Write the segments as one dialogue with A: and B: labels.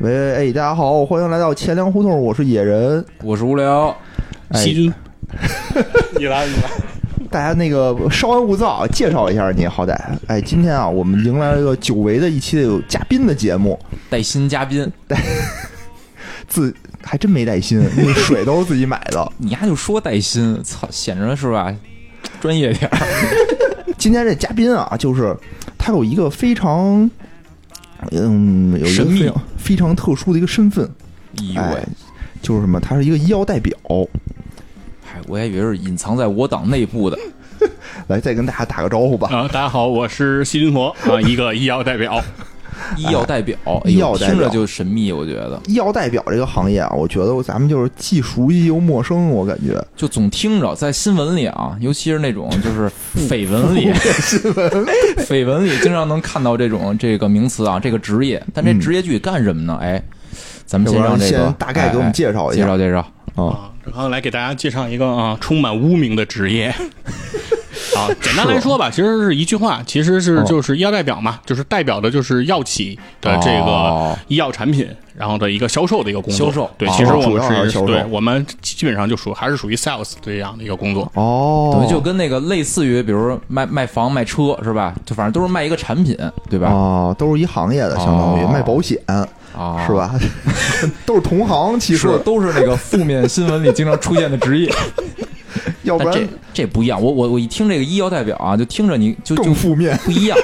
A: 喂，哎，大家好，欢迎来到钱粮胡同，我是野人。
B: 我是无聊，
A: 哎
C: 细菌，
B: 你来你来，
A: 大家那个稍安勿躁，介绍一下你好歹。哎，今天啊，我们迎来了一个久违的一期有嘉宾的节目，
B: 带新嘉宾，
A: 自还真没带薪，那个水都是自己买 的。
B: 你丫就说带新，操，显着是吧？专业点儿，
A: 今天这嘉宾啊，就是他有一个非常，嗯，有一个
C: 神秘
A: 非常非常特殊的一个身份，
B: 哎呦
A: 哎
B: 喂，，
A: 就是什么，他是一个医药代表。
B: 嗨，我还以为是隐藏在我党内部的，
A: 来，再跟大家打个招呼吧。
C: 啊，大家好，我是细菌佛啊，一个医药代表。啊
B: 医药代表，哎
A: 医
B: 呦，
A: 药代表
B: 听着就神秘，我觉得，
A: 医药代表这个行业啊，我觉得咱们就是既熟悉又陌生，我感觉。
B: 就总听着在新闻里啊，尤其是那种 就是绯闻里，绯闻里经常能看到这种这个名词啊，这个职业，但这
A: 嗯
B: 职业具体干什么呢？哎，咱们
A: 要
B: 先
A: 不然
B: 让这个
A: 先大概给我们
B: 哎哎
A: 介绍一下
B: 介绍介绍，
C: 啊，然后来给大家介绍一个啊充满污名的职业。 啊，简单来说吧，其实是一句话，其实是
B: 哦
C: 就是医药代表嘛，就是代表的就是药企的这
B: 哦
C: 个医药产品，然后的一个销售的一个工作。
B: 销售
C: 对，
B: 哦
C: 其实我
A: 主
C: 们
A: 要还是销售
C: 对，我们基本上就属还是属于 sales 这样的一个工作。
A: 哦，
B: 等于就跟那个类似于，比如说卖卖房、卖车是吧？就反正都是卖一个产品，对吧？
A: 哦，都是一行业的，相当于
B: 哦
A: 卖保险是
B: 啊，
A: 吧？ 都是同行，其实
B: 说的都是那个负面新闻里经常出现的职业，
A: 要 不
B: 但
A: 然
B: 这这不一样。我我我一听这个医药代表啊，就听着你就 就
A: 更负面，
B: 不一样。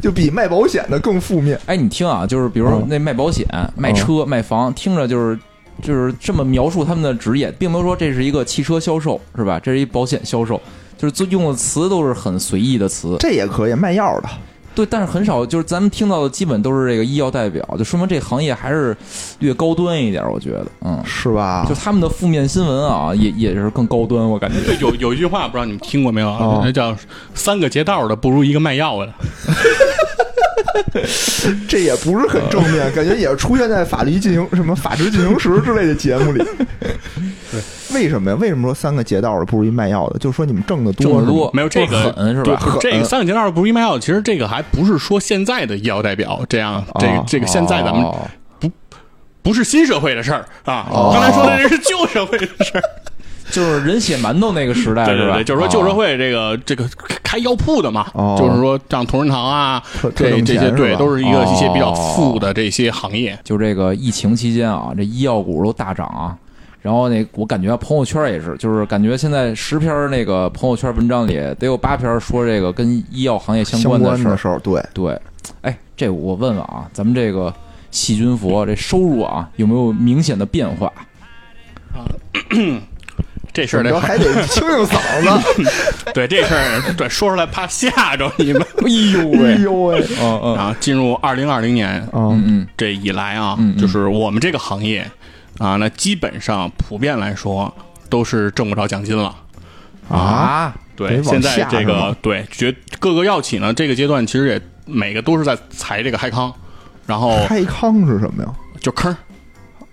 A: 就比卖保险的更负面。
B: 哎，你听啊，就是比如说
A: 嗯
B: 那卖保险、卖车、卖房，听着就是就是这么描述他们的职业，并没有说这是一个汽车销售是吧？这是一保险销售，就是最用的词都是很随意的词。
A: 这也可以卖药的，
B: 对，但是很少，就是咱们听到的基本都是这个医药代表，就说明这行业还是略高端一点，我觉得，嗯，
A: 是吧
C: 啊
B: 就？他们的负面新闻啊，也也是更高端，我感觉。
C: 对，有有一句话不知道你们听过没有
A: 哦
C: 啊？那叫三个劫道的不如一个卖药的。
A: 这也不是很正
B: 呃
A: 面，感觉也是出现在法律进行什么法治进行时之类的节目里。为什么呀？为什么说三个劫道的不如一卖药的？就是说你们挣的多，
B: 挣得多
A: 是吗
C: 没有这个
B: 狠是吧
C: 对
A: 狠
C: 这个三个阶段不是一卖药，其实这个还不是说现在的医药代表这样，这个、
A: 哦
C: 这个 现在咱们
B: 哦
C: 不是新社会的事儿啊。
A: 哦
C: 刚才说的这是旧社会的事儿，
B: 就是人血馒头那个时代，
C: 对对
B: 哎吧？啊哦
C: 对，就是说旧社会这个、这个开药铺的嘛，
A: 哦
C: 就是说像同仁堂啊，
A: 特特
C: 这
A: 挣
C: 这
A: 钱
C: 些
A: 吧
C: 对，都是一个
B: 哦
C: 一些比较富的这些行业。
B: 就这个疫情期间啊，这医药股都大涨啊。然后那我感觉朋友圈也是，就是感觉现在十篇那个朋友圈文章里得有八篇说这个跟医药行业相
A: 相
B: 关的事
A: 的
B: 儿。
A: 时候，对，
B: 对，哎，这我问问啊，咱们这个细菌佛这收入啊有没有明显的变化？
C: 这事儿
A: 然后
C: 得
A: 还得清清嗓 子。
C: 对这事儿对说出来怕吓着你们
B: 哎呦
A: 哎，呦喂，
B: 嗯嗯
C: 啊！进入二零二零年
A: 嗯，
B: 嗯
C: 这以来啊，
B: 嗯嗯
C: 就是我们这个行业啊，那基本上普遍来说都是挣不着奖金了。
B: 嗯啊，
A: 没
C: 对，
A: 往
C: 现在
A: 下
C: 这
A: 是
C: 个
A: 吗
C: 对绝各个药企呢，这个阶段其实也每个都是在裁这个嗨康，然后
A: 开康是什么呀？
C: 就坑儿，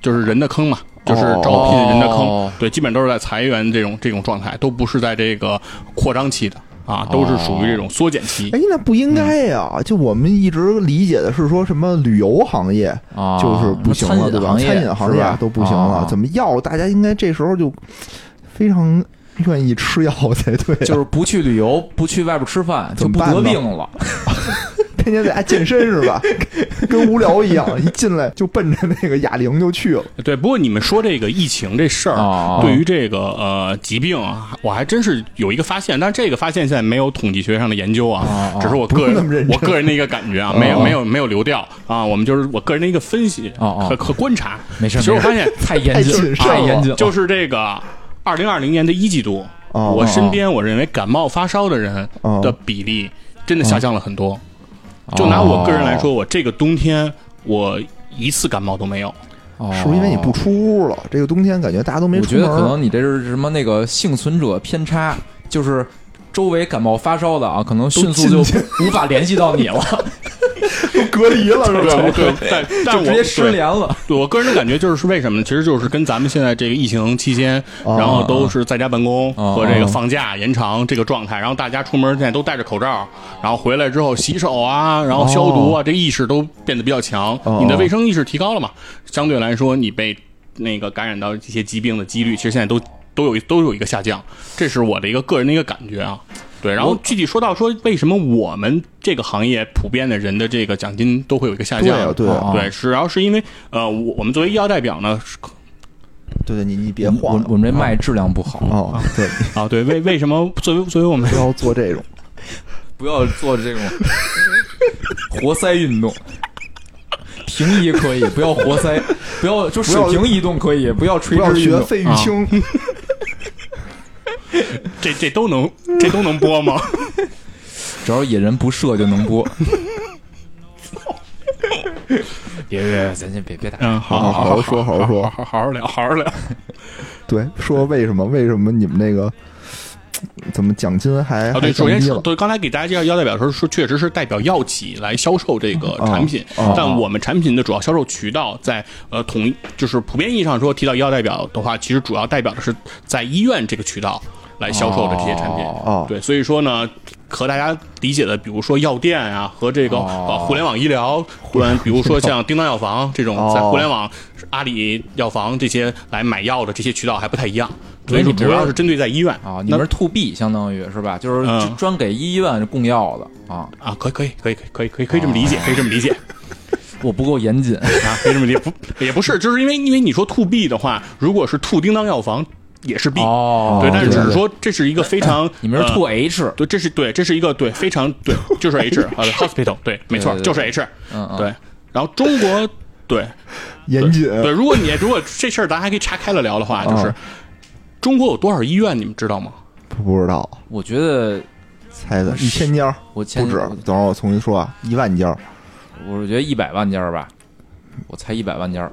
C: 就是人的坑嘛，就是
A: 哦
C: 招聘人的坑。
B: 哦
C: 对，基本都是在裁员这种这种状态，都不是在这个扩张期的啊，都是属于这种缩减期。
A: 哎，那不应该呀、就我们一直理解的是说什么旅游行业
B: 啊，
A: 就是不行了，对
B: 什么
A: 吧？餐饮行
B: 是
A: 业
B: 吧
A: 都不行了，
B: 啊
A: 怎么药？大家应该这时候就非常愿意吃药才对、啊，
B: 就是不去旅游，不去外边吃饭，就
A: 怎么
B: 不
A: 办呢
B: 得病了。
A: 天天在家健身是吧？跟无聊一样，一进来就奔着那个哑铃就去了。
C: 对，不过你们说这个疫情这事儿，
B: 哦
C: 对于这个呃疾病啊，我还真是有一个发现，但是这个发现现在没有统计学上的研究啊，
B: 哦哦
C: 只是我个
A: 不用那么认
C: 人
A: 真哦
C: 我个人的一个感觉啊，没有没有没有流调啊，我们就是我个人的一个分析
B: 哦哦
C: 和和观察。
B: 没事，
C: 其实我
B: 没事
C: 发现
A: 哦
B: 太严
A: 太
B: 谨，
A: 谨慎
B: 太严谨
A: 了
B: 了，
C: 就是这个二零二零年的一季度，
A: 哦
C: 我身边我认为感冒发烧的人
A: 哦
C: 的比例真的下降了很多。就拿我个人
A: 哦
C: 来说，我这个冬天我一次感冒都没有。
B: 哦，
A: 是不是因为你不出屋了？这个冬天感觉大家都没
B: 我
A: 出
B: 觉得
A: 门
B: 可
A: 儿。
B: 能你这是什么那个幸存者偏差，就是周围感冒发烧的啊，可能迅速就
A: 进
B: 无法联系到你了。
A: 都隔离了是吧？
C: 对对，但但
B: 就
C: 我
B: 直接失联了。
C: 对我个人的感觉就是是为什么呢？其实就是跟咱们现在这个疫情期间，
A: 哦
C: 然后都是在家办公
B: 哦
C: 和这个放假延长这个状态，然后大家出门现在都戴着口罩，然后回来之后洗手啊，然后消毒啊，这意识都变得比较强
A: 哦，
C: 你的卫生意识提高了嘛？相对来说，你被那个感染到这些疾病的几率，其实现在都都有都有一个下降，这是我的一个个人的一个感觉啊。对，然后具体说到说为什么我们这个行业普遍的人的这个奖金都会有一个下
A: 对
C: 降
A: 啊，对啊
B: 哦
C: 对，是，然后是因为呃，我我们作为医药代表呢，是
A: 对对，你你别
B: 我
A: 晃了嗯
B: 我们这麦质量不好，
A: 哦，对，
C: 啊，对，为为什么作为作为我们
A: 不要做这种。
B: 不要做这种 活塞运动。平移可以，不要活塞，不要就水平移动可以，不要垂
A: 不要
B: 直移
A: 学
B: 动。
A: 费玉清，
C: 这这都能这都能播吗？
B: 只要野人不射就能播。别别，咱先别别打。
C: 嗯，好
A: 好
C: 好
A: 好说好好说
C: 好好好聊，好好聊。
A: 对，说为什么？为什么你们那个怎么奖金还
C: 啊，
A: 还
C: 对，首
A: 降
C: 先
A: 低
C: 是
A: 了？
C: 对，刚才给大家介绍药代表的时候说，确实是代表药企来销售这个
A: 哦
C: 产品，
A: 哦
C: 但
A: 哦
C: 我们产品的主要销售渠道在呃统一，就是普遍意义上说，提到医药代表的话，其实主要代表的是在医院这个渠道来销售的这些产品。
B: 哦
A: 哦，
C: 对，所以说呢，和大家理解的，比如说药店啊，和这个、
B: 哦
C: 呃互联网医疗，嗯，比如说像叮当 药房这种
A: 哦
C: 在互联网、阿里药房这些来买药的这些渠道还不太一样，
B: 所
C: 所
B: 以你
C: 以说
B: 们这
C: 主要是针对在医院
B: 啊，你们是 to B 相当于是吧？就是
C: 嗯
B: 就专给医院供药的啊。
C: 啊，可以可以可以可以可以可以这么
B: 哦
C: 理解，可以这么理解。
B: 我不够严谨，
C: 啊，没什么理解，不也不是，就是因为因为你说 to B 的话，如果是 to 叮当药房也是 B，、
B: 哦
C: 对，但是
A: 对
C: 只是
A: 对
C: 说这是一个非常
B: 你们是 to
C: 呃
B: H，
C: 对，这是对，这是一个对非常对，就是 H 啊对，hospital 对，没错，
B: 对对对
C: 就是 H，
B: 嗯
A: 啊
B: 嗯
C: 对，然后中国 对
A: 严谨
C: 对，如果你如果这事儿咱还可以岔开了聊的话，就是
A: 啊
C: 中国有多少医院，你们知道吗？
A: 不知道，
B: 我觉得
A: 猜的一千家儿
B: 我前
A: 不止。等会儿我重新说啊，一万家儿
B: 我是觉得一百万家儿吧，我猜一百万家儿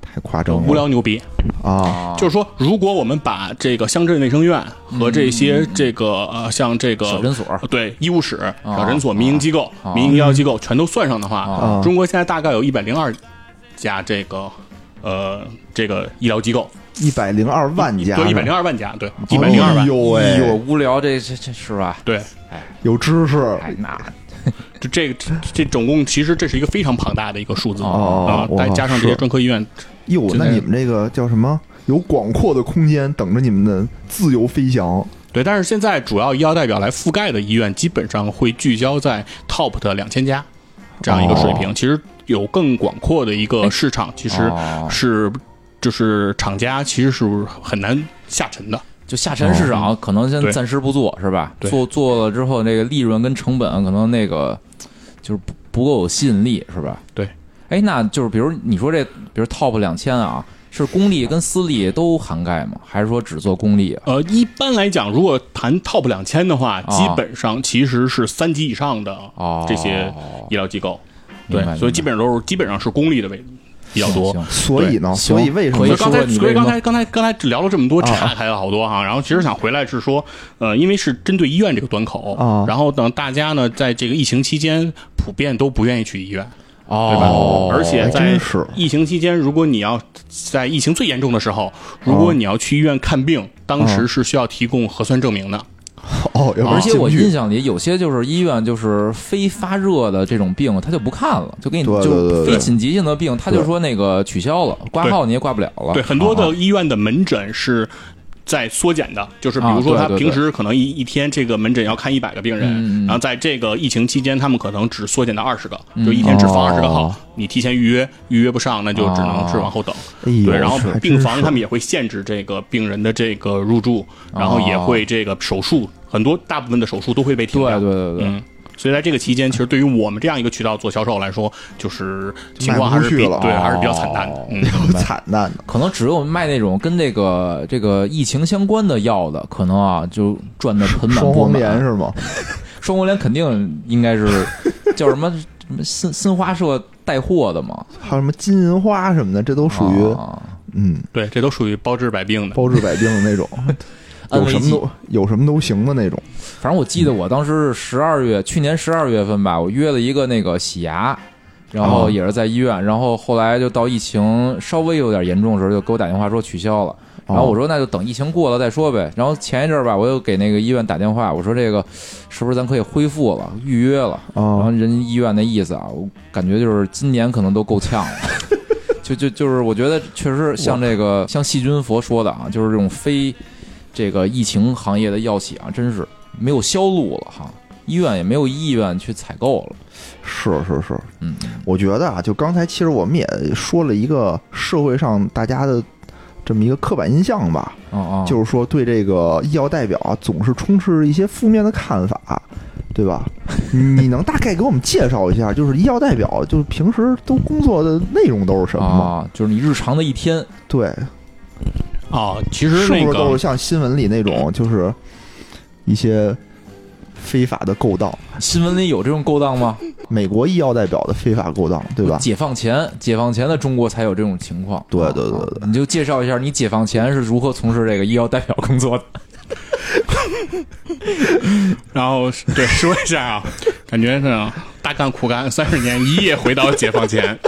A: 太夸张了，
C: 无聊牛逼，
A: 啊！
B: 啊，
C: 就是说，如果我们把这个乡镇卫生院和这些
A: 嗯
C: 这个呃，像这个
B: 小诊所
C: 对医务室、
A: 嗯
C: 小诊所、民营机构
B: 啊、
C: 民营医疗机构全都算上的话
A: 啊，
C: 中国现在大概有一百零二家这个呃这个医疗机构，
A: 一百零二万家呢，哦
C: 对，一百零二万家，对，一百零二
A: 哎
C: 万，
A: 呦
B: 哎呦，
A: 喂，
B: 无聊这这这是吧？
C: 对，
A: 有知识
B: 哎，那
C: 就这个这这总共其实这是一个非常庞大的一个数字
A: 哦
C: 啊，再
A: 哇
C: 加上这些
A: 是
C: 专科医院，
A: 哟，
C: 就
A: 那
C: 那
A: 你们这个叫什么？有广阔的空间等着你们的自由飞翔。
C: 对，但是现在主要医药代表来覆盖的医院，基本上会聚焦在 top 的两千家这样一个水平。其实有更广阔的一个市场，其实
B: 哦
C: 是就是厂家其实是很难下沉的。
B: 就下沉市场可能先
C: 对
B: 暂时不做是吧？
C: 对
B: 做做了之后，那个利润跟成本可能那个就是不不够有吸引力是吧？
C: 对，
B: 哎，那就是比如你说这，比如 top 两千啊，是公立跟私立都涵盖吗？还是说只做公立啊？
C: 呃，一般来讲，如果谈 top 两千的话，
B: 哦
C: 基本上其实是三级以上的
B: 哦，
C: 这些医疗机构。
B: 明白
C: 对，所以基本上都是基本上是公立的为比较多。
B: 行
A: 所以呢，
B: 对
A: 所以为什么
B: 可
C: 所
B: 以
C: 以刚
B: 说
C: 才，
B: 你
C: 所
B: 为
C: 以
B: 什么啊
C: 刚才，刚才，刚才聊了这么多，岔开了好多哈、然后其实想回来是说，呃，因为是针对医院这个端口，
A: 啊
C: 然后等大家呢，在这个疫情期间，普遍都不愿意去医院，对吧？
B: 哦，
C: 而且
A: 还
C: 在
A: 真是
C: 疫情期间，如果你要在疫情最严重的时候，如
B: 啊
C: 果你要去医院看病，当时是需要提供核酸证明的。
A: 哦，要不然
B: 而且我
A: 进不去
B: 印象里有些就是医院就是非发热的这种病，他就不看了，就给你
A: 对对对
B: 就
A: 对
B: 非紧急性的病，他就说那个取消了，挂号你也挂不了了。
C: 对，很多
B: 啊
C: 的医院的门诊是。在缩减的，就是比如说
B: 啊
C: 他
B: 对对对
C: 平时可能一一天这个门诊要看一百个病人，
B: 嗯嗯嗯嗯
C: 然后在这个疫情期间，他们可能只缩减到二十个，就一天只放二十个号，
A: 哦
C: 你提前预约，预约不上那就只能是
B: 哦
C: 往后等。
A: 哎呦
C: 对，然后
A: 还真
C: 病房
A: 是
C: 他们也会限制这个病人的这个入住，然
B: 哦
C: 后也会这个手术，很多大部分的手术都会被停掉。
B: 对对对对
C: 嗯。所以在这个期间，其实对于我们这样一个渠道做销售来说，就是情况
A: 卖
C: 还
A: 不
C: 是
A: 出
C: 比
A: 去了
C: 对还是比较
B: 哦
C: 惨淡的。嗯，
A: 有惨淡的。
B: 可能只有卖那种跟这个这个疫情相关的药的，可能啊就赚的盆满
A: 双
B: 钵
A: 黄连
B: 满。啊
A: 是吗？
B: 双黄连肯定应该是 叫什么什么新新华社带货的嘛，
A: 还有什么金银花什么的，这都属于
B: 啊
A: 嗯
C: 对，这都属于包治百病的。
A: 包治百病的那种。
B: 安
A: 有
B: 慰
A: 什么
B: 剂。
A: 都有什么都行的那种。
B: 反正我记得我当时是十二月，去年十二月份吧，我约了一个那个洗牙，然后
A: 哦
B: 也是在医院，然后后来就到疫情稍微有点严重的时候，就给我打电话说取消了。然
A: 哦
B: 后我说那就等疫情过了再说呗。然后前一阵儿吧，我又给那个医院打电话，我说这个是不是咱可以恢复了，预约了？然后
A: 啊，
B: 人医院那意思啊，我感觉就是今年可能都够呛了。 就就就是，我觉得确实像这个像细菌佛说的啊，就是这种非这个疫情行业的药企啊，真是没有销路了哈，医院也没有意愿去采购了。
A: 是是是，
B: 嗯，
A: 我觉得啊，就刚才其实我们也说了一个社会上大家的这么一个刻板印象吧，
B: 哦哦，
A: 就是说对这个医药代表啊，总是充斥一些负面的看法，对吧？你能大概给我们介绍一下，就是医药代表，就是平时都工作的内容都是什么吗？
B: 啊，就是你日常的一天，
A: 对，
C: 啊，其实
A: 是
C: 那
A: 不是都
C: 个嗯
A: 是像新闻里那种，就是一些非法的勾当？
B: 新闻里有这种勾当吗？
A: 美国医药代表的非法勾当，对吧？
B: 解放前，解放前的中国才有这种情况。
A: 对对对
B: 啊
A: 对
B: 你就介绍一下你解放前是如何从事这个医药代表工 作的。
C: 然后是对说一 下啊，感觉是大干苦干三十年，一夜回到解 放前。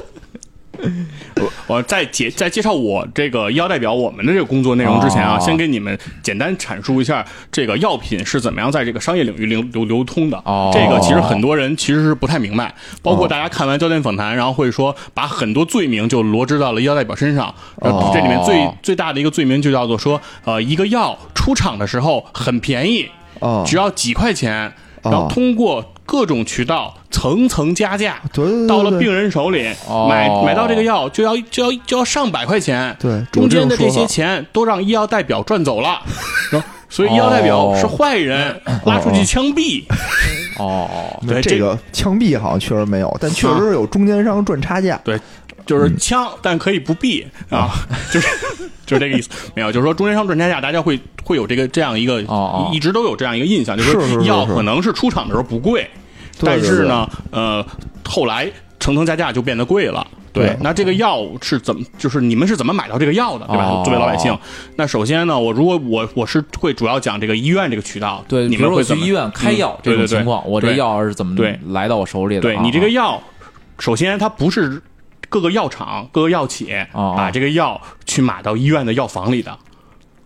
C: 我我在介在介绍我这个医药代表我们的这个工作内容之前啊，
B: 哦
C: 先给你们简单阐述一下这个药品是怎么样在这个商业领域流流流通的。
B: 哦
C: 这个其实很多人其实是不太明白，包括大家看完焦点访谈，然后会说把很多罪名就罗织到了医药代表身上。呃
A: 哦
C: 这里面最最大的一个罪名就叫做说，呃，一个药出厂的时候很便宜，
A: 啊，
C: 只要几块钱，
A: 哦
C: 然后通过各种渠道层层加价，
A: 对对对对
C: 到了病人手里，
B: 哦
C: 买买到这个药就要就要就要上百块钱，
A: 对有
C: 中间
A: 这
C: 的
A: 种
C: 这
A: 说法
C: 些钱都让医药代表赚 走了，然后所以医药代
A: 哦
C: 表是坏人，拉出去枪毙。
B: 哦哦，
A: 那
C: 对
A: 这
C: 这啊
A: 个枪毙好像确实没有，但确实是有中间商赚差价。
C: 对，
B: 嗯
C: 就是枪，但可以不毙啊，就是就是这个意思。没有，就是说中间商赚差价，大家会会有这个这样一个，
B: 哦哦
C: 一一直都有这样一个印象，就是
A: 是是
C: 说
A: 是
C: 药可能是出厂的时候不贵，
A: 对
C: 但是呢，呃，后来层层加价就变得贵了。
A: 对
C: 对，那这个药是怎么？就是你们是怎么买到这个药的，对吧？
B: 哦
C: 作为老百姓，那首先呢，我如果我我是会主要讲这个医院这个渠道，
B: 对，
C: 你
B: 比
C: 们
B: 如
C: 会
B: 我
C: 怎
B: 去
C: 么嗯
B: 医院开药这种情况，
C: 对对对
B: 我这
C: 对
B: 药是怎么
C: 对
B: 来到我手里的？
C: 对
B: 啊
C: 你这个药，首先它不是各个药厂、各个药企
B: 哦
C: 把这个药去买到医院的药房里的，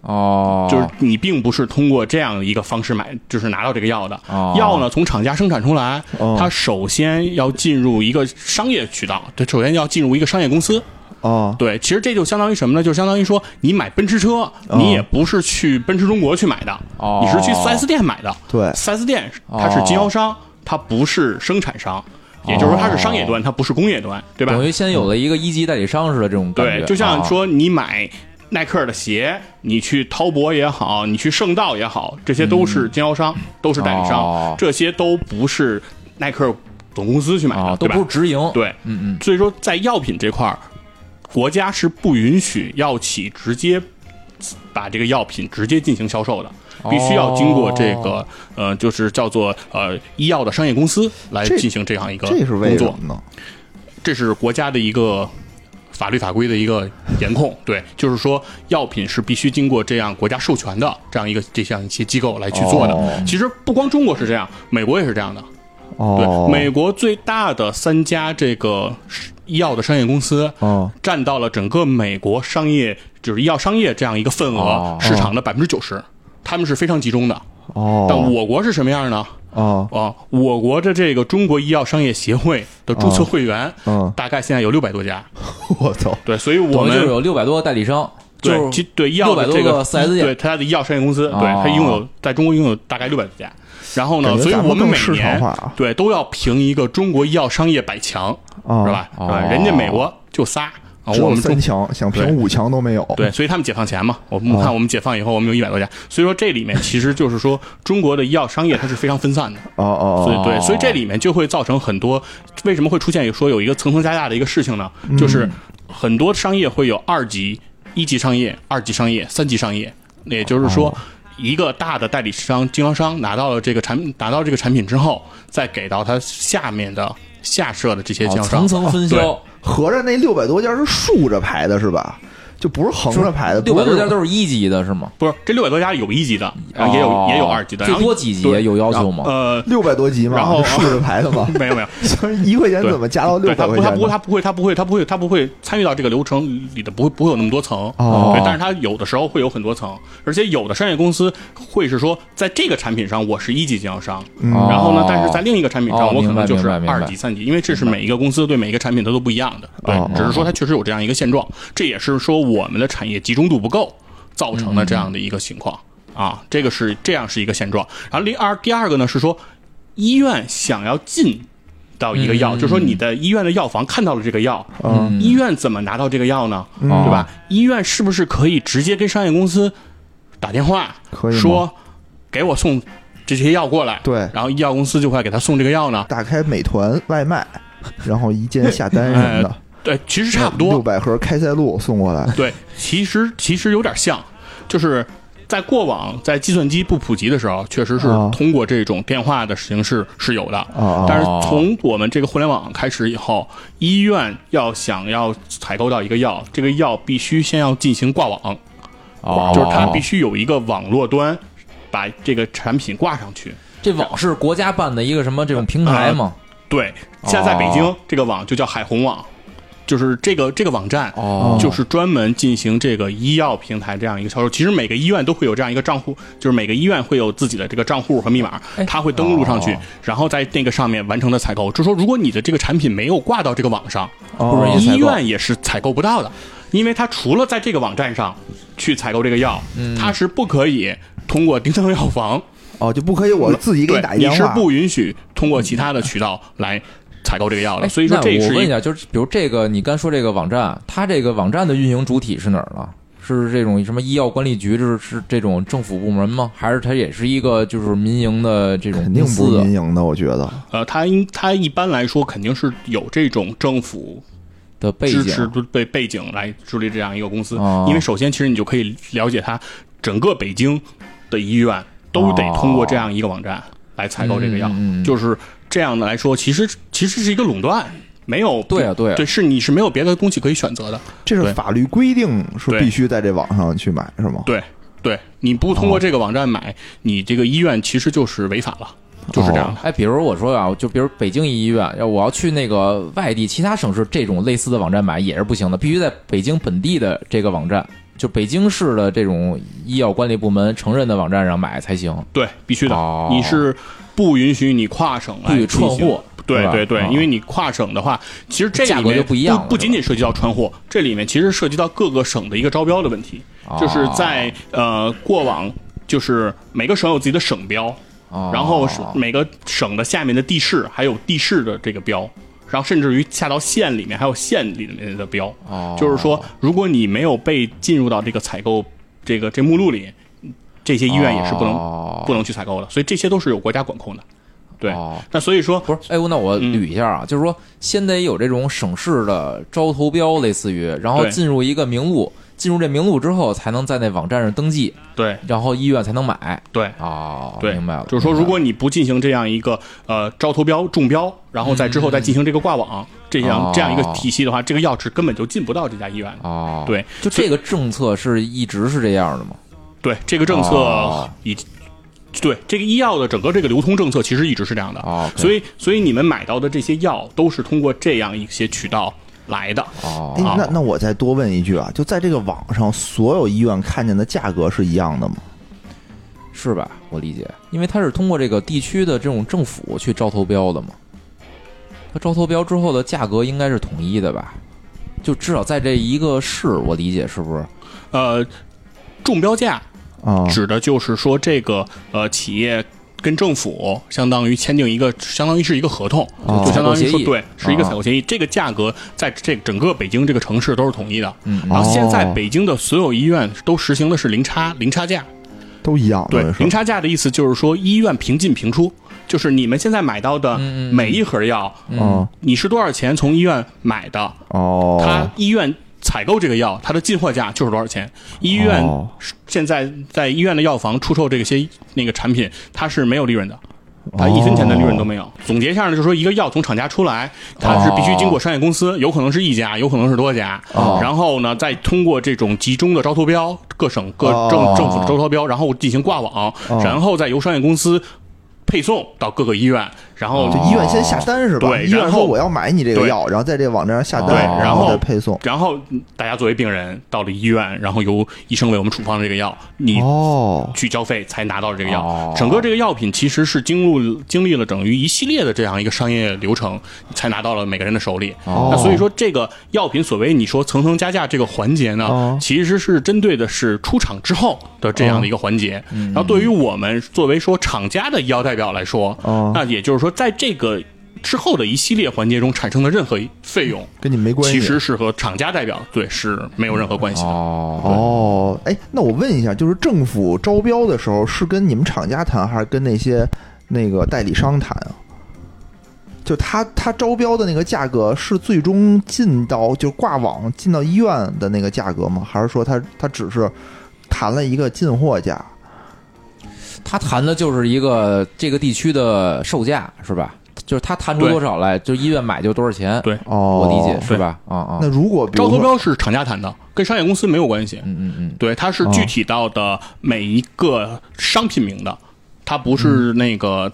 B: 哦，
C: 就是你并不是通过这样一个方式买，就是拿到这个药的。
B: 哦
C: 药呢，从厂家生产出来
A: 哦，
C: 它首先要进入一个商业渠道，对，首先要进入一个商业公司。
A: 啊，
C: 对，其实这就相当于什么呢？就相当于说，你买奔驰车，你也不是去奔驰中国去买的，
B: 嗯哦
C: 你是去4 S 店买的。
A: 对
C: 4 S 店它是经销商，
B: 哦
C: 它不是生产商，也就是说它是商业端，它不是工业端，对吧？
B: 等于先哦有了一个一级代理商似的这种感觉，
C: 对，就像
B: 啊
C: 说你买耐克的鞋，你去滔博也好，你去圣道也好，这些都是经销商，都是代理商，
B: 嗯哦
C: 这些都不是耐克总公司去买的，
B: 啊，都
C: 对吧
B: 不是直营，，
C: 对，
B: 嗯嗯，
C: 所以说在药品这块儿，国家是不允许药企直接把这个药品直接进行销售的。
A: 哦
C: 必须要经过这个、呃，就是叫做呃医药的商业公司来
A: 这
C: 进行这样一个
A: 这是为什
C: 工作
A: 么。呢？
C: 这是国家的一个法律法规的一个严控，对，就是说药品是必须经过这样国家授权的这样一个这样一些机构来去做的。
A: 哦
C: 其实不光中国是这样，美国也是这样的。对，
A: 哦，
C: 美国最大的三家这个医药的商业公司，
A: 哦
C: 占到了整个美国商业就是医药商业这样一个份额、
B: 哦
C: 市场的百分之九十，他们是非常集中的。
A: 哦，
C: 但我国是什么样呢？
A: 哦
C: 啊，我国的这个中国医药商业协会的注册会
B: 哦
C: 员，
A: 嗯
C: 大概现在有六百多家。
A: 我操，
C: 对，所以 我
B: 等于就是
C: 们
B: 有六百多个代理商，
C: 对
B: 就是
C: 其对医药的
B: 600
C: 这
B: 多个
C: 个
B: 4S 店
C: 对它的医药商业公司，
B: 哦
C: 对它拥有在中国拥有大概六百多家。然后呢
A: 感，觉
C: 所以
A: 咱们
C: 我们
A: 更
C: 每
A: 市场
C: 年
A: 化啊
C: 对都要评一个中国医药商业百强，
A: 哦
C: 是吧？
B: 哦
C: 是吧人家美国就仨，啊，
A: 只有
C: 我们中
A: 三强，想
C: 对
A: 评五强都没有。
C: 对，所以他们解放前嘛，我
B: 哦
C: 们看我们解放以后，我们有一百多家。所以说这里面其实就是说，中国的医药商业它是非常分散的。
A: 哦，
C: 所
A: 哦
C: 以对，所以这里面就会造成很多为什么会出现说有一个层层加价的一个事情呢？
B: 嗯
C: 就是很多商业会有二级、一级商业、二级商业、三级商业，也就是说。
B: 哦
C: 一个大的代理商、经销商拿到了这个产拿到这个产品之后，再给到他下面的下设的这些经
B: 哦
C: 销商，
B: 层层分
C: 对
B: 销，
A: 合着那六百多家是竖着排的，是吧？就不是横着排的，
B: 六百
A: 不
B: 多
A: 是
B: 家都是一级的是吗？
C: 不是这六百多家里有一级的，然后啊也有、
B: 哦
C: 也有二级的，
B: 最
C: 然后
B: 多几级啊
C: 对
B: 有要求
C: 然后
B: 吗？
C: 呃，
A: 六百多级嘛，
C: 然后，
A: 是竖着排的嘛
C: 没有没有，
A: 所以一块钱
C: 对
A: 怎么加到六
C: 对
A: 百
C: 他不
A: 块
C: 他
A: 钱呢？
C: 不他不会他不会他不会他不会参与到这个流程里的，不会不会有那么多层。
A: 哦
C: 对，但是它有的时候会有很多层，而且有的商业公司会是说，在这个产品上我是一级经销商，
A: 嗯
B: 哦
C: 然后呢，但是在另一个产品上
B: 哦
C: 我可能就是
B: 明白明白
C: 二
B: 明白
C: 级、三级，因为这是每一个公司对每一个产品它都不一样的，
A: 哦
C: 对，只是说它确实有这样一个现状，这也是说我们的产业集中度不够造成的这样的一个情况啊，这个是这样是一个现状。然后第二第二个呢是说，医院想要进到一个药，
B: 嗯
C: 就说你的医院的药房看到了这个药，
A: 嗯，
C: 医院怎么拿到这个药呢？
A: 嗯
C: 对吧？医院是不是可以直接跟商业公司打电话
A: 可以吗
C: 说，给我送这些药过来？
A: 对
C: 然后医药公司就会给他送这个药呢？
A: 打开美团外卖，然后一键下单什么 的，
C: 对，其实哎差不
A: 六
C: 多。
A: 百盒开塞露送过来，
C: 对，其实其实有点像，就是在过往在计算机不普及的时候，确实是
A: 啊
C: 通过这种电话的形式是有的。
A: 哦
C: 但是从我们这个互联网开始以后，医院要想要采购到一个药，这个药必须先要进行挂网，
B: 哦，
C: 就是它必须有一个网络端把这个产品挂上去。
B: 这网是国家办的一个什么这种平台吗？
C: 对，现在在北京、
B: 哦
C: 这个网就叫海虹网，就是这个这个网站。
A: 嗯
B: 哦，
C: 就是专门进行这个医药平台这样一个销售，其实每个医院都会有这样一个账户，就是每个医院会有自己的这个账户和密码
B: 哎，
C: 它会登录上去
B: 哦，
C: 然后在那个上面完成的采购。就说如果你的这个产品没有挂到这个网上，
B: 不容易
C: 医
B: 采购
C: 院也是采购不到的，因为它除了在这个网站上去采购这个药，
B: 嗯
C: 它是不可以通过叮当药房，
A: 哦，就不可以我自己给
C: 对
A: 打一
C: 你
A: 电
C: 是
A: 话，
C: 不允许通过其他的渠道来采购这个药的。
B: 哎
C: 所以说
B: 那
C: 这
B: 我
C: 是
B: 问
C: 一
B: 一下，就是比如这个你刚说这个网站，它这个网站的运营主体是哪儿呢？是这种什么医药管理局，就是是这种政府部门吗？还是它也是一个就是民营的这种
A: 肯定
B: 公
A: 不是
B: 司？
A: 民营的，我觉得
C: 呃，它应它一般来说肯定是有这种政府
B: 的背
C: 支持
B: 景？
C: 背背景来助力这样一个公司
B: 哦，
C: 因为首先其实你就可以了解它整个北京的医院都得通过这样一个网站来采购这个药
B: 嗯嗯嗯，
C: 就是这样的来说，其实其实是一个垄断，没有
B: 对啊对啊
C: 对，是你是没有别的东西可以选择的，
A: 这是
C: 对
A: 法律规定是
C: 对
A: 必须在这网上去买是吗？
C: 对对，你不通
B: 哦
C: 过这个网站买，你这个医院其实就是违法了，就是这样的。
B: 哎，比如我说啊，就比如北京一医院，要我要去那个外地其他省市这种类似的网站买也是不行的，必须在北京本地的这个网站，就北京市的这种医药管理部门承认的网站上买才行。
C: 对，必须的，
B: 哦
C: 你是不允许你跨省来
B: 不许串
C: 进行
B: 货是
C: 对
B: 吧
C: 对对，
B: 哦
C: 因为你跨省的话，其实这里
B: 价
C: 面
B: 格就不一样了
C: 不仅仅涉及到串货，这里面其实涉及到各个省的一个招标的问题，
B: 哦
C: 就是在呃过往就是每个省有自己的省标，
B: 哦、
C: 然后是每个省的下面的地市还有地市的这个标，然后甚至于下到县里面还有县里面的标。
B: 哦
C: 就是说，如果你没有被进入到这个采购这个这目录里，这些医院也是不能、
B: 哦
C: 不能去采购的，所以这些都是有国家管控的。对，嗯
B: 哦
C: 那所以说
B: 不是，哎，那我捋一下啊，就是说，先得有这种省市的招投标，类似于，然后
C: 对
B: 进入一个名录，进入这名录之后，才能在那网站上登记，
C: 对
B: 然后医院才能买。
C: 对
B: 哦，
C: 对，
B: 明白了。
C: 就是说，
B: 明白
C: 如
B: 了
C: 果你不进行这样一个呃招投标中标，然后在之后再进行这个挂网，这样、
B: 哦
C: 这样一个体系的话，这个药是根本就进不到这家医院的。
B: 哦，
C: 对
B: 就这个政策是一直是这样的吗？
C: 对，这个政
B: 哦
C: 策以、对这个医药的整个这个流通政策其实一直是这样的。
B: 哦，OK
C: 啊所以所以你们买到的这些药都是通过这样一些渠道来的。
A: 哎
B: 哦，
C: 啊，
A: 那那我再多问一句啊，就在这个网上，所有医院看见的价格是一样的吗？
B: 是吧？我理解，因为它是通过这个地区的这种政府去招投标的嘛，它招投标之后的价格应该是统一的吧？就至少在这一个市，我理解是不是？
C: 呃，中标价
A: 啊，
C: 指的就是说这个呃企业跟政府相当于签订一个，相当于是一个合同，
A: 哦
C: 就相当于
B: 采购
C: 说
B: 协议
C: 对，是一个
B: 哦
C: 采购协议。这个价格在这整个北京这个城市都是统一的。
B: 嗯，
C: 然后现在
A: 哦
C: 北京的所有医院都实行的是零差零差
B: 啊
C: 价，
A: 哦都一样，
C: 对
A: 等于，是
C: 零差价的意思就是说医院平进平出，就是你们现在买到的
B: 嗯嗯嗯
C: 每一盒药，
A: 嗯
C: 你是多少钱从医院买的，
A: 哦，
C: 他医院采购这个药，它的进货价就是多少钱。医院
A: 哦
C: 现在在医院的药房出售这些那个产品，它是没有利润的，
A: 哦
C: 它一分钱的利润都没有。总结一下呢，就是说一个药从厂家出来，它是必须经过商业公司，有可能是一家，有可能是多家，
B: 哦
C: 然后呢，再通过这种集中的招投标，各省各
A: 哦
C: 政政府的招投标，然后进行挂网，然后再由商业公司配送到各个医院，然后
A: 就医院先下单是吧？
C: 哦对
A: 医院
C: 然
A: 说
C: 后
A: 我要买你这个
C: 对
A: 药，然后在这个网站上下单，
C: 对
A: 然
C: 然后
A: 再配送。
C: 然后大家作为病人到了医院，然后由医生为我们处方这个药，你
A: 哦，
C: 去交费才拿到这个药。
B: 哦
C: 整个这个药品其实是经入经历了等于一系列的这样一个商业流程，才拿到了每个人的手里。
B: 哦
C: 那所以说，这个药品所谓你说层层加价这个环节呢，
A: 哦
C: 其实是针对的是出厂之后的这样的一个环
A: 哦
C: 节。
A: 嗯
C: 然后对于我们作为说厂家的医药代表来说，
A: 哦
C: 那也就是说，在这个之后的一系列环节中产生的任何费用，
A: 跟你没关系。
C: 其实是和厂家代表对是没有任何关系的。
B: 哦，
A: 哦，哎，那我问一下，就是政府招标的时候是跟你们厂家谈，还是跟那些那个代理商谈啊？就他他招标的那个价格是最终进到就挂网进到医院的那个价格吗？还是说他他只是谈了一个进货价？
B: 他谈的就是一个这个地区的售价是吧？就是他谈出
C: 对
B: 多少来，就医院买就多少钱。
C: 对
A: 哦，
B: 我理解是吧？啊啊，
A: 那如果比
C: 招
A: 如
C: 投
A: 说
C: 标是厂家谈的，跟商业公司没有关系。
B: 嗯嗯嗯，
C: 对，它是
A: 哦
C: 具体到的每一个商品名的，它不是
A: 嗯
C: 那个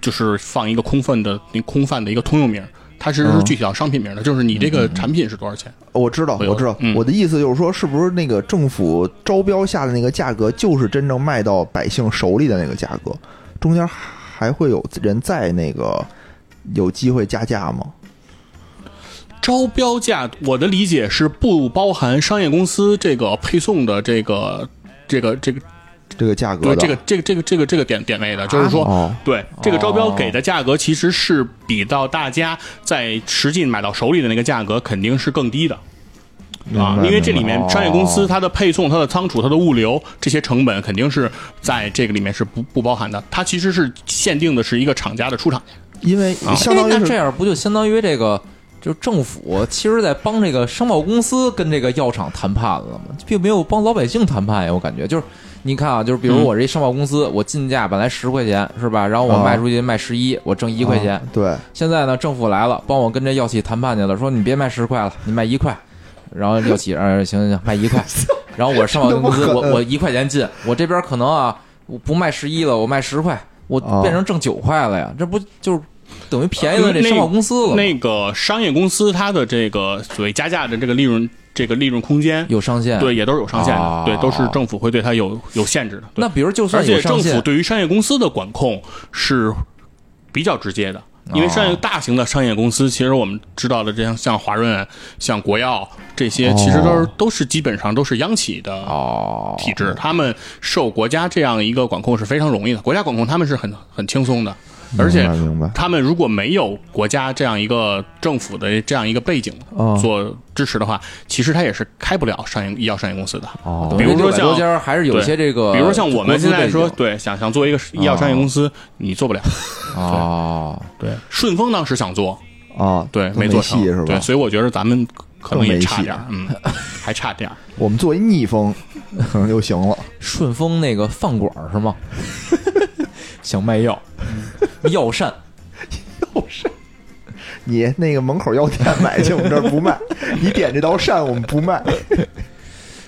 C: 就是放一个空泛的那空泛的一个通用名，它是
A: 嗯
C: 具体到商品名的，就是你这个产品是多少钱。
A: 我知道，
C: 会有
A: 我知道，
C: 嗯
A: 我的意思就是说，是不是那个政府招标下的那个价格，就是真正卖到百姓手里的那个价格？中间还会有人在那个有机会加价吗？
C: 招标价，我的理解是不包含商业公司这个配送的这个这个这个
A: 这个价格的
C: 对这个这个这个这个这个点点位的，就是说
A: 哦
C: 对，这个招标给的价格其实是比到大家在实际买到手里的那个价格肯定是更低的
A: 明
C: 啊
A: 白，哦
C: 因为这里
B: 明
C: 面
B: 白
C: 商业公司它的配送、它的仓储、它的物流这些成本肯定是在这个里面是不不包含的，它其实是限定的是一个厂家的出厂。
A: 因为
C: 啊
A: 相当
B: 哎那
A: 于
B: 这
A: 是
B: 样不就相当于这个，就是政府其实在帮这个商贸公司跟这个药厂谈判了嘛，并没有帮老百姓谈判呀。我感觉就是，你看啊，就是比如
C: 嗯
B: 我这商贸公司，我进价本来十块钱是吧？然后我
A: 啊
B: 卖出去卖十一，我挣一块钱。
A: 啊对
B: 现在呢，政府来了，帮我跟这药企谈判去了，说你别卖十块了，你卖一块。然后药企，嗯、行行行，卖一块。然后我上网公司，
A: 那不
B: 我
A: 可能
B: 我一块钱进，我这边可能啊，我不卖十一了，我卖十块，我
A: 哦
B: 变成挣九块了呀，这不就是等于便宜了这
C: 呃那
B: 商贸公司了吗？
C: 那个商业公司它的这个所谓加价的这个利润，这个利润空间，
B: 有上限，
C: 对，也都是有上限
A: 哦
B: 啊
C: 的，对，都是政府会对它有有限制的。对
B: 那比如就
C: 而
B: 算有
C: 且
B: 上
C: 政府
B: 限，
C: 对于商业公司的管控是比较直接的，因为商业
B: 哦
C: 大型的商业公司，其实我们知道的，这样像华润、啊像国药这些，其实都是都是基本上都是央企的
B: 哦，
C: 体制，他们受国家这样一个管控是非常容易的，国家管控他们是很很轻松的，而且
A: 明白明白
C: 他们如果没有国家这样一个政府的这样一个背景
A: 哦
C: 做支持的话，其实他也是开不了商业医药商业公司的。
A: 哦
B: 等于
C: 比如说
B: 600多
C: 像
B: 家还是有一
C: 对
B: 些这个，
C: 比如像我们现在说，
B: 公司背
C: 对，想想做一个医药商业公司，你做不了。
B: 景哦，
C: 对，顺丰当时想做，
A: 啊
C: 对，
A: 都
C: 没
A: 没
C: 做成，
A: 戏是吧
C: 对，？所以我觉得咱们可能也差点儿，
A: 更啊
C: 嗯， 还差点儿。
A: 我们作为逆风 可能就行了。
B: 顺丰那个饭馆儿是吗？ 想卖药，
C: 嗯
B: 药膳
A: 你那个门口药店买去，我们这儿不卖。你点这道扇，我们不卖。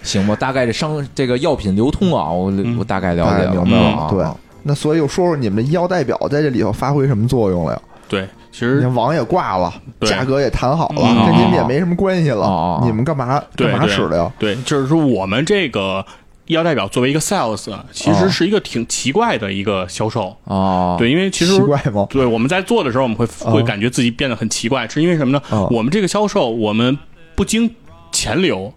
B: 行吧？大概这商这个药品流通啊，我我大概了
A: 哎
B: 解了，
A: 明白
B: 啊
A: 了，
C: 嗯
A: 对。那所以又说说你们的医药代表在这里头发挥什么作用了呀？
C: 对，其
A: 你
C: 实
A: 看网也挂了，
C: 嗯对
A: 价格也谈好了，
C: 嗯
A: 跟你们也没什么关系
B: 哦
A: 了
B: 哦，哦
A: 你们干嘛
C: 对
A: 干嘛使的呀？
C: 对，就是说我们这个医药代表作为一个 sales，其
A: 哦
C: 实是一个挺奇怪的一个销售。
B: 哦，
C: 对，因为其实
A: 奇怪吗？
C: 对，我们在做的时候，我们会
A: 哦
C: 会感觉自己变得很奇怪，是因为什么呢
A: 哦？
C: 我们这个销售，我们不经钱流，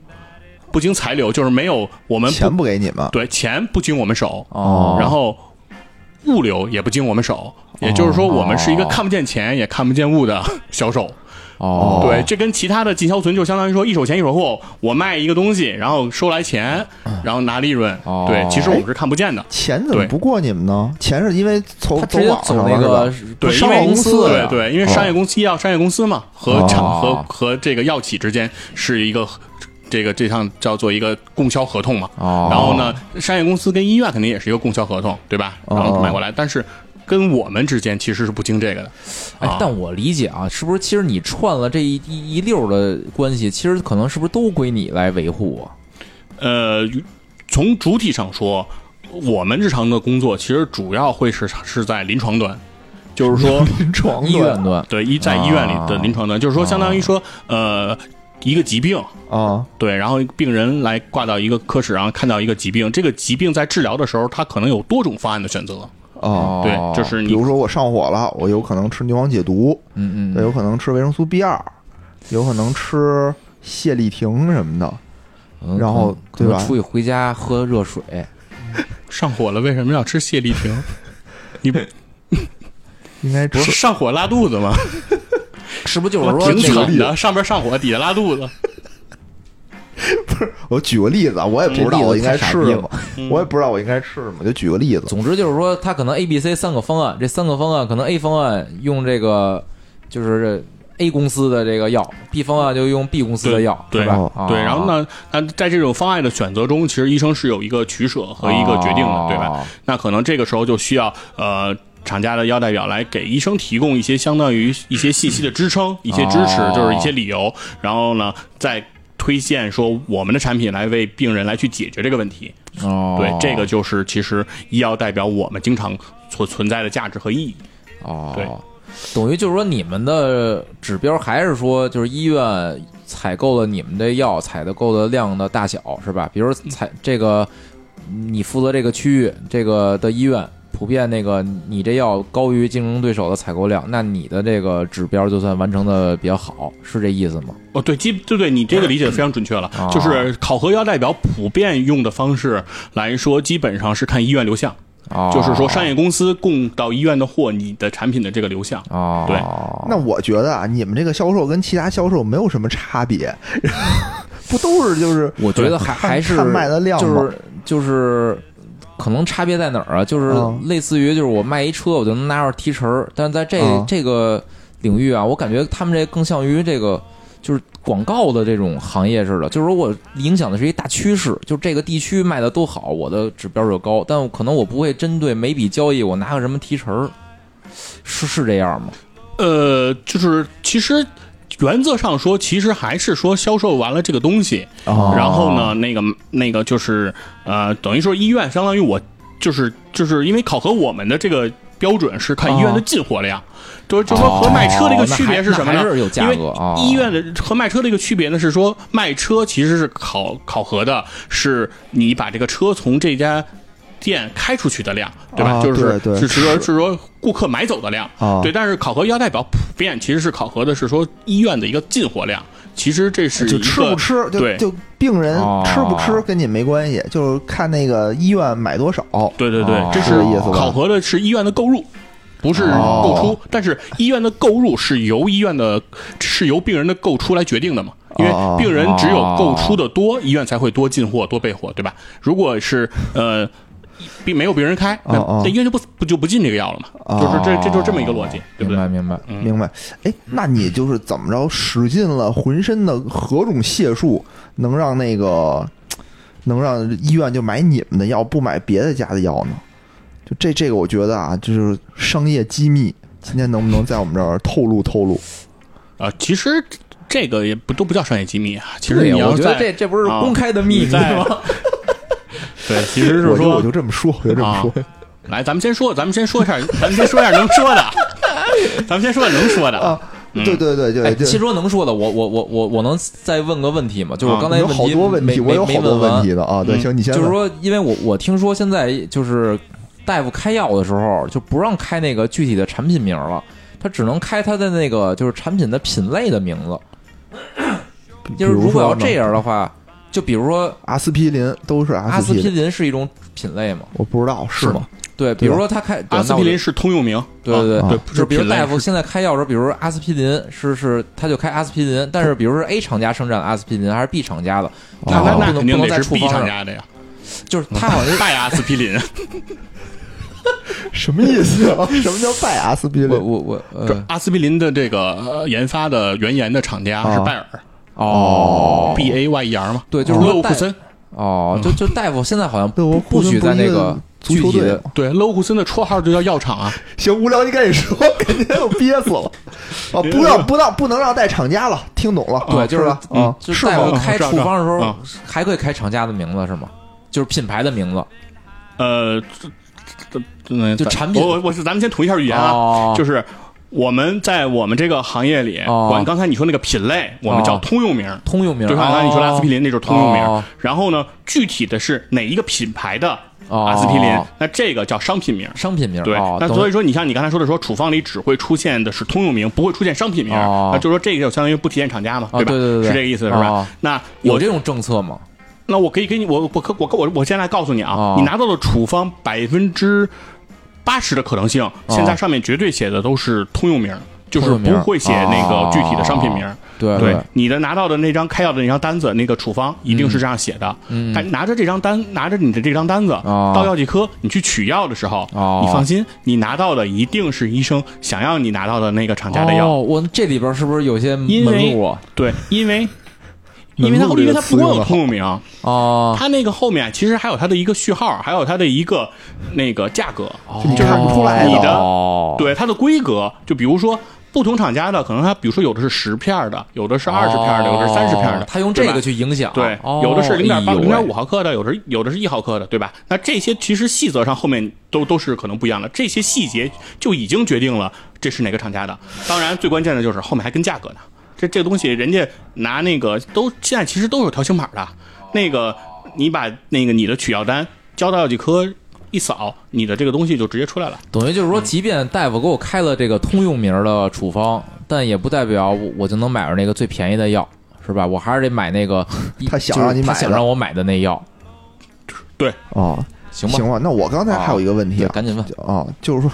C: 不经财流，就是没有我们不
A: 钱不给你们，
C: 对钱不经我们手，
B: 哦，
C: 然后物流也不经我们手，也就是说，我们是一个看不见钱也看不 见物的销售。
B: 哦，
C: 对，这跟其他的进销存就相当于说一手钱一手货，我卖一个东西，然后收来钱，然后拿利润。
B: 嗯哦
C: 对，其实我们是看不见的。
A: 钱怎么
C: 对
A: 不过你们呢？钱是因为从
B: 哦他
A: 走
B: 直接
A: 网
B: 走
A: 上了
B: 那
A: 是吧
B: 个
C: 对，
B: 商
C: 因
B: 贸
C: 为
B: 公司
C: 对
B: 了，
C: 对，因为商业公司、医药商业公司嘛，和
B: 哦
C: 厂和和这个药企之间是一个这个这项叫做一个供销合同嘛。
B: 哦，
C: 然后呢，商业公司跟医院肯定也是一个供销合同，对吧？
A: 哦
C: 然后买过来，但是跟我们之间其实是不经这个的。
B: 哎
C: 啊，
B: 但我理解啊，是不是其实你串了这一一一溜儿的关系，其实可能是不是都归你来维护啊？
C: 呃，从主体上说，我们日常的工作其实主要会是是在临床端，就是说
A: 临床
B: 医院端
C: 对一在医院里的临床端，就是说相当于说呃一个疾病，
A: 啊，
C: 对，然后病人来挂到一个科室，然后看到一个疾病，这个疾病在治疗的时候，他可能有多种方案的选择，
A: 哦，
C: 对，就是
A: 比
C: 你
A: 如说我上火了，我有可能吃牛黄解毒，
B: 嗯
A: 对有可能吃维生素 B 二，有可能吃泻立停什么的。
B: 嗯，
A: 然后
B: 可能
A: 对吧
B: 出去回家喝热水，
C: 上火了，为什么要吃泻立停？你不
A: 应该吃
C: 是上火拉肚子吗？
B: 是不是就是说
C: 挺
B: 那个
C: 惨的，上边上火，底下拉肚子。
A: 我举个例子啊，我也不知道我应该吃
B: 这例
A: 什
B: 子
A: 么
B: 太，
C: 嗯
A: 我也不知道我应该吃什么，就举个例子。
B: 总之就是说，他可能 A、B、C 三个方案，这三个方案可能 A 方案用这个就是 A 公司的这个药，B 方案就用 B 公司的药，
C: 对
B: 是吧
A: 哦？
B: 啊
C: 对，然后？呢，那在这种方案的选择中，其实医生是有一个取舍和一个决定的，对吧？
B: 哦？
C: 那可能这个时候就需要呃。厂家的药代表来给医生提供一些相当于一些信息的支撑、一些支持，
B: 哦
C: 就是一些理由，然后呢，再推荐说我们的产品来为病人来去解决这个问题。
B: 哦，
C: 对，这个就是其实医药代表我们经常所存在的价值和意义。
B: 哦，
C: 对
B: 等于就是说你们的指标还是说就是医院采购了你们的药采的购的量的大小是吧？比如采这个你负责这个区域这个的医院。普遍那个你这药高于竞争对手的采购量，那你的这个指标就算完成的比较好，是这意思吗？
C: 哦，对，基对对，你这个理解得非常准确了。
B: 哦
C: 就是考核药代表普遍用的方式来说，基本上是看医院流向，
B: 哦，
C: 就是说商业公司供到医院的货，你的产品的这个流向。
B: 哦，
C: 对
A: 那我觉得啊，你们这个销售跟其他销售没有什么差别，不都是就是
B: 我觉得还
A: 看
B: 还是
A: 看卖的量吗
B: 就是就是可能差别在哪儿啊？就是
A: 嗯
B: 类似于就是我卖一车，我就能拿着提成儿，但是在这、
A: 嗯
B: 这个领域啊，我感觉他们这更像于这个。就是广告的这种行业似的，就是说我影响的是一大趋势，就这个地区卖的都好，我的指标就高，但可能我不会针对每笔交易我拿个什么提成儿，是是这样吗？
C: 呃，就是其实原则上说，其实还是说销售完了这个东西，
B: 哦
A: 啊
C: 然后呢，那个那个就是呃，等于说医院相当于我就是就是因为考核我们的这个标准是看医院的进货量，就就说和卖车的一个区别是什么
B: 啊哦哦那还
C: 呢？
B: 那还是有价
C: 因为
B: 格啊
C: 医院的和卖车的一个区别呢是说，卖车其实是考考核的是你把这个车从这家。店开出去的量，对吧？
A: 啊
C: 就是
A: 对对
C: 是说是说顾客买走的量，
A: 啊
C: 对。但是考核药代表普遍其实是考核的是说医院的一个进货量，其实这是
A: 就
C: 一
A: 吃
C: 个
A: 不吃，就
C: 对
A: 就病人
B: 哦
A: 吃不吃跟你没关系，就是看那个医院买多少。
C: 对对对
B: 哦，
C: 这
A: 是这意思吧
C: 考核的是医院的购入，不是
B: 哦
C: 购出。但是医院的购入是由医院的，是由病人的购出来决定的嘛？因为
A: 哦
C: 病人只有
B: 哦
C: 购出的多，医院才会多进货、多备货，对吧？如果是呃，并没有病人开，那
A: 哦哦
C: 那医院就不不就不进这个药了嘛？
A: 哦
C: 就是这这就这么一个逻辑
B: 哦，
C: 对不
B: 明
C: 对
B: 白？明白。
C: 嗯
A: 明白？哎，那你就是怎么着使尽了浑身的何种解数，能让那个能让医院就买你们的药，不买别的家的药呢？就这这个，我觉得啊，就是商业机密，今天能不能在我们这儿透露透露？
C: 啊，其实这个也不都不叫商业机密啊，其实
B: 对
C: 你要
B: 我觉得
C: 在
B: 这这不是
C: 啊
B: 公开的秘
C: 你
B: 密
C: 在
B: 吗？
C: 对，其实
A: 我
C: 是
A: 就我
C: 说
A: 就这么说，我就这么说。
C: 来，咱们先说，咱们先说一下，咱们先说一下能说的，咱们先说能说的
A: 啊对对对
B: 哎，
A: 对对，
B: 先说能说的，我我我我我能再问个问题吗？就是我
C: 啊
B: 刚
A: 你
B: 才
A: 有好多问
B: 没
A: 题，我
B: 没
A: 有好
B: 没
A: 多
B: 问
A: 问
B: 完
A: 题的啊。对，
C: 嗯
A: 行，你先
B: 就是
A: 问。
B: 说，因为我我听说现在就是大夫开药的时候就不让开那个具体的产品名了，他只能开他的那个就是产品的品类的名字。就是
A: 比
B: 如果
A: 说
B: 要
A: 呢
B: 这，样的话，就比如说
A: 阿司匹林都是阿
B: 阿
A: 司
B: 司
A: 匹
B: 匹
A: 林，
B: 林是一种品类嘛？
A: 我不知道是
B: 是
A: 吗？
B: 对，比如说他开
C: 阿司匹，
B: 对
C: 啊林是通用名，
B: 那我对对
A: 啊
B: 对
C: 对，
B: 就比如
C: 品类
B: 大夫
C: 是
B: 现在开药的时候，比如说阿司匹林是是，他就开阿司匹林，但是比如说 A 厂家生产的阿司匹林还是 B 厂家的，
C: 那那
B: 不
C: 哦那
B: 能
C: 肯
B: 不
C: 定
B: 能
C: 得
B: 在
C: 是
B: 处
C: B
B: 方
C: 厂
B: 上，
C: 家的呀，
B: 就是他 好像是
C: 拜哎阿司匹林，
B: 哎
A: 什么意思啊？ 什么叫拜阿司匹
B: 我
A: 林？
B: 我我
C: 这
B: 呃
C: 阿司匹林的这个呃研发的原研的厂家是
A: 啊
C: 拜耳
B: 哦
C: ，B A Y E R 嘛，
B: 对就是说
C: 勒沃
B: 戴
C: 库森，
B: 哦，就就大夫现在好像
A: 对，我
B: 不不许在那个
A: 足球
B: 具体
A: 队
B: 的
A: 嘛。
C: 对，勒沃库森的绰号就叫药厂啊。
A: 行，无聊你赶紧说， 感觉我憋死了。啊，不让不让不能让带厂家了，听懂了？
B: 对，就是
A: 吧？
B: 嗯
A: 啊，
B: 就是在
A: 吗
B: 我？开处方的时
C: 嗯
B: 候，还可以开厂家的名字是吗？就是品牌的名字
C: 呃，这这这这
B: 就产品
C: 我我我是咱们先统一下语言啊，
B: 哦
C: 就是我们在我们这个行业里，
B: 哦
C: 管刚才你说那个品类，我们叫
B: 哦
C: 通用名儿。
B: 通用名。
C: 就像刚才你说的阿司匹林那种通用名儿
B: 哦，
C: 然后呢，具体的是哪一个品牌的
B: 哦
C: 阿司匹林，那这个叫商品名儿。
B: 商品名。
C: 对
B: 哦，
C: 那
B: 懂
C: 所以说，你像你刚才说的，说处方里只会出现的是通用名，不会出现商品名，
B: 哦
C: 那就说这个就相当于不体现厂家嘛，
B: 哦
C: 吧？
B: 对对对对
C: 是这个意思，是吧？
B: 哦
C: 那
B: 有
C: 我
B: 这种政策吗？
C: 那我可以给你，我我可我我我现在告诉你啊，
B: 哦
C: 你拿到的处方百分之八十的可能性，现在上面绝对写的都是通用名儿，就是
B: 哦通用名
C: 不
B: 儿
C: 会写那个具体的商品名儿。
B: 哦对
C: 对，呃你的拿到的那张开药的那张单子，那个处方一定是这样写的。
B: 嗯
C: 但拿着这张单，拿着你的这张单子、
B: 哦
C: 到药剂科，你去取药的时候，
B: 哦
C: 你放心，你拿到的一定是医生想要你拿到的那个厂家的药。
B: 哦，我这里边是不是有些
C: 因为
B: 门路啊？
C: 对，因为因为它
A: 门路这个
C: 因为它
A: 词
C: 不光
A: 用
C: 有
A: 得
C: 通用名，
B: 哦，
C: 它那个后面其实还有它的一个序号，还有它的一个那个价格，
A: 就你
C: 就是
A: 看不出来
C: 你的
B: 哦
C: 对它的规格，就比如说。不同厂家的可能它，比如说有的是十片儿的，有的是二十片儿的，有的是三十片儿的，
B: 他用这
C: 对吧
B: 个去影响，
C: 对，
B: 哦
C: 有的是零点八、
B: 哎呦
C: 零
B: 喂
C: 点五毫克的，有的是有的是一毫克的，对吧？那这些其实细则上后面都都是可能不一样的，这些细节就已经决定了这是哪个厂家的。当然，最关键的就是后面还跟价格呢。这这个东西，人家拿那个都现在其实都有条形码的，那个你把那个你的取药单交到药剂科一扫，你的这个东西就直接出来了。
B: 等于就是说，即便大夫给我开了这个通用名儿的处方，但也不代表我我就能买着那个最便宜的药，是吧？我还是得买那个
A: 他想
B: 就是
A: 让你买
B: 他
A: 的
B: 想让我买的那药，
A: 哦，
B: 行吧？
A: 行吧。那我刚才还有一个问题
B: 对，
A: 啊，
B: 赶紧问，
A: 啊，就是说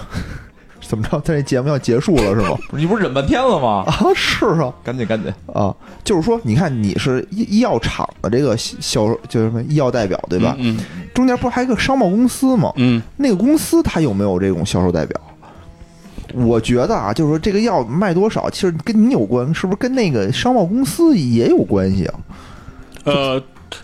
A: 怎么着，咱这节目要结束了是吗？
B: 你不是忍半天了吗？
A: 啊，是啊，
B: 赶紧赶紧，
A: 啊，就是说，你看你是医医药厂的这个销，就是什么医药代表对吧？
C: 嗯
A: 中间不是还有一个商贸公司吗？
C: 嗯
A: 那个公司它有没有这种销售代表？我觉得啊，就是说这个药卖多少，其实跟你有关，是不是跟那个商贸公司也有关系啊？
C: 嗯，呃，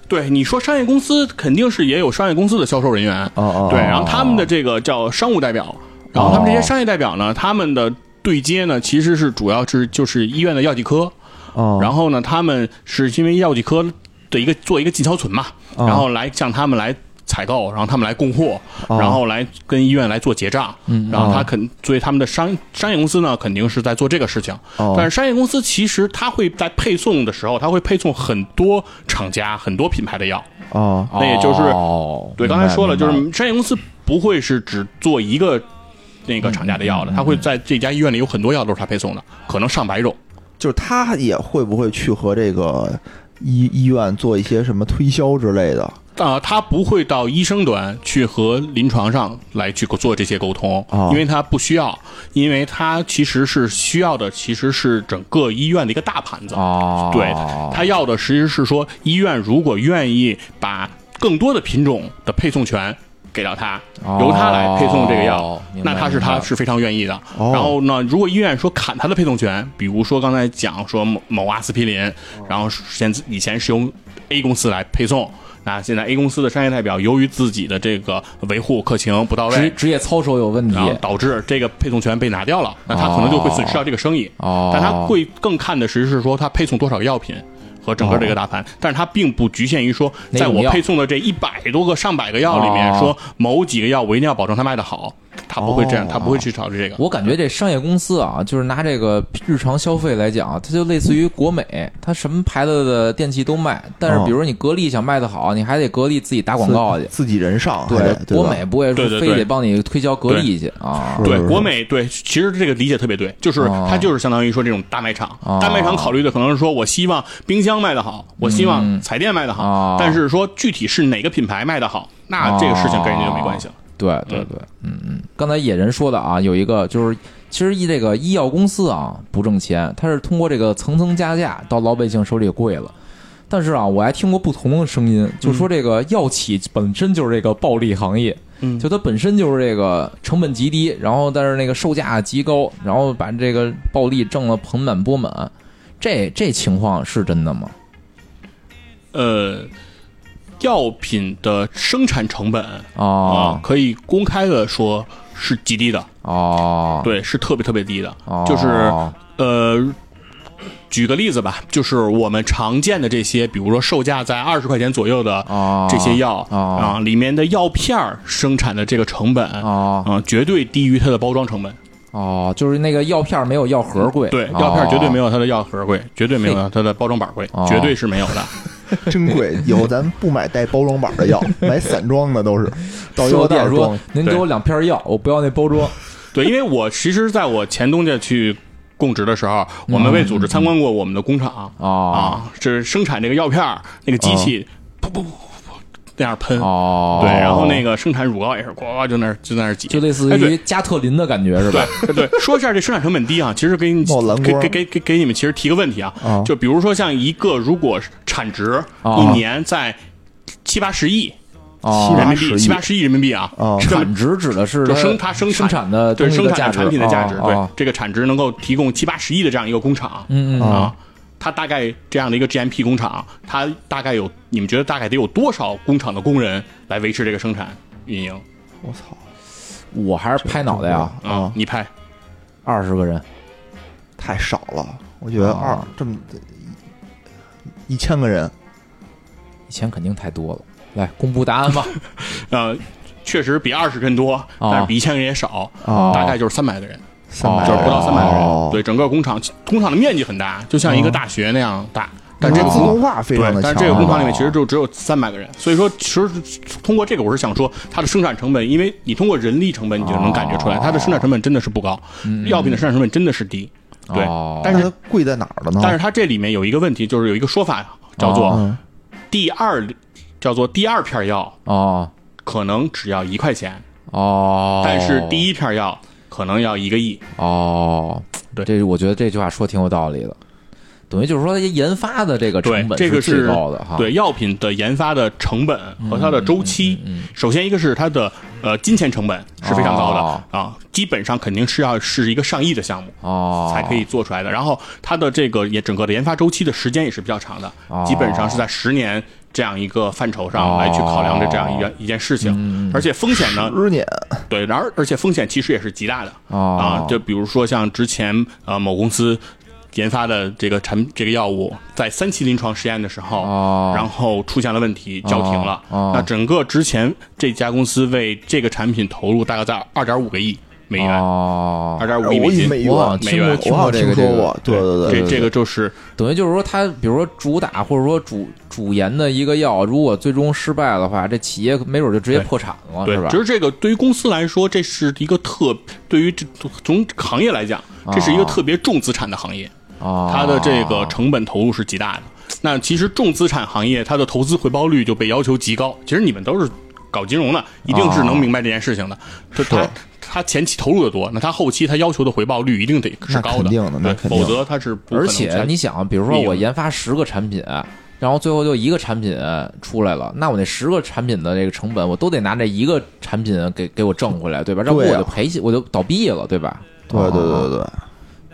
C: 对，你说商业公司肯定是也有商业公司的销售人员，
A: 哦哦，
C: 对，然后他们的这个叫商务代表，然后他们这些商业代表呢，他们的对接呢，其实是主要是就是医院的药剂科，
A: 哦，
C: 然后呢，他们是因为药剂科的一个做一个进销存嘛，
A: 哦
C: 然后来向他们来采购，然后他们来供货，
A: 哦嗯
C: 然后来跟医院来做结账，然后他肯，所以他们的商商业公司呢，肯定是在做这个事情，
A: 哦
C: 但是商业公司其实它会在配送的时候，它会配送很多厂家、很多品牌的药。
A: 哦
C: 那也就是
B: 哦
C: 对，
B: 明
C: 刚
B: 白
C: 才说了，
B: 明
C: 就
B: 白
C: 是商业公司不会是只做一个那
B: 嗯
C: 个厂家的药的，他会在这家医院里有很多药都是他配送的，可能上百种。
A: 就是他也会不会去和这个医医院做一些什么推销之类的？
C: 啊，他不会到医生端去和临床上来去做这些沟通，
A: 哦
C: 因为他不需要，因为他其实是需要的其实是整个医院的一个大盘子。
B: 哦，
C: 对，他要的其实是说，医院如果愿意把更多的品种的配送权给到他，
B: 哦
C: 由他来配送这个药
B: 哦，明白
C: 那他是
B: 明
C: 他
B: 白
C: 是非常愿意的。
A: 哦
C: 然后呢，如果医院说砍他的配送权，比如说刚才讲说某某阿司匹林，
B: 哦
C: 然后现在以前是由 A 公司来配送。那现在 A 公司的商业代表由于自己的这个维护客情不到
B: 职
C: 位，
B: 职业操守有问题
C: 然后导致这个配送权被拿掉了，那他可能就会损失掉这个生意。
B: 哦
C: 但他会更看的其实是说他配送多少个药品和整个这个大盘，但是他并不局限于说，
B: 哪
C: 在
B: 哦种
C: 我
B: 药
C: 配送的这一百多个、上百个药里面，
B: 哦
C: 说某几个药我一定要保证它卖的好，他不会这样，他不会去考虑这个。
B: 哦我感觉这商业公司啊，就是拿这个日常消费来讲，啊它就类似于国美，它什么牌子的电器都卖。但
A: 哦
B: 是，比如说你格力想卖的好，你还得格力自己打广告去。
A: 自己人上，还
B: 对
A: 得，对吧
B: 国美不会
C: 对对
B: 说非
C: 对
B: 得帮你推销格力去啊。
A: 是
C: 对
A: 是是
C: 国美，对，其实这个理解特别对，就是
B: 哦
C: 它就是相当于说这种大卖场，
B: 哦
C: 大卖场考虑的可能是说我希望冰箱卖的好，我希望彩电卖的好
B: 哦，
C: 但是说具体是哪个品牌卖的好，那这个事情跟人家就没关系了。
B: 对对对，嗯嗯。刚才野人说的啊，有一个就是，其实医这个医药公司啊不挣钱，它是通过这个层层加价到老百姓手里贵了。但是啊，我还听过不同的声音，就说这个药企本身就是这个暴利行业，
C: 嗯
B: 就它本身就是这个成本极低，然后但是那个售价极高，然后把这个暴利挣了盆满钵满，这这情况是真的吗？
C: 呃，药品的生产成本啊、啊
B: 哦
C: 可以公开的说是极低的，
B: 哦，
C: 对，是特别特别低的，
B: 哦，
C: 就是呃。举个例子吧，就是我们常见的这些，比如说售价在二十块钱左右的
B: 哦
C: 这些药
B: 哦
C: 啊啊，里面的药片儿生产的这个成本啊，
B: 哦
C: 绝对低于它的包装成本。
B: 哦，就是那个药片儿没有药盒贵，
C: 对，
B: 哦
C: 药片儿绝对没有它的药盒贵，绝对没有它的包装板贵
B: 哦，
C: 绝对是没有的。
A: 真贵。 以后咱不买带包装板的 药，买散装的都是到药
B: 说
A: 店
B: 店
A: 装
B: 说。，您给我两片药，我不要那包装。
C: 对，因为我其实在我前东家去供职的时候，我们为组织参观过我们的工厂、
B: 哦
C: 啊，就是生产这个药片儿那个机器，噗噗噗噗噗那样喷，
B: 哦，
C: 对，然后那个生产乳膏也是呱呱就那儿就在那儿挤，
B: 就类似
C: 哎
B: 于
C: 对
B: 加特林的感觉是吧？
C: 对对，说一下这生产成本低啊，其实给你
A: 冒蓝
C: 给
A: 光
C: 给给给给你们其实提个问题啊，
A: 啊
C: 就比如说像一个如果产值
B: 啊
C: 一年在七八十亿
B: 哦，
C: 人民
A: 80
C: 币，
A: 亿
C: 七八十亿人民币啊，
A: 啊
C: 这么
B: 产值指的是
C: 就生
B: 它
C: 它生
B: 生
C: 产
B: 产的
C: 对
B: 东西
C: 生
B: 的
C: 产
B: 价
C: 的
B: 值
C: 产品的价值，
B: 哦
C: 对
B: 哦
C: 这个产值能够提供七八十亿的这样一个工厂
B: 嗯嗯
C: 啊，它大概这样的一个 GMP 工厂，它大概有你们觉得大概得有多少工厂的工人来维持这个生产运营
A: 我操，
B: 嗯，我还是拍脑袋啊，
C: 啊？你拍
B: 二十个人，
A: 太少了，我觉得
B: 啊
A: 二这么一千个人，
B: 以前肯定太多了。来公布答案吧。
C: 呃，确实比二十个人多，
B: 哦
C: 但是比一千个人也少，
A: 啊
C: 大概就是三百个人，
A: 三百
C: 就是不到三百个
A: 哦
C: 人。对，整个工厂工厂的面积很大，就像一
B: 哦
C: 个大学那样大，但这
A: 这
C: 个
A: 个自
C: 工
A: 动化非
C: 对
A: 常，的强
C: 但
A: 啊。
C: 是这个工厂里面其实就只有三百个人，所以说其实通过这个我是想说，它的生产成本，因为你通过人力成本你就能感觉出来，
B: 哦
C: 它的生产成本真的是不高，
A: 嗯
C: 药品的生产成本真的是低。对，
B: 哦
C: 但是
A: 那它贵在哪儿了呢？
C: 但是哦它这里面有一个问题，就是有一个说法叫做
A: 嗯，
C: 第二，叫做第二片药
B: 哦
C: 可能只要一块钱，
B: 哦，
C: 但是第
B: 一
C: 一片药可能要一个亿。
B: 哦，
C: 对
B: 这我觉得这句话说挺有道理的，等于就是说研发的这个
C: 对
B: 成，本
C: 这个
B: 最高的哈。
C: 对药品的研发的成本和它的周期。
B: 嗯
C: 首先一个是它的呃金钱成本是非常高的、
B: 哦
C: 啊，基本上肯定是要是一个上亿的项目。
B: 哦，
C: 才可以做出来的。然后它的这个也整个的研发周期的时间也是比较长的，
B: 哦
C: 基本上是在十年这样一个范畴上来去考量的这样
B: 哦
C: 一个、一件事
B: 嗯
C: 情。而且风险呢，
A: 十年
C: 对，然而而且风险其实也是极大的、
B: 哦
C: 啊。就比如说像之前呃某公司研发的这个产这个药物，在三期临床实验的时候，
B: 哦
C: 然后出现了问题，叫停了。
B: 哦
C: 那整个之前这家公司为这个产品投入大概在二点五个亿美元，
B: 哦
C: 二，点五亿
A: 我
C: 美
A: 以
C: 金，
A: 美
B: 我好
A: 元
B: 像，听过
C: 美元
B: 听
A: 我
B: 过
A: 好像
B: 这
A: 听
B: 个这
A: 说
B: 个
A: 过，，对对对
C: 这这个就是
B: 等于就是说，它比如说主打或者说主主研的一个药，如果最终失败的话，这企业没准就直接
C: 对
B: 破产了，哦
C: 对
B: 是吧？
C: 其实这个对于公司来说，这是一个特对于这从行业来讲，这是一个特别重资产的行业，
B: 哦
C: 它的这个成本投入是极大的。那其实重资产行业它的投资回报率就被要求极高。其实你们都是搞金融的，一定是能明白这件事情的。
A: 哦
C: 就它它前期投入的多，那它后期它要求的回报率一定得是
A: 那
C: 高
A: 肯定的那
C: 对，
A: 肯定
C: 否
A: 的
C: 则它是不可能
B: 而且你想，啊比如说
C: 利用
B: 我研发十个产品，然后最后就一个产品出来了，那我那十个产品的这个成本，我都得拿这一个产品给给我挣回来，对吧？要不
A: 对
B: 我
A: 啊
B: 就赔，我就倒闭了，对吧？
A: 对对啊对对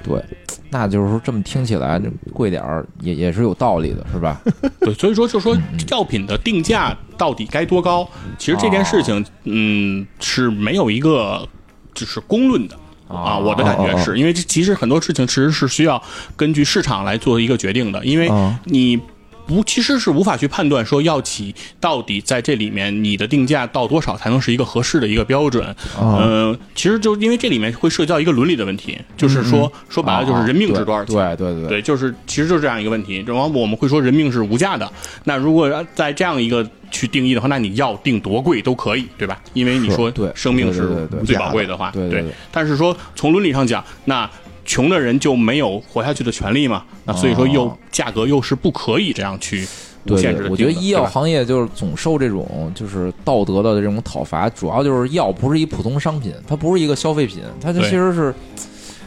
A: 对，
B: 对，那就是说这么听起来，这贵点儿也也是有道理的，是 吧？
C: 对，所以说
A: 嗯
C: 就说药品的定价到底该多高，其实这件事情，嗯，是没有一个就是公论的。啊，我的感觉是因为这其实很多事情其实是需要根据市场来做一个决定的，因为
A: 嗯
C: 你不其实是无法去判断说药企到底在这里面你的定价到多少才能是一个合适的一个标准。嗯，其实就因为这里面会涉及到一个伦理的问题，就是说说白了就是人命值多少钱。
B: 啊对对对对，
C: 嗯啊对，就是其实就是这样一个问题。然后我们会说人命是无价的，那如果在这样一个去定义的话，那你要定多贵都可以，对吧？因为你
B: 是
C: 说
B: 对
C: 生命
B: 对对
C: 是
B: 对对
C: 最宝贵的话，
B: 对对对
C: 但是说从伦理上讲，那穷的人就没有活下去的权利嘛？那所以说又、
B: 哦
C: 价格又是不可以这样去无
B: 对
C: 限制的
B: 对，我觉得
C: 定的
B: 医药
C: 对吧
B: 行业就是总受这种就是道德的这种讨伐，主要就是药不是一普通商品，它不是一个消费品，它就
C: 对
B: 其实是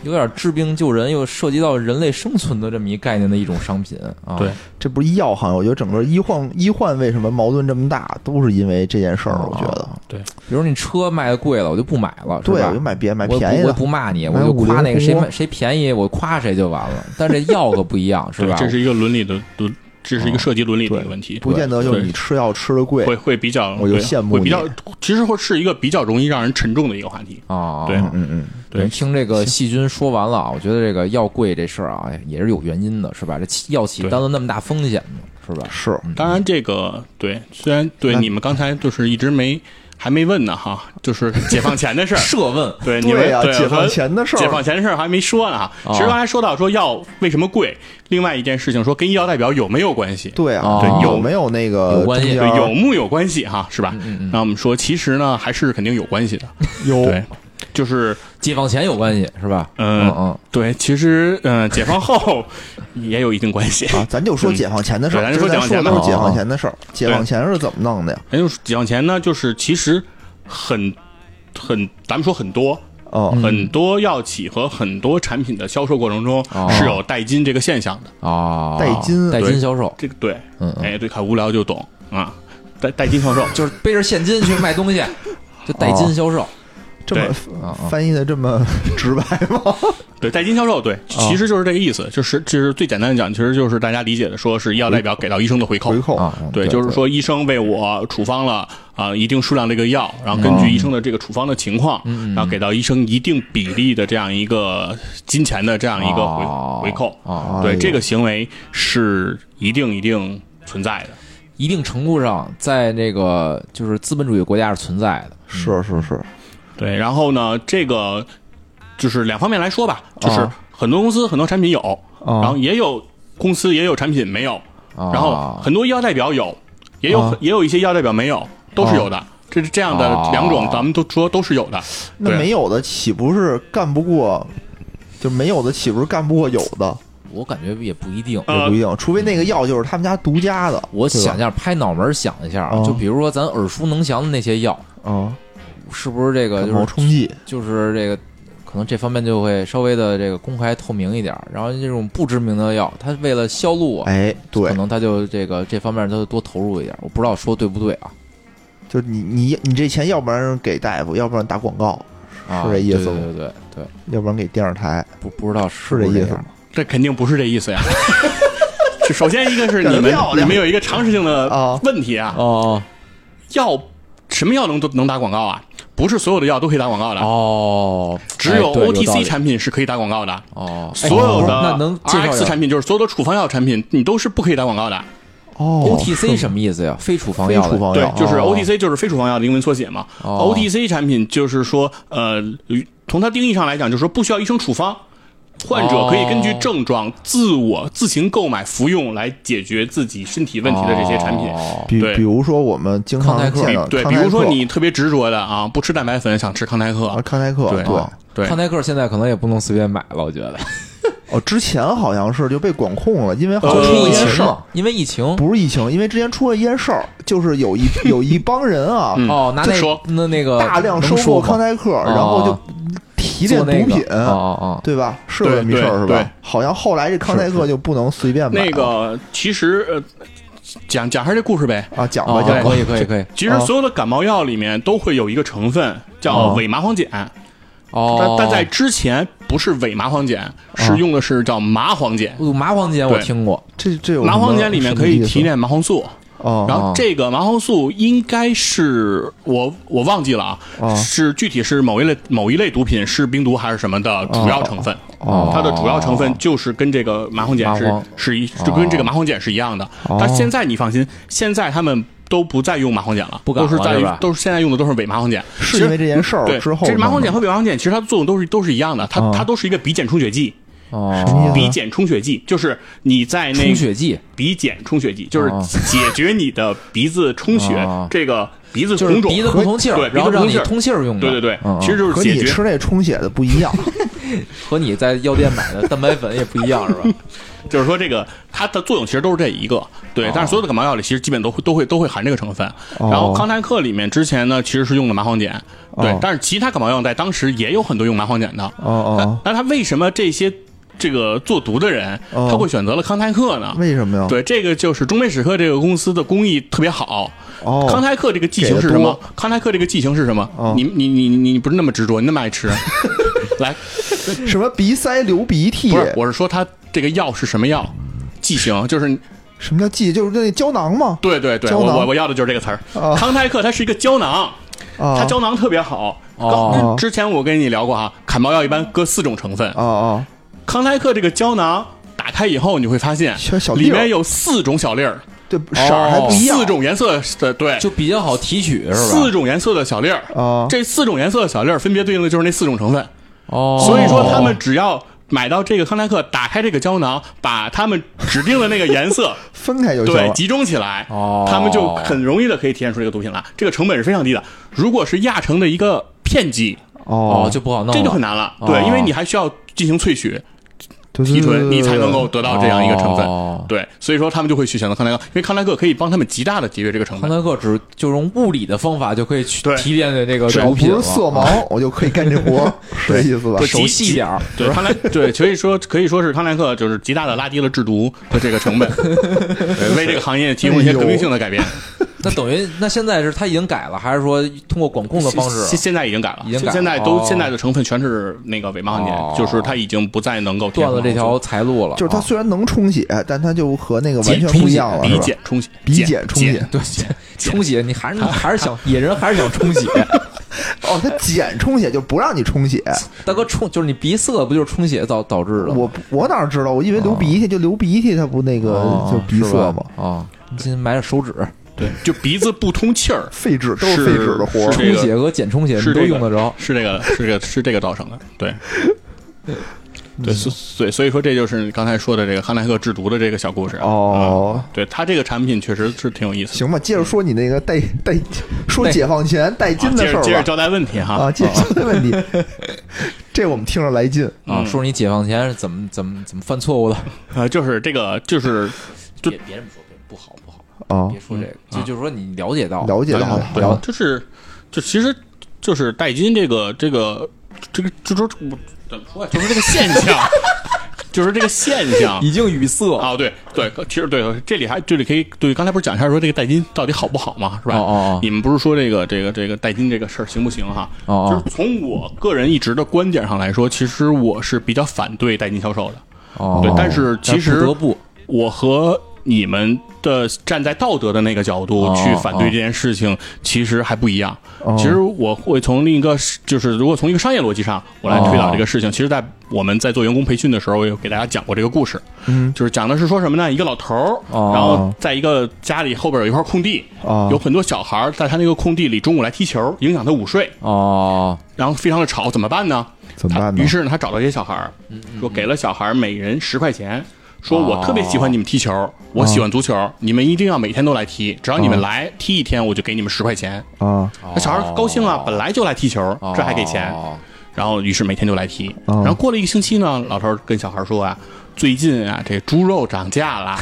B: 有点治病救人，又涉及到人类生存的这么一概念的一种商品啊。
C: 对
A: 这不是医药行业，我觉得整个医患医患为什么矛盾这么大，都是因为这件事儿。
C: 哦
A: 我觉得，
C: 对
B: 比如你车卖的贵了，我就不买了，是
A: 对，
B: 吧
A: 我就买别买
B: 我也不
A: 便宜
B: 我也
A: 的
B: 不，骂你，我
A: 买
B: 就
A: 五
B: 夸
A: 菱
B: 那个谁
A: 宏
B: 买谁便宜，我夸谁就完了。但这药可不一样，是
C: 对
B: 吧？哦
C: 这是一个伦理的伦这是一个涉及伦理的一个问题，
A: 不见得就是你吃药吃的贵，
C: 会会比较，
A: 我就羡慕
C: 会比
A: 你
C: 较，其实会是一个比较容易让人沉重的一个话题。
B: 啊，
C: 对
B: 嗯
A: 嗯嗯，
C: 对
B: 听这个细菌说完了啊，我觉得这个药贵这事儿啊，哎也是有原因的，是吧？这起药企
C: 对
B: 担了那么大风险呢，是吧？
A: 是
C: 当然，这个对，虽然对
A: 那
C: 你们刚才就是一直没还没问呢哈，就是解放前的 事儿。
B: 设问
C: 对，你们
A: 对呀、
C: 对
A: 解放
C: 我
A: 前的事
C: 解
A: 儿啊
C: 放，前的事儿还没说呢哈。
B: 哦
C: 其实刚才说到说药为什么贵，另外一件事情说跟医疗代表有没有关系？
A: 对啊，
B: 哦对
A: 有
C: 有
A: 没有那个
B: 有关系
A: 中间，
C: 对有木有关系哈，是吧？
B: 嗯嗯
C: 那我们说，其实呢还是肯定有关系的。对，就是
B: 解放前有关系是吧？
C: 嗯
B: 嗯
C: 对，其实嗯、呃解放后也有一定关系。
A: 啊，咱就说解放前的事儿，
C: 嗯对咱就说
A: 这
C: 解放前的
A: 的是解
B: 哦
A: 放前的事儿，解放前是怎么弄的呀？
C: 哎，就是解放前呢，就是其实很很，咱们说很多，
A: 哦，
B: 嗯
C: 很多药企和很多产品的销售过程中
B: 哦
C: 是有带金这个现象的。
B: 啊，
A: 代金
B: 代金
C: 对
B: 销售，
C: 这个对，
B: 嗯嗯，。
C: 哎，对，看无聊就懂啊，带带金销售
B: 就是背着现金去卖东 西，就代金销售
A: 这么
B: 啊啊
A: 翻译的这 么直白吗？
C: 对，带金销售，
B: 哦
C: 对，其实就是这个意思，就是就是最简单的讲，其实就是大家理解的，说是医药代表给到医生的回扣
A: 回。扣
B: 啊，
C: 哦对，就是说医生为我处方了啊、一定数量这个药，然后根据医生的这个处方的情况，
B: 哦嗯嗯
C: 然后给到医生一定比例的这样一个金钱的这样一个回、
B: 哦
C: 回扣。
B: 啊，
A: 哎
C: 对，
A: 呦
C: 这个行为是一定一定存在的。
B: 一定程度上在那个就是资本主义国家是存在的，
A: 是是是，
C: 对，然后呢，这个就是两方面来说吧，就是
B: 啊
C: 很多公司很多产品有，
A: 啊
C: 然后也有公司也有产品没有，
B: 啊
C: 然后很多医药代表有，也有、
B: 啊
C: 也有一些医药代表没有，都是有的。这是这样的
B: 哦
C: 两种，咱们都说都是有的。
A: 那
C: 对
A: 没有的岂不是干不过？就没有的岂不是干不过有的？
B: 我感觉也不一定。
C: 呃
A: 也不一定，除非那个药就是他们家独家的。
B: 我
A: 对吧
B: 想一下，拍脑门儿想一下
A: 哦，
B: 就比如说咱耳熟能详的那些药，
A: 啊，
B: 是不是这个
A: 感
B: 就
A: 冒
B: 是
A: 冲剂
B: 就是这个，可能这方面就会稍微的这个公开透明一点儿。然后这种不知名的药，它为了销路啊，
A: 哎，对
B: 可，能它就这个这方面它就多投入一点儿。我不知道说对不对啊？
A: 就你你你这钱，要不然给大夫，要不然打广告，
B: 啊，
A: 是这意思吗
B: 对对对对，
A: 要不然给电视台，
B: 不不知道
A: 是
B: 是
A: 这
B: 不是
A: 意思
B: 样
A: 吗？
C: 这肯定不是这 意思呀。是首先一个是
A: 干得
C: 你们
A: 漂
C: 你
A: 亮
C: 们有一个常识性
A: 啊
C: 的问题啊，
B: 哦
C: 药什么药能能打广告啊？不是所有的药都可以打广告的，
B: 哦，
C: 只有
B: 哎对道
C: OTC
B: 理
C: 产品是可以打广告的。
B: 哦，哎
C: 所有
B: 不是
C: 的
B: 那能介绍
C: RX
B: 一下
C: 产品，就是所有的处方药产品，你都是不可以打广告的。
A: 哦
B: OTC 什么意思呀？非处方
A: 非
B: 药
A: 处
B: 的
A: 方
C: 对
A: 药，，
C: 就是
B: 哦
C: OTC 就是非处方药的英文缩写嘛。
B: 哦
C: OTC 产品就是说，呃，从它定义上来讲，就是说不需要医生处方，患者可以根据
B: 哦
C: 症状自我自行购买服用来解决自己身体问题的这些产品。
B: 哦
A: 比
C: 对
A: 比如说我们经常
B: 康泰克
A: 见到
C: 对，
A: 康
C: 比
A: 泰
C: 如说
A: 克
C: 你特别执着的啊，不吃蛋白粉，想吃康泰克，
A: 啊，康泰克
C: 对
A: 对
B: 哦
C: 对
B: 康泰克现在可能也不能随便买了，我觉得。
A: 哦，之前好像是就被管控了，因为好像
C: 呃
A: 出
B: 因
A: 了一
B: 为疫
A: 件事
B: 情
A: 儿
B: 嘛，，因为疫情
A: 不是疫情，因为之前出了一件事儿，就是 有一有一帮人啊，
C: 嗯
B: 哦，拿
C: 就
B: 那
C: 说
B: 那那个
A: 大量收
B: 能
A: 购
B: 说吗
A: 康泰克，然后就
B: 哦
A: 提炼
B: 做那
A: 毒
B: 个
A: 品，
B: 哦哦
A: 对吧？是有这么一
C: 对
A: 事儿
C: 对
A: 是
C: 对
A: 吧？好像后来这康泰克就不能随便买
C: 那
A: 了
C: 个其实呃，讲讲下这故事呗。
A: 啊，讲吧
B: 哦，哦
A: 讲吧
B: 可，以可以可以，
C: 其实所有的感冒药里面都会有一个成分叫
A: 哦
C: 伪麻黄碱，但
B: 哦，
C: 但在之前不是伪麻黄
A: 哦
C: 碱，是用的是叫麻黄碱。
B: 哦麻黄碱我
C: 对
B: 听过，
A: 这这有
C: 麻
A: 什么
C: 黄碱里面可以提炼麻黄素，
A: 什么意思哦
C: 然后这个麻黄素应该是我我忘记了啊，
A: 哦
C: 是具体是某一类某一类毒品是冰毒还是什么的主要成分，
A: 哦
C: 它的主要成分就是跟这个麻黄碱
B: 麻
C: 是
B: 黄
C: 是一就跟这个麻黄碱是一样的
A: 哦，
C: 但现在你放心，现在他们。都不再用麻黄碱了，
B: 不敢
C: 都是
B: 了
C: 在
B: 是吧
C: 都是现在用的都是伪麻黄碱，
A: 是因为这件事
C: 对
A: 儿之后弄
C: 这
A: 的，
C: 麻黄碱和伪麻黄碱其实它的作用都是都是一样的，它、
A: 哦
C: 它都是一个鼻碱充血剂，
A: 什么意
B: 哦
A: 思，
C: 鼻碱充血剂就是你在那
B: 充
C: 个
B: 血剂
C: 鼻碱充血剂，就是
B: 哦
C: 解决你的鼻子充血、
B: 哦
C: 这个鼻子
B: 就是
C: 红肿。
B: 鼻子不通气儿
C: 对，
B: 然后
C: 鼻子不
B: 让
C: 通
B: 你
C: 气儿
B: 通气儿用的，
C: 对对对，
B: 嗯嗯
C: 其实就是
A: 和
C: 解
A: 你
C: 决
A: 吃那充血的不一 样，
B: 和你在药店买的蛋白粉也不一样是吧？
C: 就是说这个它的作用其实都是这一个，对。但是所有的感冒药里其实基本都会都会都会含这个成分。
A: 哦
C: 然后康泰克里面之前呢其实是用的麻黄碱，对
A: 哦。
C: 但是其他感冒药在当时也有很多用麻黄碱的。
A: 哦 哦，
C: 那他为什么这些这个做毒的人
A: 哦
C: 他会选择了康泰克呢？
A: 为什么呀？
C: 对，这个就是中美史克这个公司的工艺特别好。
A: 哦，
C: 康泰克这个剂型是什
A: 给
C: 么
A: 得？
C: 康泰克这个剂型是什么？
A: 哦
C: 你你你你你不是那么执着，你那么 爱吃，来，
A: 什么鼻塞流鼻涕
C: 不，是，我是说它这个药是什么药？剂型就是
A: 什么叫剂？就是那胶囊吗？
C: 对对对，
A: 胶
C: 我
A: 囊
C: 我我要的就是这个词儿。
A: 啊
C: 康泰克它是一个胶囊，
A: 啊，
C: 它胶囊特别好。
B: 哦
C: 刚之前我跟你聊过哈，感冒药一般搁四种成分，
A: 啊啊，
C: 康泰克这个胶囊打开以后，你会发现
A: 小小粒儿
C: 里面有四种小粒儿，
A: 对色儿还不一样，
C: 哦四种颜色的对，
B: 就比较好提取是吧
C: 四？种颜色的小粒儿。
A: 啊，
C: 这四种颜色的小粒儿分别对应的就是那四种成分，
B: 哦，
C: 所以说他们只要买到这个康泰克，打开这个胶囊，把他们指定的那个颜 色
A: 分开就行
C: 对
A: 了。
C: 集中起来
B: 哦，
C: 他们就很容易的可以提炼出这个毒品来，这个成本是非常低的。如果是亚成的一个片剂，
B: 哦
A: 哦，
B: 就不好弄了，
C: 这就很难了，
B: 哦呃
C: 对，因为你还需要进行萃取、
A: 就
C: 提纯，你才能够
A: 对
C: 得到这样一个成分。
B: 哦
C: 对，所以说他们就会去选择康泰克，因为康泰克可以帮他们极大的节约这个成
B: 康
C: 本。
B: 泰克只就用物理的方法就可以去
C: 对
B: 提炼的这个
A: 只要
B: 毒
A: 不
B: 品了
A: 是色盲， 我就可以干这活，是这意思吧
B: 啊
C: 对？
B: 手细点儿，
C: 对康泰，对，所以说可以说是康泰克就是极大的拉低了制毒的这个 成本，对为这个行业提供一些革命性的改变。
B: 哎那等于那现在是他已经改了，还是说通过管控的方
C: 现
B: 式？啊
C: 现在已经改了，
B: 已经改了
C: 现在都
B: 哦
C: 现在的成分全是那个伪冒险
B: 哦，
C: 就是它已经不再能够
B: 断了这条财路了？
C: 哦
A: 就是它
B: 啊
A: 虽然能充血，但它就和那个完
C: 节
A: 全不一样了，
C: 笔
A: 是吧？
C: 检冲洗，
A: 鼻检
C: 检
A: 充血
C: 检
B: 对冲血，你还是还是想野人还是想冲血，
A: 哦，它碱充血就不让你充血，
B: 大哥冲就是你鼻塞不就是冲血导导致的吗？
A: 我我哪知道？我以
C: 哦
A: 为流鼻涕就流鼻涕，它不那个
B: 哦
A: 就鼻塞嘛
B: 是吧，啊，你先买点手指，
C: 对，就鼻子不通气儿，
A: 废纸都是
C: 是
A: 废纸的活
C: 是
A: 儿。
C: 这
B: 冲
C: 个
B: 血和减冲血
C: 是
B: 你都
C: 这个
B: 用得着。
C: 是这个，是这个，是这个造成的。 对，
B: 嗯
C: 对，所所以所以说，这就是你刚才说的这个康泰克制毒的这个小故事。啊
A: 哦
C: 嗯，对，它这个产品确实是挺有意思的。
A: 行吧，接着说你那个带带说
B: 带
A: 解放前带金
C: 啊
A: 的
C: 接
A: 事
C: 着接着
A: 儿吧。
C: 交代问题
A: 啊，
C: 哈。
A: 接着的问 题，这我们听着来劲。
B: 啊，
C: 嗯
B: 说你解放前是怎么怎么怎么犯错误的？
C: 呃，就是这个，就是就
B: 别别这么说，别不好不好，
A: 啊
B: 别，说这个，
C: 嗯
B: 就就是说你了解到
A: 了解到
C: 呃对
A: 了，
C: 就是就其实就是代金这个这个这个，就说我怎么说呀？就是这个现象， 就是这个现象。
B: 已经语塞
C: 啊，对对，其实对，这里还这里可以对，刚才不是讲一下说这个代金到底好不好嘛，是吧？
B: 哦哦哦
C: 你们不是说这个这个这个代金这个事儿行不行哈？
B: 哦哦
C: 就是从我个人一直的观点上来说，其实我是比较反对代金销售的。
B: 哦
C: 对但是其实
B: 不得不
C: 我和你们的站在道德的那个角度
B: 哦
C: 去反对这件事情，其实还不一样。
A: 哦
C: 其实我会从另一个，就是如果从一个商业逻辑上，我来推导这个事情。其实，在我们在做员工培训的时候，我有给大家讲过这个故事，
A: 嗯
C: 就是讲的是说什么呢？一个老头儿，
B: 哦
C: 然后在一个家里后边有一块空地，
A: 啊
C: 有很多小孩儿在他那个空地里中午来踢球，影响他午睡，
B: 哦
C: 然后非常的吵，怎么办呢？
A: 怎么
C: 他
A: 办呢
C: 于？是呢，他找到这些小孩儿，
B: 嗯
C: 说给了小孩儿每人十块钱，说我特别喜欢你们踢球，
A: 哦
C: 我喜欢足球，你们一定要每天都来踢，只要你们来踢一天，我就给你们十块钱。
A: 啊
C: 那小孩儿高兴了，本来就来踢球，这还给钱，
B: 哦
C: 然后于是每天就来踢。
A: 哦
C: 然后过了一个星期呢，老头儿跟小孩儿说啊。最近啊，这猪肉涨价 了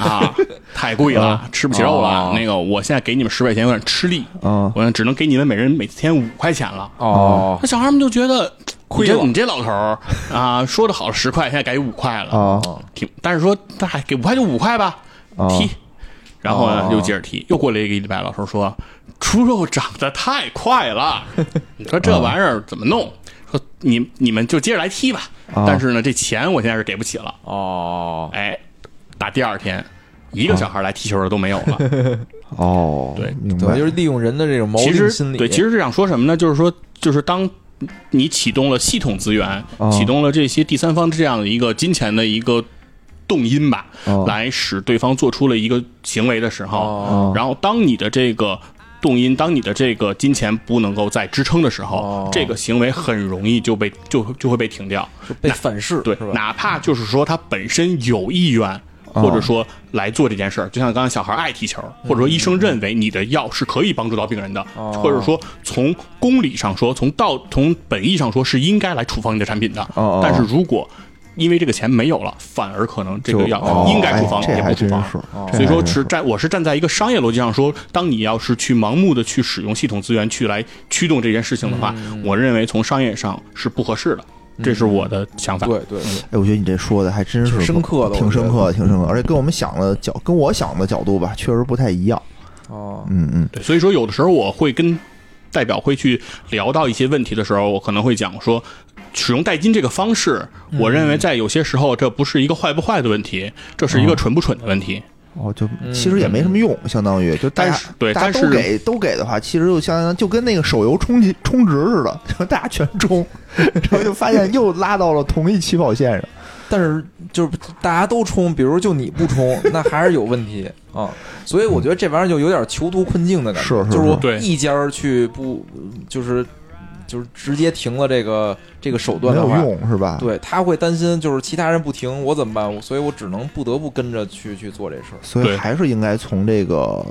C: 啊，太贵了，吃不起肉了
B: 哦。
C: 那个，我现在给你们十块钱有点吃力，
A: 啊
C: 我只能给你们每人每天五块钱了。
B: 哦
C: 那小孩们就觉得
B: 亏了
C: 你这你这老头儿啊，说的好十块，现在改五块了，
A: 啊
C: 挺，但是说那还给五块就五块吧，
A: 啊
C: 踢，然后呢
B: 哦
C: 又接着踢，又过了一个礼拜，老头儿说猪肉涨得太快了，你说这玩意儿怎么弄？说你你们就接着来踢吧，
A: 哦
C: 但是呢这钱我现在是给不起了，
B: 哦
C: 哎，打第二天。一个小孩来踢球的都没有了。
A: 哦，
C: 对
A: 明
B: 对，
A: 白
B: 就是利用人的这种毛
C: 其
B: 病
C: 实
B: 心理，
C: 对，其实是想说什么呢？就是说，就是当你启动了系统资源，
A: 哦
C: 启动了这些第三方这样的一个金钱的一个动因吧，
A: 哦
C: 来使对方做出了一个行为的时候，
B: 哦
C: 然后当你的这个动因，当你的这个金钱不能够再支撑的时候，
B: 哦
C: 这个行为很容易就被就就会被停掉。
B: 就被反噬，
C: 对
B: 是，吧？
C: 哪怕就是说他本身有意愿。
A: 哦
C: 或者说来做这件事儿，就像刚才小孩爱踢球，或者说医生认为你的药是可以帮助到病人的，
A: 啊
B: 哦
C: 或者说从公理上说，从道从本意上说是应该来处方你的产品的。
A: 哦哦
C: 但是如果因为这个钱没有了，反而可能这
A: 就
C: 个药
A: 哦
C: 应该处
A: 哎
C: 方、
A: 这
C: 也
A: 还
C: 不处
A: 真
C: 方。
A: 是，
B: 哦
C: 所以说
A: 吃
C: 是站我是站在一个商业逻辑上说，当你要是去盲目的去使用系统资源去来驱动这件事情的话，
A: 嗯
B: 嗯
C: 我认为从商业上是不合适的，这是我的想法。
B: 嗯对对对，
A: 哎，我觉得你这说的还真是
B: 挺深刻的
A: 挺
B: 我觉得
A: 深 刻的，挺深刻的，而且跟我们想的角，跟我想的角度吧，确实不太一样。
B: 哦
A: 嗯嗯，
C: 对，所以说有的时候我会跟代表会去聊到一些问题的时候，我可能会讲说，使用代金这个
A: 嗯
C: 方
A: 嗯
C: 式，我认为在有些时候这不是一个坏不坏的问题，这是一个蠢不蠢的问题。
A: 哦，就其实也没什么用，相当于就大家
C: 但是对
A: 大家
C: 但
A: 都
C: 是
A: 给都给的话，其实就相当于就跟那个手游充气充值似的，就大家全充，然后就发现又拉到了同一起跑线上。
B: 但是就是大家都冲，比如就你不冲，那还是有问题啊。所以我觉得这玩意儿就有点囚徒困境的感觉，
A: 是是
B: 就是
A: 是
B: 我
C: 对
B: 一家儿去不就是就是直接停了这个这个手段
A: 没
B: 的
A: 有
B: 话。
A: 用是啊吧？
B: 对，他会担心，就是其他人不停，我怎么办？我所以我只能不得不跟着去去做这事儿。
A: 所以
C: 对
A: 还是应该从这个，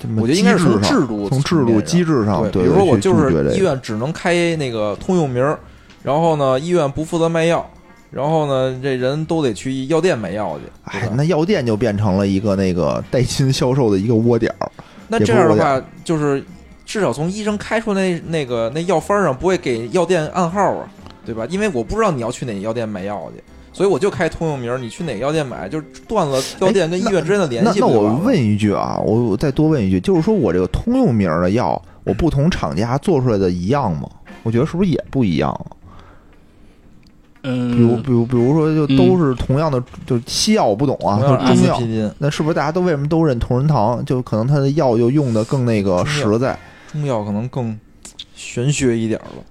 A: 这么
B: 我觉得应该是从
A: 机
B: 制
A: 上
B: 度
A: 从制
B: 层面
A: 度
B: 上
A: 机制上，
B: 比
A: 啊对，
B: 如说我就
A: 去拒绝这
B: 是
A: 个
B: 医院只能开那个通用名儿，然后呢，医院不负责卖药，然后呢，这人都得去药店买药去。对
A: 哎
B: 吧，
A: 那药店就变成了一个那个带薪销售的一个窝点儿。
B: 那
A: 也
B: 这
A: 不
B: 样的
A: 是我
B: 话，就是至少从医生开出那那个那药方上不会给药店暗号啊，对吧？因为我不知道你要去哪药店买药去，所以我就开通用名儿，你去哪药店买，就是断了药店跟医院之间的联
A: 那
B: 系。
A: 哎那我问，一句啊，我我再多问一句，就是说我这个通用名儿的药，我不同厂家做出来的一样吗？我觉得是不是也不一样啊？比如，
C: 嗯，
A: 比如，比如说，就都是同样的，就西药我不懂啊，
B: 嗯同
A: 就
B: 样
A: 是中
B: 是字
A: 药，
B: 拼音，
A: 那是不是大家都为什么都认同仁堂？就可能它的药就用的更那个实在，
B: 中药可能更玄学一点儿了，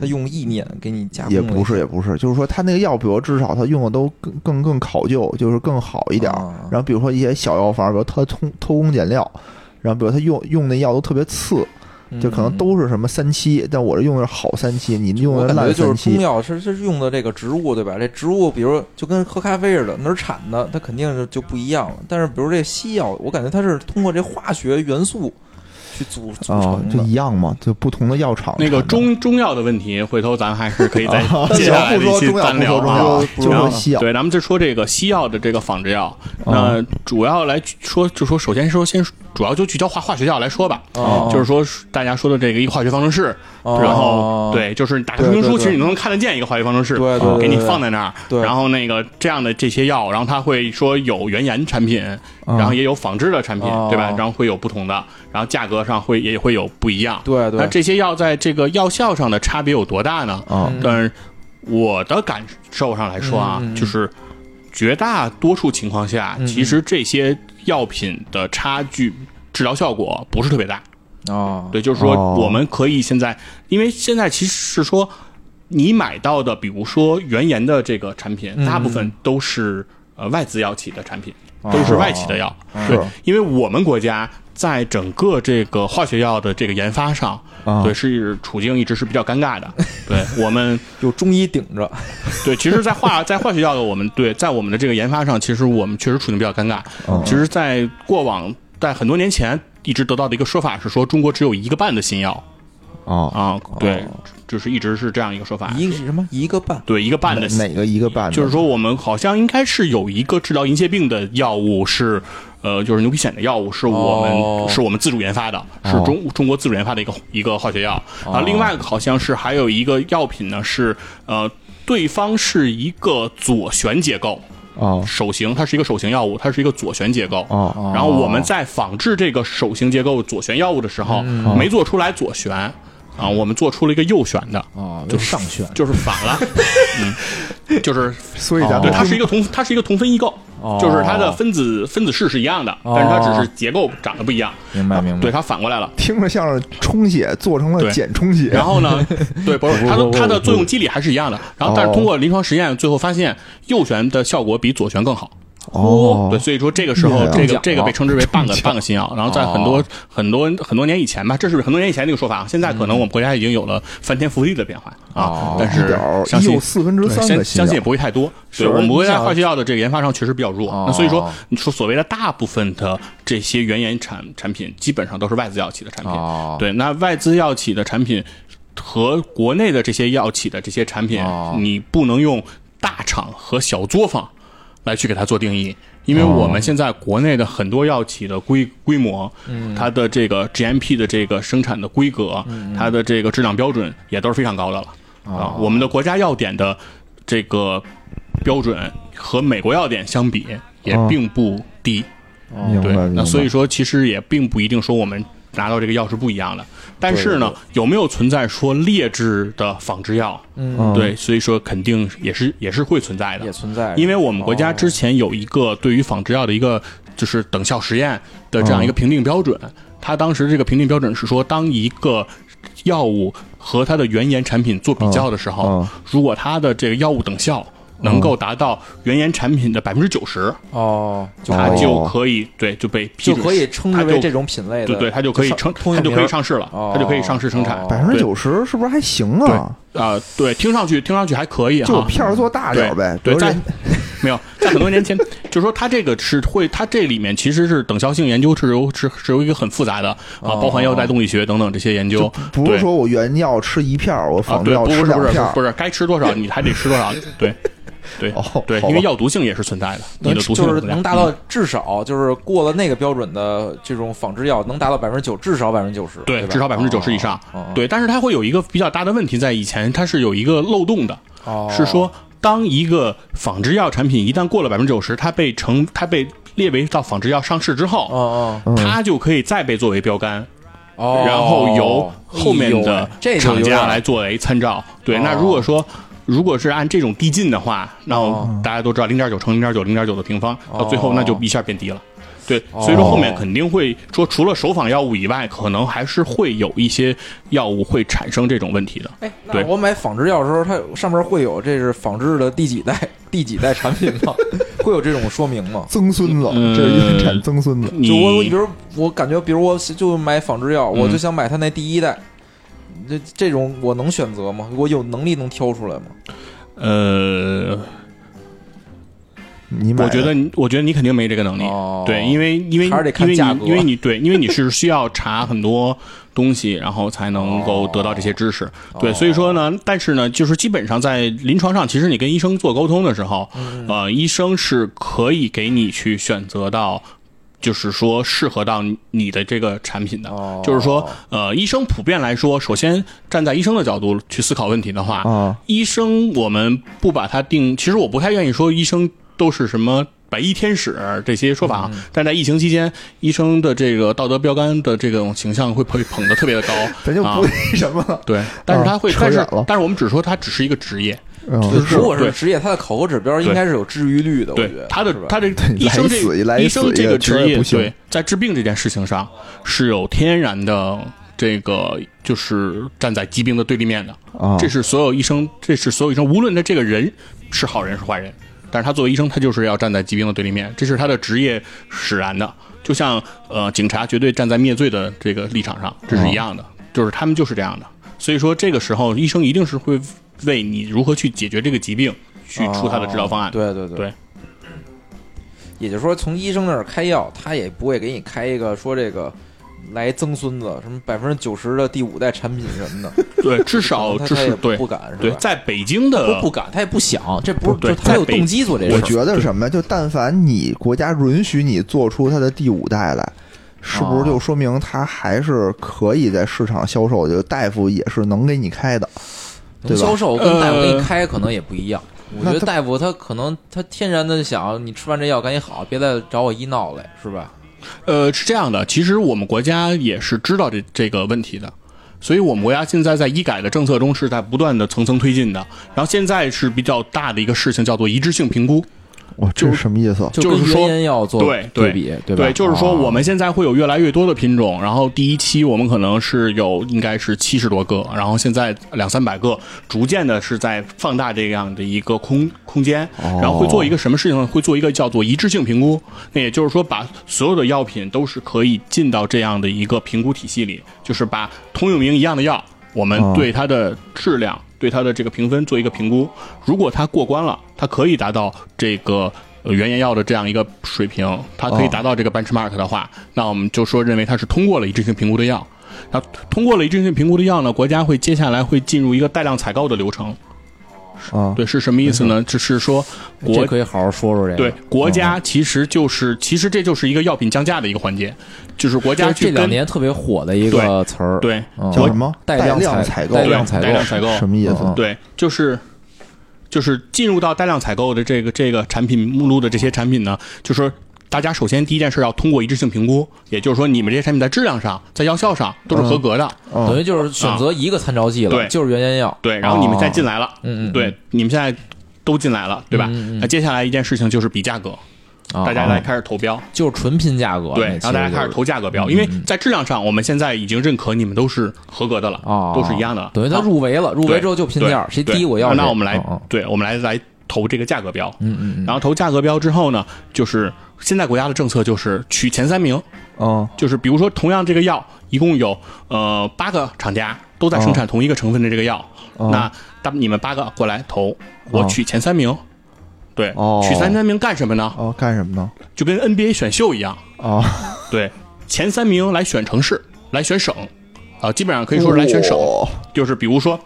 B: 他用意念给你加工
A: 也
B: 了
A: 不
B: 一
A: 是也不是，就是说它那个药，比如至少它用的都更更更考究，就是更好一点儿。
B: 啊
A: 然后比如说一些小药房，比如偷偷偷工减料，然后比如他用用那药都特别次，
B: 嗯
A: 就可能都是什么三七，但我这用的是好三七，你用
B: 我
A: 的是
B: 感觉
A: 烂
B: 就
A: 三
B: 是中
A: 七。
B: 药是是用的这个植物，对吧？这植物，比如就跟喝咖啡似的，哪儿产的，它肯定就就不一样了。但是，比如这西药，我感觉它是通过这化学元素去组组
A: 啊
B: 成，
A: 就
B: 的。
A: 一样嘛，就不同的药厂
C: 那
A: 产
C: 个
A: 的啊
C: 中中药的问题，回头咱们还是可以再 接下来
A: 行
C: 的
A: 不
C: 一
A: 说
C: 期
A: 中药
C: 单
A: 不
C: 聊
A: 说中
C: 啊。
A: 药，
B: 不
A: 就
B: 然
A: 说
B: 后
A: 西药。
C: 对，咱们就说这个西药的这个仿制药，
A: 啊
C: 那主要来说，就说首先说先主要就聚焦化化学药来说吧，
B: 哦
A: 啊
C: 就是说大家说的这个一个化学方程式，
B: 哦
C: 然后对，就是打开说明
B: 对对
C: 书，
B: 对
C: 其实你都能看得见一个化学方程式，
B: 对对对
C: 给你
B: 对
C: 放在那儿，
B: 对
C: 然后那个这样的这些药，然后它会说有原研产品，然后也有仿制的产品
B: 嗯哦，
C: 对吧？然后会有不同的，然后价格上会也会有不一样。
B: 对
C: 那
B: 对，
C: 这些药在这个药效上的差别有多大呢？
A: 啊
B: 嗯
C: 但是我的感受上来说啊，
B: 嗯嗯嗯
C: 就是绝大多数情况下，
B: 嗯嗯
C: 其实这些药品的差距。治疗效果不是特别大，
B: 啊，
C: 对，就是说
A: 哦
C: 我们可以现在，因为现在其实是说，你买到的，比如说原研的这个产品，
B: 嗯
C: 大部分都是呃外资药企的产品，
B: 哦
C: 都是外企的药，对，因为我们国家在整个这个化学药的这个研发上，
A: 啊
C: 对，是处境一直是比较尴尬的，对我们。
B: 有中医顶着，
C: 对，其实，在化在化学药的我们对在我们的这个研发上，其实我们确实处境比较尴尬。
A: 嗯
C: 其实，在过往在很多年前一直得到的一个说法是说，中国只有一个半的新药
A: 啊，
C: 啊，对
B: 哦，
C: 就是一直是这样一个说法。
B: 一个什么一个半
C: 对，一个半的新，
A: 啊哪个一个半的？
C: 就是说我们好像应该是有一个治疗银屑病的药物是。呃，就是牛皮癣的药物是我们、
B: 哦
C: 是我们自主研发的，是中、中国自主研发的一个一个化学药。
B: 哦
C: 然后另外好像是还有一个药品呢，是呃，对方是一个左旋结构，
A: 啊
C: 手型，它是一个手型药物，它是一个左旋结构。
B: 哦
A: 啊
C: 然后我们在仿制这个手型结构左旋药物的时候，
B: 嗯
C: 没做出来左旋，啊，我们做出了一个右旋
B: 哦
C: 的，
D: 啊，
C: 就
D: 就是上旋
C: 就是反 了，嗯，就是
A: 所以
D: 哦
A: 咱
C: 对，
A: 们
C: 它是一个同它是一个同分异构，就是它的分子分子式是一样的，但是它只是结构长得不一样，
D: 明白哦明白。
C: 啊对，它反过来了。
A: 听着像是充血做成了
C: 对
A: 减充血，
C: 然后 呢，对，不是它的它的作用机理还是一样的，然后但是通过临床实验，最后发现右旋的效果比左旋更好。
A: 哦
C: 对，所以说这个时候
D: 中
A: 厉害啊
C: 这个
D: 奖
C: 这个被称之为半个半个新药，然后在很
A: 哦
C: 多很多很多年以前吧，这是很多年以前那个说法，啊现在可能我们国家已经有了翻天覆地的变化啊
D: 哦，
C: 但
A: 嗯一
C: 是
A: 点儿
C: 相
A: 一
C: 信
A: 有四分之
C: 对
A: 三
C: 相
A: 的新
C: 相信也
A: 药，
C: 不会太多。
A: 是
C: 对，我们国
A: 你
C: 家
A: 想
C: 化学药的这个研发上确实比较弱，
D: 哦
C: 那所以说你说所谓的大部分的这些原研产产品，基本上都是外资药企的产品。
D: 哦
C: 对，那外资药企的产品和国内的这些药企的这些产品，
D: 哦
C: 你不能用大厂和小作坊来去给它做定义。因
D: 哦
C: 为我们现在国内的很多药企的规规模，
D: 嗯
C: 它的这个 GMP 的这个生产的规格，它的这个质量标准也都是非常高的了
B: 哦
D: 哦
C: 啊。我们的国家药典的这个标准和美国药典相比也
A: 哦
C: 并不低，
A: 明白
C: 对，
A: 明白
C: 那所以说其实也并不一定说我们拿到这个药是不一样的，但是呢，有没有存在说劣质的仿制药？
A: 嗯
C: 对，所以说肯定也是也是会存在的
B: 也。存在着，
C: 因为我们国家之前有一个对于仿制药的一个就是等效实验的这样一个评定标准。他当时这个评定标准是说，当一个药物和它的原研产品做比较的时候，
A: 嗯
C: 如果它的这个药物等效能够达到原研产品的百分之九十，
E: 哦，就
C: 它
A: 哦
C: 就可以对就被批
E: 就
C: 准
E: 可以称之
C: 它
E: 为
C: 就
E: 这种品类的，
C: 对对，它就可以称，
E: 通
C: 它
E: 用
C: 就
E: 名
C: 可以上市了，
E: 哦
C: 它就可以上市生产
E: 哦
C: 啊、
A: 百分之九十是不是还行啊？
C: 对，听上去听上去还可以
A: 就
C: 哈
A: 是，片儿做大点儿呗。
C: 对，
A: 比如
C: 在
A: 人
C: 没有在很多年前，就是说它这个是会，它这里面其实是等效性研究是由是是由一个很复杂的啊，包含药代动力学等等这些研究，
A: 哦不
C: 对
A: 是说我原药吃一片儿，我
C: 啊
A: 仿
C: 对，
A: 药
C: 不
A: 吃
C: 是
A: 两
C: 不是
A: 片儿。
C: 不是该吃多少你还得吃多 少，对对
A: 哦
C: 对，
A: 好
C: 因为
A: 吧
C: 药毒性也是存在的，你
E: 能
C: 的毒性
E: 就是
C: 存在
E: 能达到至少就是过了那个标准的这种仿制药能达到百分之九，至少百分之九十，
C: 对，
E: 吧
C: 至少百分之九十以上。
E: 哦哦
C: 对，但是它会有一个比较大的问题，在以前它是有一个漏洞的，
E: 哦
C: 是说当一个仿制药产品一旦过了百分之九十，它被成它被列为到仿制药上市之后，
E: 哦
A: 嗯
C: 它就可以再被作为标杆，
E: 哦哦，
C: 然后由后面
E: 哎呦
C: 的
E: 喂这就有
C: 厂
E: 点
C: 家来作为参照。对，
E: 哦
C: 那如果说。如果是按这种递进的话，那
E: 哦
C: 大家都知道零点九乘零点九零点九的平方，到最
E: 哦
C: 后那就一下变低了。对，
E: 哦
C: 所以说后面肯定会说，除了首仿药物以外，可能还是会有一些药物会产生这种问题的。
E: 哎，那
C: 对
E: 我买仿制药的时候，它上面会有这是仿制的第几代第几代产品吗？ 会有这种说明吗？
A: 曾孙子，
C: 嗯
A: 这是原产曾孙子。
C: 你
E: 就我，我比如我感觉，比如我就买仿制药，我
C: 嗯
E: 就想买它那第一代，这这种我能选择吗？我有能力能挑出来吗？
C: 呃，
A: 你买
C: 我
A: 的
C: 觉得你，我觉得你肯定没这个能力。
E: 哦
C: 对，因为因为
E: 还是得
C: 因
E: 看
C: 为
E: 价格
C: 你因为你对，因为你是需要查很多东西，然后才能够得到这些知识。
E: 哦
C: 对，所以说呢，但是呢，就是基本上在临床上，其实你跟医生做沟通的时候，
E: 嗯
C: 呃，医生是可以给你去选择到。就是说，适合到你的这个产品的，
E: 哦
C: 就是说，呃，医生普遍来说，首先站在医生的角度去思考问题的话，
A: 啊，，
C: 医生，我们不把它定，其实我不太愿意说医生都是什么白衣天使这些说法，啊但在疫情期间，医生的这个道德标杆的这种形象会被捧得特别的高
A: 咱就
C: 啊
A: 不那什么了。
C: 对，但是他会，
A: 扯
C: 但是
A: 远了
C: 但是我们只说他只是一个职业，
A: 嗯
E: 就如果是
C: 对
E: 职业，它的考核指标应该是有治愈率的，我
C: 对
E: 觉得
C: 他的
E: 是吧
C: 他的医
A: 来
C: 生
A: 一
C: 这
A: 死一来一
C: 医
A: 死
C: 生
A: 一
C: 这
A: 个
C: 个
A: 确实
C: 职
A: 也
C: 业
A: 不行
C: 对，在治病这件事情上是有天然的这个就是站在疾病的对立面的，
A: 啊，
C: 这是所有医生，这是所有医生，无论他这个人是好人是坏人，但是他作为医生，他就是要站在疾病的对立面，这是他的职业使然的。就像呃，警察绝对站在灭罪的这个立场上，这是一样
E: 啊
C: 的，就是他们就是这样的。所以说，这个时候医生一定是会为你如何去解决这个疾病去出他的治疗方案。
E: 哦对对对
C: 对
E: 也就是说，从医生那儿开药，他也不会给你开一个说这个来曾孙子什么百分之九十的第五代产品什么 的，
C: 对，至少
E: 他
C: 至
E: 他
C: 少
E: 也
C: 对
E: 不敢是吧？
C: 对，在北京的
B: 不不敢，他也不想，这不是
C: 对
B: 就他有
C: 在北
B: 动机做这事
A: 我
B: 儿。
A: 觉得什么呀？就但凡你国家允许你做出它的第五代来，是
C: 啊
A: 不是就说明它还是可以在市场销售？就大夫也是能给你开的，对
B: 能
A: 吧
B: 销售跟大夫给
C: 呃
B: 你开可能也不一样。我觉
A: 那
B: 得
A: 他
B: 大夫他可能他天然的想，你吃完这药赶紧好，别再找我医闹来，是吧？
C: 呃，是这样的，其实我们国家也是知道这这个问题的，所以我们国家现在在医改的政策中是在不断的层层推进的。然后现在是比较大的一个事情叫做一致性评估，
A: 哇，这是什么意思？
B: 就
C: 就
B: 跟
C: 是说
B: 原研药做
C: 对对
B: 比，对
C: 对哦
B: 吧？啊
C: 就是说我
B: 们
C: 们现在会有越来越多的品种，然后第一期我们可能是有应该是七十多个，然后现在两三百个，逐渐的是在放大这样的一个空空间，然后会做一个什么事情呢？会做一个叫做一致性评估，那也就是说把所有的药品都是可以进到这样的一个评估体系里，就是把通用名一样的药，我们
A: 哦
C: 对它的质量。对它的这个评分做一个评估，如果它过关了，它可以达到这个呃原研药的这样一个水平，它可以
A: 哦
C: 达到这个 benchmark 的话，那我们就说认为它是通过了一致性评估的药。那通过了一致性评估的药呢，国家会接下来会进入一个大量采购的流程。
A: 啊，
C: 对，是什么意思呢？就是说国
B: 这可以好好说说这个。嗯
C: 对国家其实就是其实这就是一个药品降价的一个环节，就是国家
B: 这
C: 去
B: 这两
C: 跟
B: 年特别火的一个词儿，
C: 对
B: 嗯，
A: 叫什么？
B: 带量
A: 量
B: 采
A: 购
B: 带
C: 对
B: 量采购
C: 带量采购
A: 什么意思？
B: 嗯
C: 对，就是就是进入到大量采购的这个这个产品目录的这些产品呢，就说大家首先第一件事要通过一致性评估，也就是说你们这些产品在质量上、在药效上都是合格的，
A: 嗯
B: 等于就是选择一个参照系了，
C: 嗯对
B: 就是原研药。
C: 对，然后你们再进来了，
B: 嗯嗯嗯嗯
C: 对，你们现在都进来了，对吧？那、接下来一件事情就是比价格，
B: 啊
C: 大家来开始投标，
B: 就是纯拼价格，
C: 对，
B: 那
C: 然
B: 其
C: 后
B: 实
C: 大家
B: 就
C: 开
B: 是
C: 始投价格标，
B: 嗯
C: 因为在质量上我们现在已经认可你们都是合格的了，
B: 啊，
C: 都是一样的了，
B: 等于他
C: 好
B: 入围了，入围之后就拼价，
C: 对
B: 谁
C: 对
B: 低我要谁。
C: 那我们来，
B: 嗯
C: 对，我们来来投这个价格标，
B: 嗯嗯嗯，
C: 然后投价格标之后呢，就是现在国家的政策就是取前三名，
A: 嗯
C: 就是比如说同样这个药，一共有呃八个厂家都在生产同一个成分的这个药，
A: 嗯
C: 那大你们八个过来投，我
B: 嗯
A: 哦
C: 取前三名。对，
A: 哦
C: 取前三名干什么呢？
A: 哦，干什么呢？
C: 就跟 NBA 选秀一样，
A: 哦，
C: 对，前三名来选城市，来选省，啊，基本上可以说是来选省，
A: 哇
C: 就是比如说，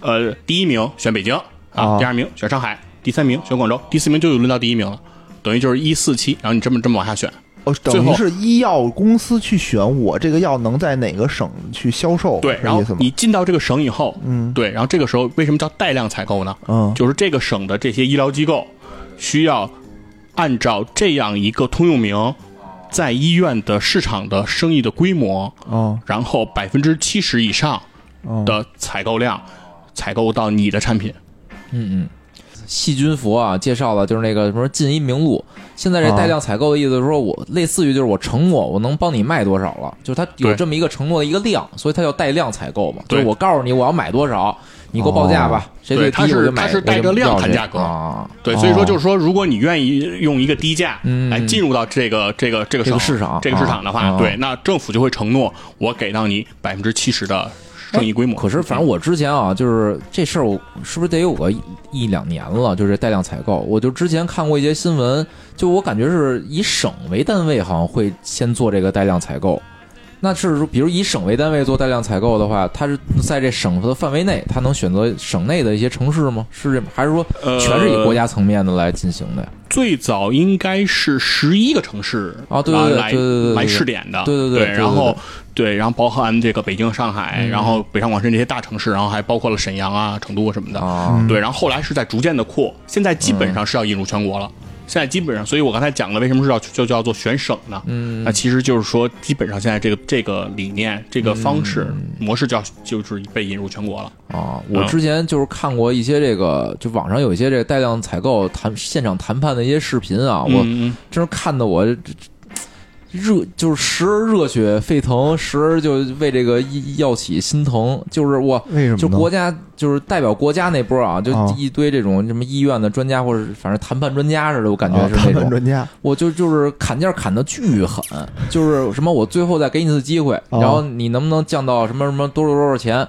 C: 呃，第一名选北京啊，
A: 啊
C: 第二名选上海，第三名选广州，第四名就轮到第一名了，等于就是一四七，然后你这么这么往下选，
A: 哦，
C: 最
A: 等
C: 后
A: 于是医药公司去选我这个药能在哪个省去销售，
C: 对，
A: 是
C: 然
A: 这
C: 后
A: 意思吗？
C: 你进到这个省以后，
A: 嗯
C: 对，然后这个时候为什么叫带量采购呢？
A: 嗯
C: 就是这个省的这些医疗机构需要按照这样一个通用名，在医院的市场的生意的规模，
A: 哦
C: 然后百分之七十以上
A: 哦
C: 的采购量，采购到你的产品。
B: 嗯嗯，细菌佛啊，介绍了就是那个什么进一名录。现在这
A: 啊
B: 带量采购的意思是说，我类似于就是我承诺我能帮你卖多少了，就是它有
C: 对
B: 这么一个承诺的一个量，所以它叫带量采购嘛。就
C: 对哦
B: 是我告诉你我要买多少，你给我报价吧，谁最
C: 对它
B: 低
C: 是
B: 我就买。
C: 它是
B: 我就
C: 带着量
B: 要
C: 谈
B: 谁
C: 价格
B: 啊，
C: 对，所以
A: 哦
C: 说就是说，如果你愿意用一个低价
B: 嗯
C: 来进入到这个这个这个
B: 这
C: 省
B: 个市场
C: 这个市场的
B: 啊
C: 话，对，那政府就会承诺我给到你百分之七十的生意规模。
B: 哎可是，反正我之前啊，就是这事儿，我是不是得有个一一两年了？就是带量采购，我就之前看过一些新闻，就我感觉是以省为单位，好像会先做这个带量采购。那是说比如以省为单位做带量采购的话，它是在这省的范围内，它能选择省内的一些城市吗？是这还是说
C: 呃
B: 全是以国家层面的来进行的呀？
C: 最早应该是十一个城市
B: 啊对对对
C: 来
B: 对对对对
C: 来试点的，
B: 对对对
C: 对
B: 对嗯
C: 然后对，然后包含这个北京、上海，然后北上广深这些大城市，然后还包括了沈阳啊、成都什么的，
B: 啊，
C: 对，然后后来是在逐渐的扩，现在基
B: 嗯
C: 本上是要引入全国了。现在基本上，所以我刚才讲的为什么是要就叫做选省呢？
B: 嗯
C: 那其实就是说，基本上现在这个这个理念、这个方式、
B: 嗯
C: 模式就要就是被引入全国了。
B: 啊，我
C: 嗯
B: 之前就是看过一些这个，就网上有一些这个带量采购谈现场谈判的一些视频啊，我
C: 嗯
B: 真是看得我这这热，就是时而热血沸腾，时而就为这个医药企心疼。就是我，
A: 为什么呢？
B: 就国家，就是代表国家那波啊，就
A: 啊
B: 一堆这种什么医院的专家，或者反正谈判专家似的，我感觉
A: 啊
B: 是
A: 谈
B: 那
A: 判
B: 种。
A: 专家
B: 我就就是砍价砍的巨狠，就是什么我最后再给你一次机会，
A: 哦
B: 然后你能不能降到什么什么多少多少钱，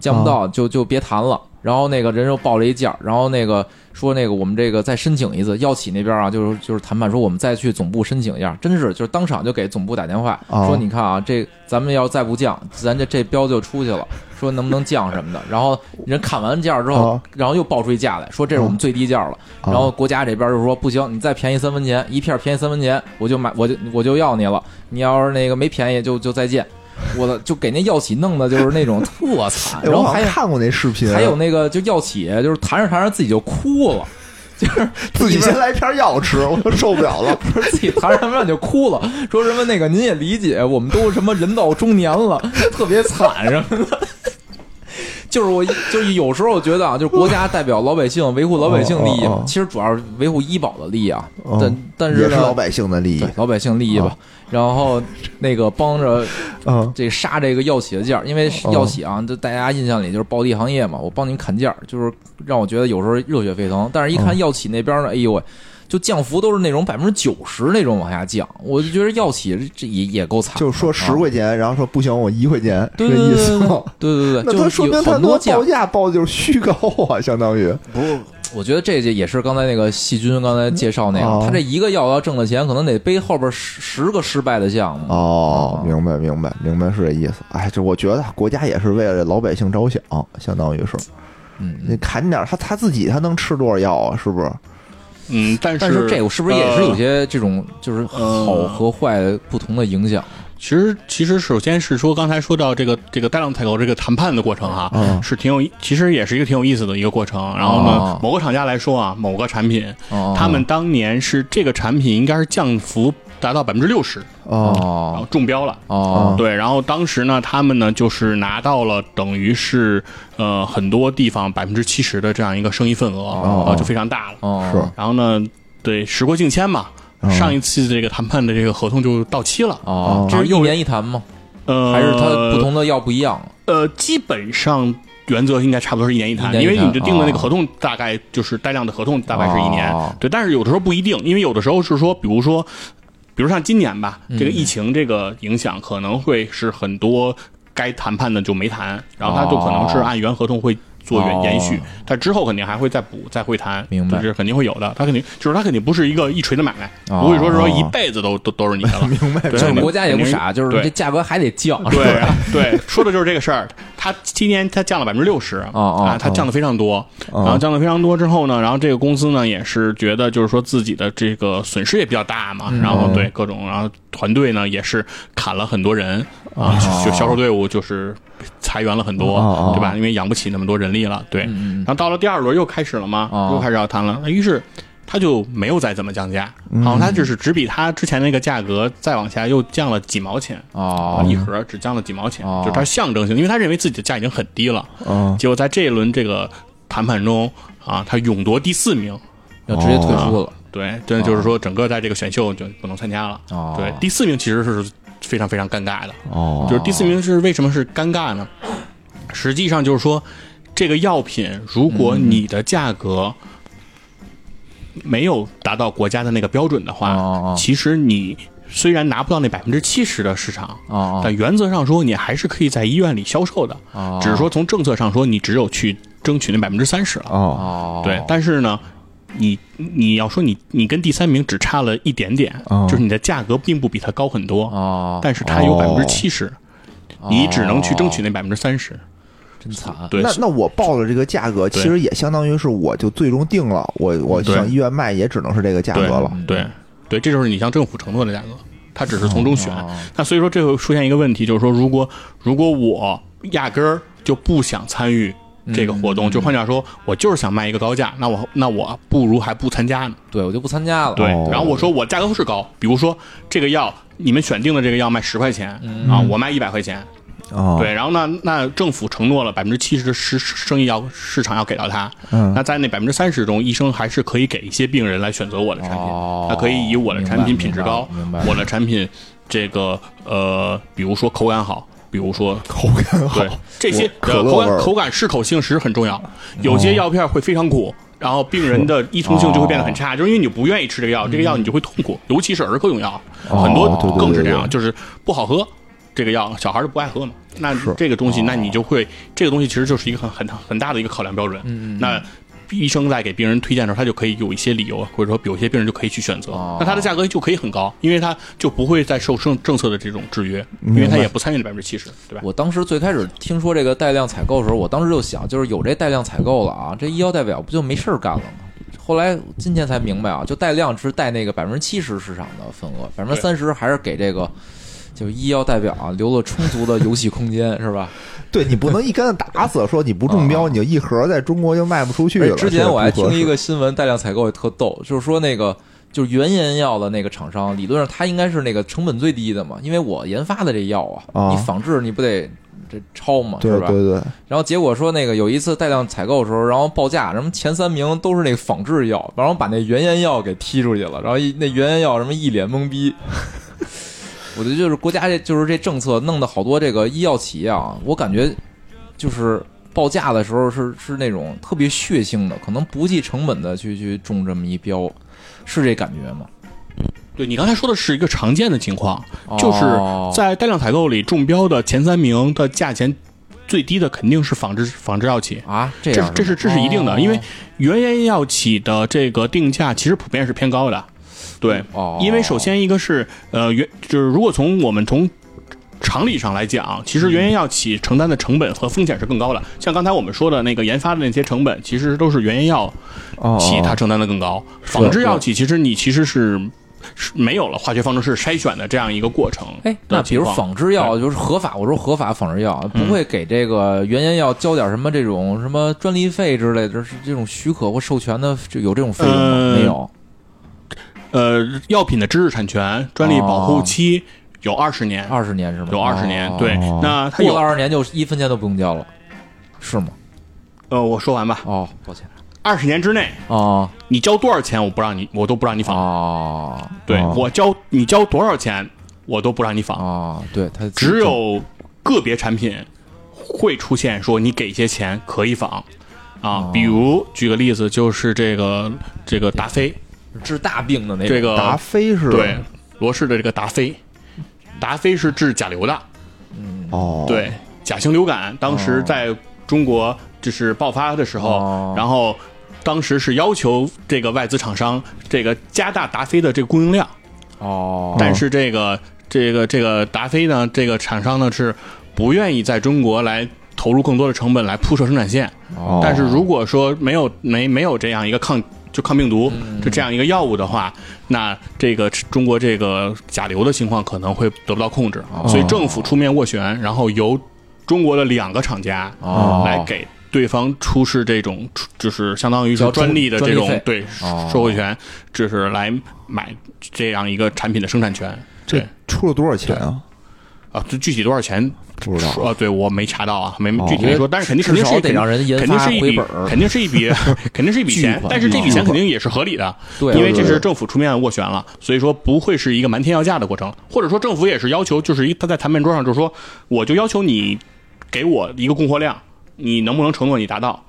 B: 降不
A: 哦
B: 到就就别谈了。然后那个人又报了一价，然后那个说那个我们这个再申请一次，药企那边啊就是就是谈判说我们再去总部申请一下，真是就是当场就给总部打电话
A: 哦
B: 说你看啊这咱们要再不降，咱这这标就出去了。说能不能降什么的，然后人砍完价之后
A: 哦，
B: 然后又报出一价来说这是我们最低价了，
A: 哦
B: 然后国家这边就说不行，你再便宜三分钱，一片便宜三分钱，我就买，我就我就要你了。你要是那个没便宜，就就再见。我的就给那药企弄的就是那种 特惨，
A: 哎
B: 然
A: 我
B: 后
A: 好
B: 还
A: 像
B: 有
A: 看过那视频，啊
B: 还有那个就药企就是谈着谈着自己就哭了，
A: 自己先来片药吃，我都受不了了。
B: 不是自己谈着谈着就哭了，说什么那个您也理解，我们都什么人到中年了，特别惨什么的。就是我，就是有时候我觉得啊，就是国家代表老百姓，维护老百姓利益
A: 哦哦
B: 嘛
A: 哦，
B: 其实主要是维护医保的利益啊。
A: 哦
B: 但但
A: 也
B: 是
A: 是
B: 呢
A: 老，百姓的利益
B: 对，老百姓利益
A: 啊
B: 吧。然后那个帮着
A: 嗯
B: 这杀这个药企的价儿，因为
A: 哦
B: 药企啊，这大家印象里就是暴利行业嘛，我帮您砍价儿，就是让我觉得有时候热血沸腾。但是一看药企那边
A: 哦
B: 呢，哎呦喂，就降幅都是那种百分之九十那种往下降，我就觉得药企这这也也够惨，
A: 就是说十块钱，然后说不行，我一块钱，
B: 啊对
A: 是
B: 对
A: 这意
B: 对
A: 思
B: 对
A: 吗？
B: 对对对，
A: 那
B: 就
A: 他
B: 是
A: 说
B: 有
A: 明他
B: 很
A: 那
B: 多降
A: 报。价报的就是虚高啊，相当于
B: 我觉得这这也是刚才那个细菌刚才介绍那
A: 哦
B: 个，他这一个药要挣的钱，可能得背后边十十个失败的项目。
A: 哦，明白明白明白是这意思。哎，这我觉得国家也是为了老百姓着想，相当于是
B: 嗯，嗯
A: 你砍点儿他他自己他能吃多少药啊？是不是？
C: 嗯，但是
B: 但是这个是不是也是有
C: 呃
B: 些这种就是好和坏不同的影响？
C: 呃其实，其实首先是说，刚才说到这个这个大量采购这个谈判的过程哈、
A: 嗯
C: 是挺有意，其实也是一个挺有意思的一个过程。然后呢，
B: 哦
C: 某个厂家来说啊，某个产品，
B: 哦
C: 他们当年是这个产品应该是降幅达到百分之六十，
A: 哦
C: 然后
B: 哦
C: 中标了。
B: 哦
C: 对，然后当时呢，他们呢就是拿到了等于是呃很多地方百分之七十的这样一个生意份额，
B: 哦
C: 啊就非常大了。
B: 哦，
A: 是
C: 然后呢，对，时过境迁嘛，
A: 嗯
C: 上一次这个谈判的这个合同就到期了。
B: 哦，
C: 这
B: 这
C: 是
B: 是一年一谈吗？
C: 呃，
B: 还是它不？同的药不一样？
C: 呃，基本上原则应该差不多是一年一谈，
B: 一年一
C: 因为
B: 谈
C: 你就定的那个
B: 哦
C: 合同大概就是带量的合同大概是一年，
B: 哦
C: 对。但是有的时候不一定，因为有的时候是说，比如说，比如像今年吧，
B: 嗯
C: 这个疫情这个影响可能会是很多该谈判的就没谈，然后他就可能是
B: 哦
C: 按原合同会。做
B: 哦
C: 延延续，但之后肯定还会再补再会谈，
B: 明白
C: 就是肯定会有的。他肯定就是他肯定不是一个一锤子买卖，
B: 哦
C: 不会说说一辈子都都都是你的了。
A: 明白
C: 对
B: 就是
C: 你
B: 国家也不傻，
C: 肯定
B: 就是
C: 对
B: 这价格还得降。
C: 对啊对，说的就是这个事儿。它今年它降了百分之六十
B: 哦
C: 啊，它降的非常多。然后降的非常多之后呢，然后这个公司呢也是觉得就是说自己的这个损失也比较大嘛，然后对各种，然后团队呢也是砍了很多人啊，就销售队伍就是裁员了很
A: 哦
C: 多
A: 哦，
C: 对吧？因为养不起那么多人力了，对。
B: 嗯，嗯
C: 然后到了第二轮又开始了嘛，
B: 哦
C: 又开始要谈了，那于是。他就没有再怎么降价，好像他只是只比他之前那个价格再往下又降了几毛钱，啊，
B: 哦
C: 一盒只降了几毛钱，
B: 哦
C: 就是它象征性，因为他认为自己的价已经很低了。
A: 嗯，
C: 结果在这一轮这个谈判中啊，他勇夺第四名，
B: 要直接退出了。
C: 对，真的就是说整个在这个选秀就不能参加了。
B: 哦，
C: 对，第四名其实是非常非常尴尬的，
A: 哦
C: 就是第四名是为什么是尴尬呢？实际上就是说，这个药品如果你的价格
B: 嗯
C: 没有达到国家的那个标准的话，
B: 哦哦
C: 其实你虽然拿不到那百分之七十的市场，
B: 哦哦
C: 但原则上说，你还是可以在医院里销售的，
B: 哦，
C: 只是说从政策上说，你只有去争取那百分之三十了。
A: 哦
B: 哦，
C: 对，但是呢，你你要说你你跟第三名只差了一点点，
A: 哦
C: 就是你的价格并不比他高很多，
B: 哦，
C: 但是他有百分
A: 哦
C: 之七十，你只能去争取那百分之三十。
B: 哦真惨。
C: 对，
A: 那那我报了这个价格，其
C: 对
A: 实也相当于是我就最终定了，我我
C: 对
A: 向医院卖也只能是这个价格
C: 对
A: 了。
C: 对对，这就是你向政府承诺的价格，他只是从中选。
B: 哦
C: 那所以说，这会出现一个问题，就是说，如果如果我压根儿就不想参与这个活动，就换句话说，我就是想卖一个高价，那我那我不如还不参加呢。
B: 对我就不参加了。
C: 对，
A: 哦
C: 然后我说我价格是高，比如说这个药，你们选定的这个药卖十块钱、啊，我卖一百块钱，
A: 哦，
C: 对，然后呢，那政府承诺了百分之七十的市生意要市场要给到他，
A: 嗯
C: 那在那百分之三十中，医生还是可以给一些病人来选择我的产品，
B: 哦
C: 他可以以我的产品品质高
B: 明白明白明，白
C: 我的产品这个呃，比如说口感好，比如说
A: 口感好
C: 对，这些
A: 可
C: 呃
A: 乐
C: 口
A: 味儿哦
C: 感口感适口性是很重要，有些药片会非常苦。然后病人的依从性就会变得很
A: 哦
C: 差，就是因为你不愿意吃这个药，这个药你就会痛苦，尤其是儿科用药，
A: 嗯哦
C: 很多
A: 对对
C: 更
A: 对
C: 是这
A: 对
C: 样，就是不好喝。这个药小孩儿不爱喝嘛，那这个东西，那你就会这个东西其实就是一个很很很大的一个考量标准。
A: 嗯
C: 那医生在给病人推荐的时候，他就可以有一些理由，或者说有些病人就可以去选择，
B: 哦
C: 那它的价格就可以很高，因为它就不会再受政政策的这种制约，因为它也不参与百分之七十，对吧？
B: 我当时最开始听说这个带量采购的时候，我当时就想，就是有这带量采购了啊，这医药代表不就没事儿干了吗？后来今天才明白啊，就带量是带那个百分之七十市场的份额，百分之三十还是给这个就是医药代表啊留了充足的游戏空间，是吧？
A: 对你不能一竿子打死，说你不中标，你就一盒在中国就卖不出去
B: 而
A: 了。
B: 哎且之前我还
A: 这也不
B: 听
A: 合适
B: 一个新闻，带量采购也特逗，就是说那个就是原研药的那个厂商，理论上它应该是那个成本最低的嘛，因为我研发的这药啊，
A: 啊
B: 你仿制你不得这抄嘛，
A: 对
B: 是吧？
A: 对对，
C: 呃
B: 然后结果说那个有一次带量采购的时候，然后报价什么前三名都是那个仿制药，然后把那原研药给踢出去了，然后一那原研药什么一脸懵逼。我觉得就是国家这就是这政策弄得好多这个医药企业啊，我感觉就是报价的时候是是那种特别血腥的，可能不计成本的去去中这么一标，是这感觉吗？
C: 对你刚才说的是一个常见的情况，就是
B: 哦
C: 在带量采购里中标的前三名的价钱最低的肯定是仿制仿制药企，
B: 啊，这
C: 这
B: 样
C: 是这是这是一定的，因为原研药企的这个定价其实普遍是偏高的，对，
B: 哦，
C: 因为首先一个是呃原就是如果从我们从常理上来讲，其实原研药企承担的成本和风险是更高的。像刚才我们说的那个研发的那些成本，其实都是原研药
A: 哦
C: 企它承担的更高。仿制药企其实你其实是是没有了化学方程式筛选的这样一个过程。
B: 哎，那比如仿制药就是合法，我说合法仿制药
C: 嗯
B: 不会给这个原研药交点什么这种什么专利费之类的，是这种许可或授权的就有这种费用吗？
C: 呃
B: 没有。
C: 呃药品的知识产权、专利保护期有二十年，
B: 二十年是吗？
C: 有二十年
B: 哦。
C: 对，那它
B: 过了
C: 有
B: 二十年就一分钱都不用交了，是吗？
C: 呃，我说完吧。
B: 哦，抱歉。
C: 二十年之内，
B: 哦
C: 你交多少钱我不让你，我都不让你访。
B: 哦
C: 对、
A: 哦
C: 我交你交多少钱，我都不让你访。
B: 哦，对他
C: 只有个别产品会出现说你给一些钱可以仿啊，比如举个例子，就是这个这个达菲，
B: 治大病的那
C: 这个
A: 达菲是
C: 对罗氏的这个达菲，达菲是治甲流的，
A: 哦，
C: 对甲型流感，当时在中国就是爆发的时
B: 哦
C: 候，然后当时是要求这个外资厂商这个加大达菲的这个供应量。
B: 哦，
C: 但是这个这个这个达菲呢，这个厂商呢是不愿意在中国来投入更多的成本来铺设生产线。
B: 哦
C: 但是如果说没有没没有这样一个抗就抗病毒
B: 嗯
C: 就这样一个药物的话，那这个中国这个甲流的情况可能会得不到控制，
B: 哦
C: 所以政府出面斡旋，然后由中国的两个厂家
B: 哦
C: 来给。对方出示这种，出就是相当于
B: 交
C: 是专利的这种
B: 专利费
C: 对
B: 哦
C: 收回权，就是来买这样一个产品的生产权。
A: 这
C: 对
A: 出了多少钱啊？
C: 啊，这具体多少钱？
A: 不知道
C: 说啊，对我没查到啊，没具体
B: 我
C: 没
B: 觉
C: 说，
B: 得
C: 但是肯定
B: 至
C: 肯定
B: 少
C: 是
B: 得让人研
C: 肯定
B: 发
C: 是一
B: 回
C: 笔
B: 本儿，
C: 肯定是一 笔，肯定是一笔
B: 巨
C: 钱
B: 款，
C: 但是这笔钱
A: 巨款
C: 肯定也是合理的，
B: 对
C: 因为这
A: 对
C: 是政府出面斡旋了，所以说不会是一个瞒天要价的过程，或者说政府也是要求，就是一他在谈判桌上就是说，我就要求你给我一个供货量，你能不能承诺你达到？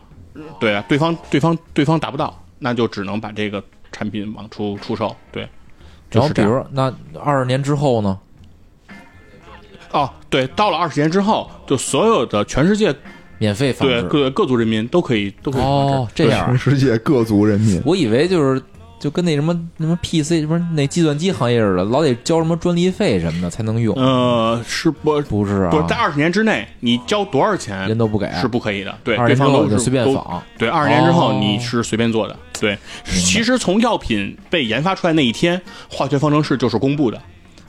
C: 对啊，对方对方对方达不到，那就只能把这个产品往出出售。对，
B: 然
C: 就
B: 后
C: 是
B: 比
C: 这样
B: 如说那二十年之后呢？
C: 哦，对，到了二十年之后，就所有的全世界
B: 免费繁
C: 对
B: 殖
C: 各各族人民都可以都可以
B: 哦，这样
A: 全
B: 啊，
A: 世界各族人民，
B: 我以为就是就跟那什么什么 PC 不是那计算机行业似的，老得交什么专利费什么的才能用，
C: 呃，是不
B: 不是啊？
C: 不是在二十年之内，你交多少钱
B: 人都不给，
C: 是不可以的，对，
B: 二
C: 对
B: 十年
C: 方
B: 之后
C: 都
B: 就是随便
C: 都
B: 仿，
C: 对，二十年之
B: 哦
C: 后你是随便做的，对。其实从药品被研发出来那一天，化学方程式就是公布的，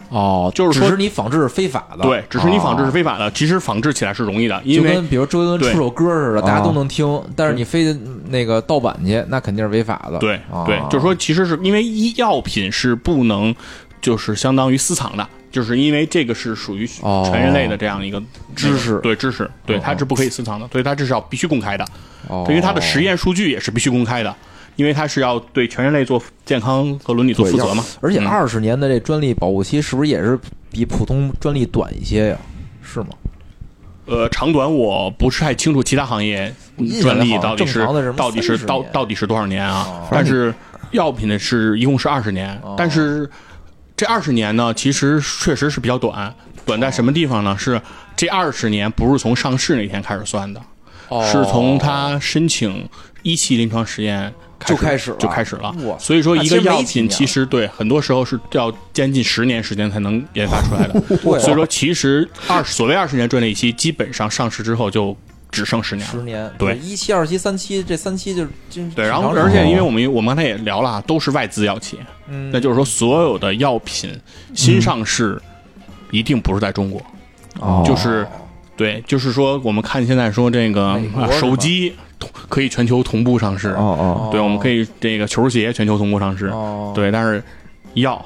B: 哦，
C: 就是
B: 只
C: 说
B: 是你仿制是非法的，
C: 对，只是你仿制是
B: 法。
C: 非法的，其实仿制起来是容易的，
B: 哦就
C: 因为
B: 跟比如周杰伦
C: 对哦
B: 出首歌似的，
A: 啊
B: 大家都能听，但是你非得那个盗版去，那肯定是违法的。
C: 对
B: 啊
C: 对，就是说，其实是因为医药品是不能，就是相当于私藏的，就是因为这个是属于
B: 哦
C: 全人类的这样一个
B: 知识
C: 对知识，对
B: 哦
C: 它是不可以私藏的，所以它至少必须公开的，
B: 哦
C: 对因为它的实验数据也是必须公开的，因为它是要对全人类做健康和伦理做负责嘛。
B: 而且
C: 嗯
B: 二十年的这专利保护期是不是也是比普通专利短一些呀？是吗？
C: 呃，长短我不是太清楚，其他行业
B: 印象
C: 专
B: 里
C: 利
B: 好像
C: 到底
B: 正
C: 是
B: 常的什么
C: 到底是
B: 30
C: 到
B: 年
C: 到底是多少年
B: 哦
C: 啊？但是药品的是一共是二十年
B: 哦，
C: 但是这二十年呢，其实确实是比较短。短在什么地方呢？是这二十年不是从上市那天开始算的，
B: 哦
C: 是从他申请一期临床实验
B: 就开始了
C: 就开始了
B: 哇。
C: 所以说，
B: 那
C: 一
B: 其实
C: 个
B: 没
C: 药
B: 几
C: 品
B: 年
C: 其实对很多时候是要将近十年时间才能研发 出来的。
B: 对
C: 所以说，其实二所谓二十年专利期，基本上上市之后就只剩十年
B: 十
C: 了。
B: 年，
C: 对
B: 一期、二期、三期，这三期就是就
C: 对，然后
B: 挺长
C: 而
B: 时间
C: 且因为我们我们刚才也聊了啊，都是外资药企，
B: 嗯
C: 那就是说所有的药品新上市一定不是在中国，
B: 哦
C: 就是对，就是说我们看现在说这个
B: 美国
C: 啊
B: 是吧
C: 手机同可以全球同步上市，
A: 哦
C: 对，我们可以这个球鞋全球同步上市，
B: 哦
C: 对，但是药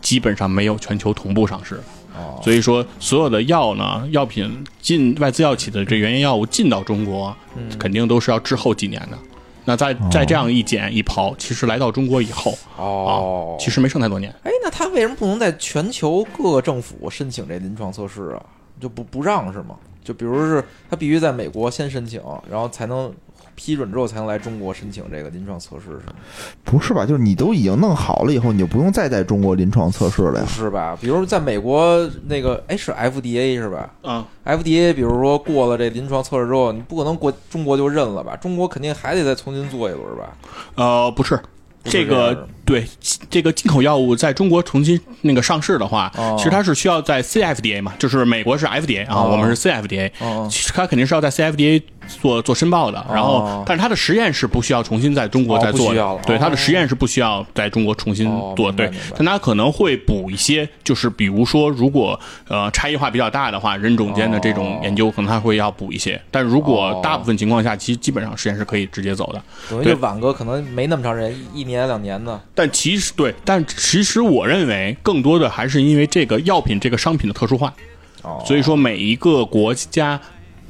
C: 基本上没有全球同步上市，
B: 哦
C: 所以说所有的药呢，药品进外资药企的这原研药物进到中国，
B: 嗯
C: 肯定都是要滞后几年的。那在在这样一减一刨，其实来到中国以后，
B: 哦，
C: 啊其实没剩太多年。
B: 哎，那他为什么不能在全球各个政府申请这临床测试啊？就不不让是吗？就比如是他必须在美国先申请，然后才能批准之后才能来中国申请这个临床测试，是吗
A: 哦，不是吧？就是你都已经弄好了以后，你就不用再在中国临床测试了
B: 不
A: 呀？
B: 是吧？比如在美国那个，哎，是 FDA 是吧
C: 嗯，
B: ？FDA 比如说过了这临床测试之后，你不可能国中国就认了吧？中国肯定还得再重新做一轮吧？
C: 呃，不是。
B: 不是
C: 这
B: 这样的
C: 个对这个进口药物在中国重新那个上市的话，
B: 哦
C: 其实它是需要在 CFDA 嘛，就是美国是 FDA 啊，
B: 哦
C: 我们是 CFDA，、
B: 哦
C: 其实它肯定是要在 CFDA 做做申报的。然后，
B: 哦
C: 但是它的实验是不需要重新在中国
B: 哦
C: 再
B: 不
C: 做
B: 需
C: 的，
B: 要了
C: 对、
B: 哦
C: 它的实验是不需要在中国重新
B: 哦
C: 做，
B: 明白
C: 对
B: 明白，
C: 但它可能会补一些，就是比如说如果呃差异化比较大的话，人种间的这种
B: 哦
C: 研究可能它会要补一些，但如
B: 哦
C: 果大部分情况下，其实基本上实验是可以直接走的。
B: 等于
C: 对
B: 就晚个可能没那么长时间，一一年两年的。
C: 但其实对，但其实我认为更多的还是因为这个药品这个商品的特殊化，
B: 哦，
C: 所以说每一个国家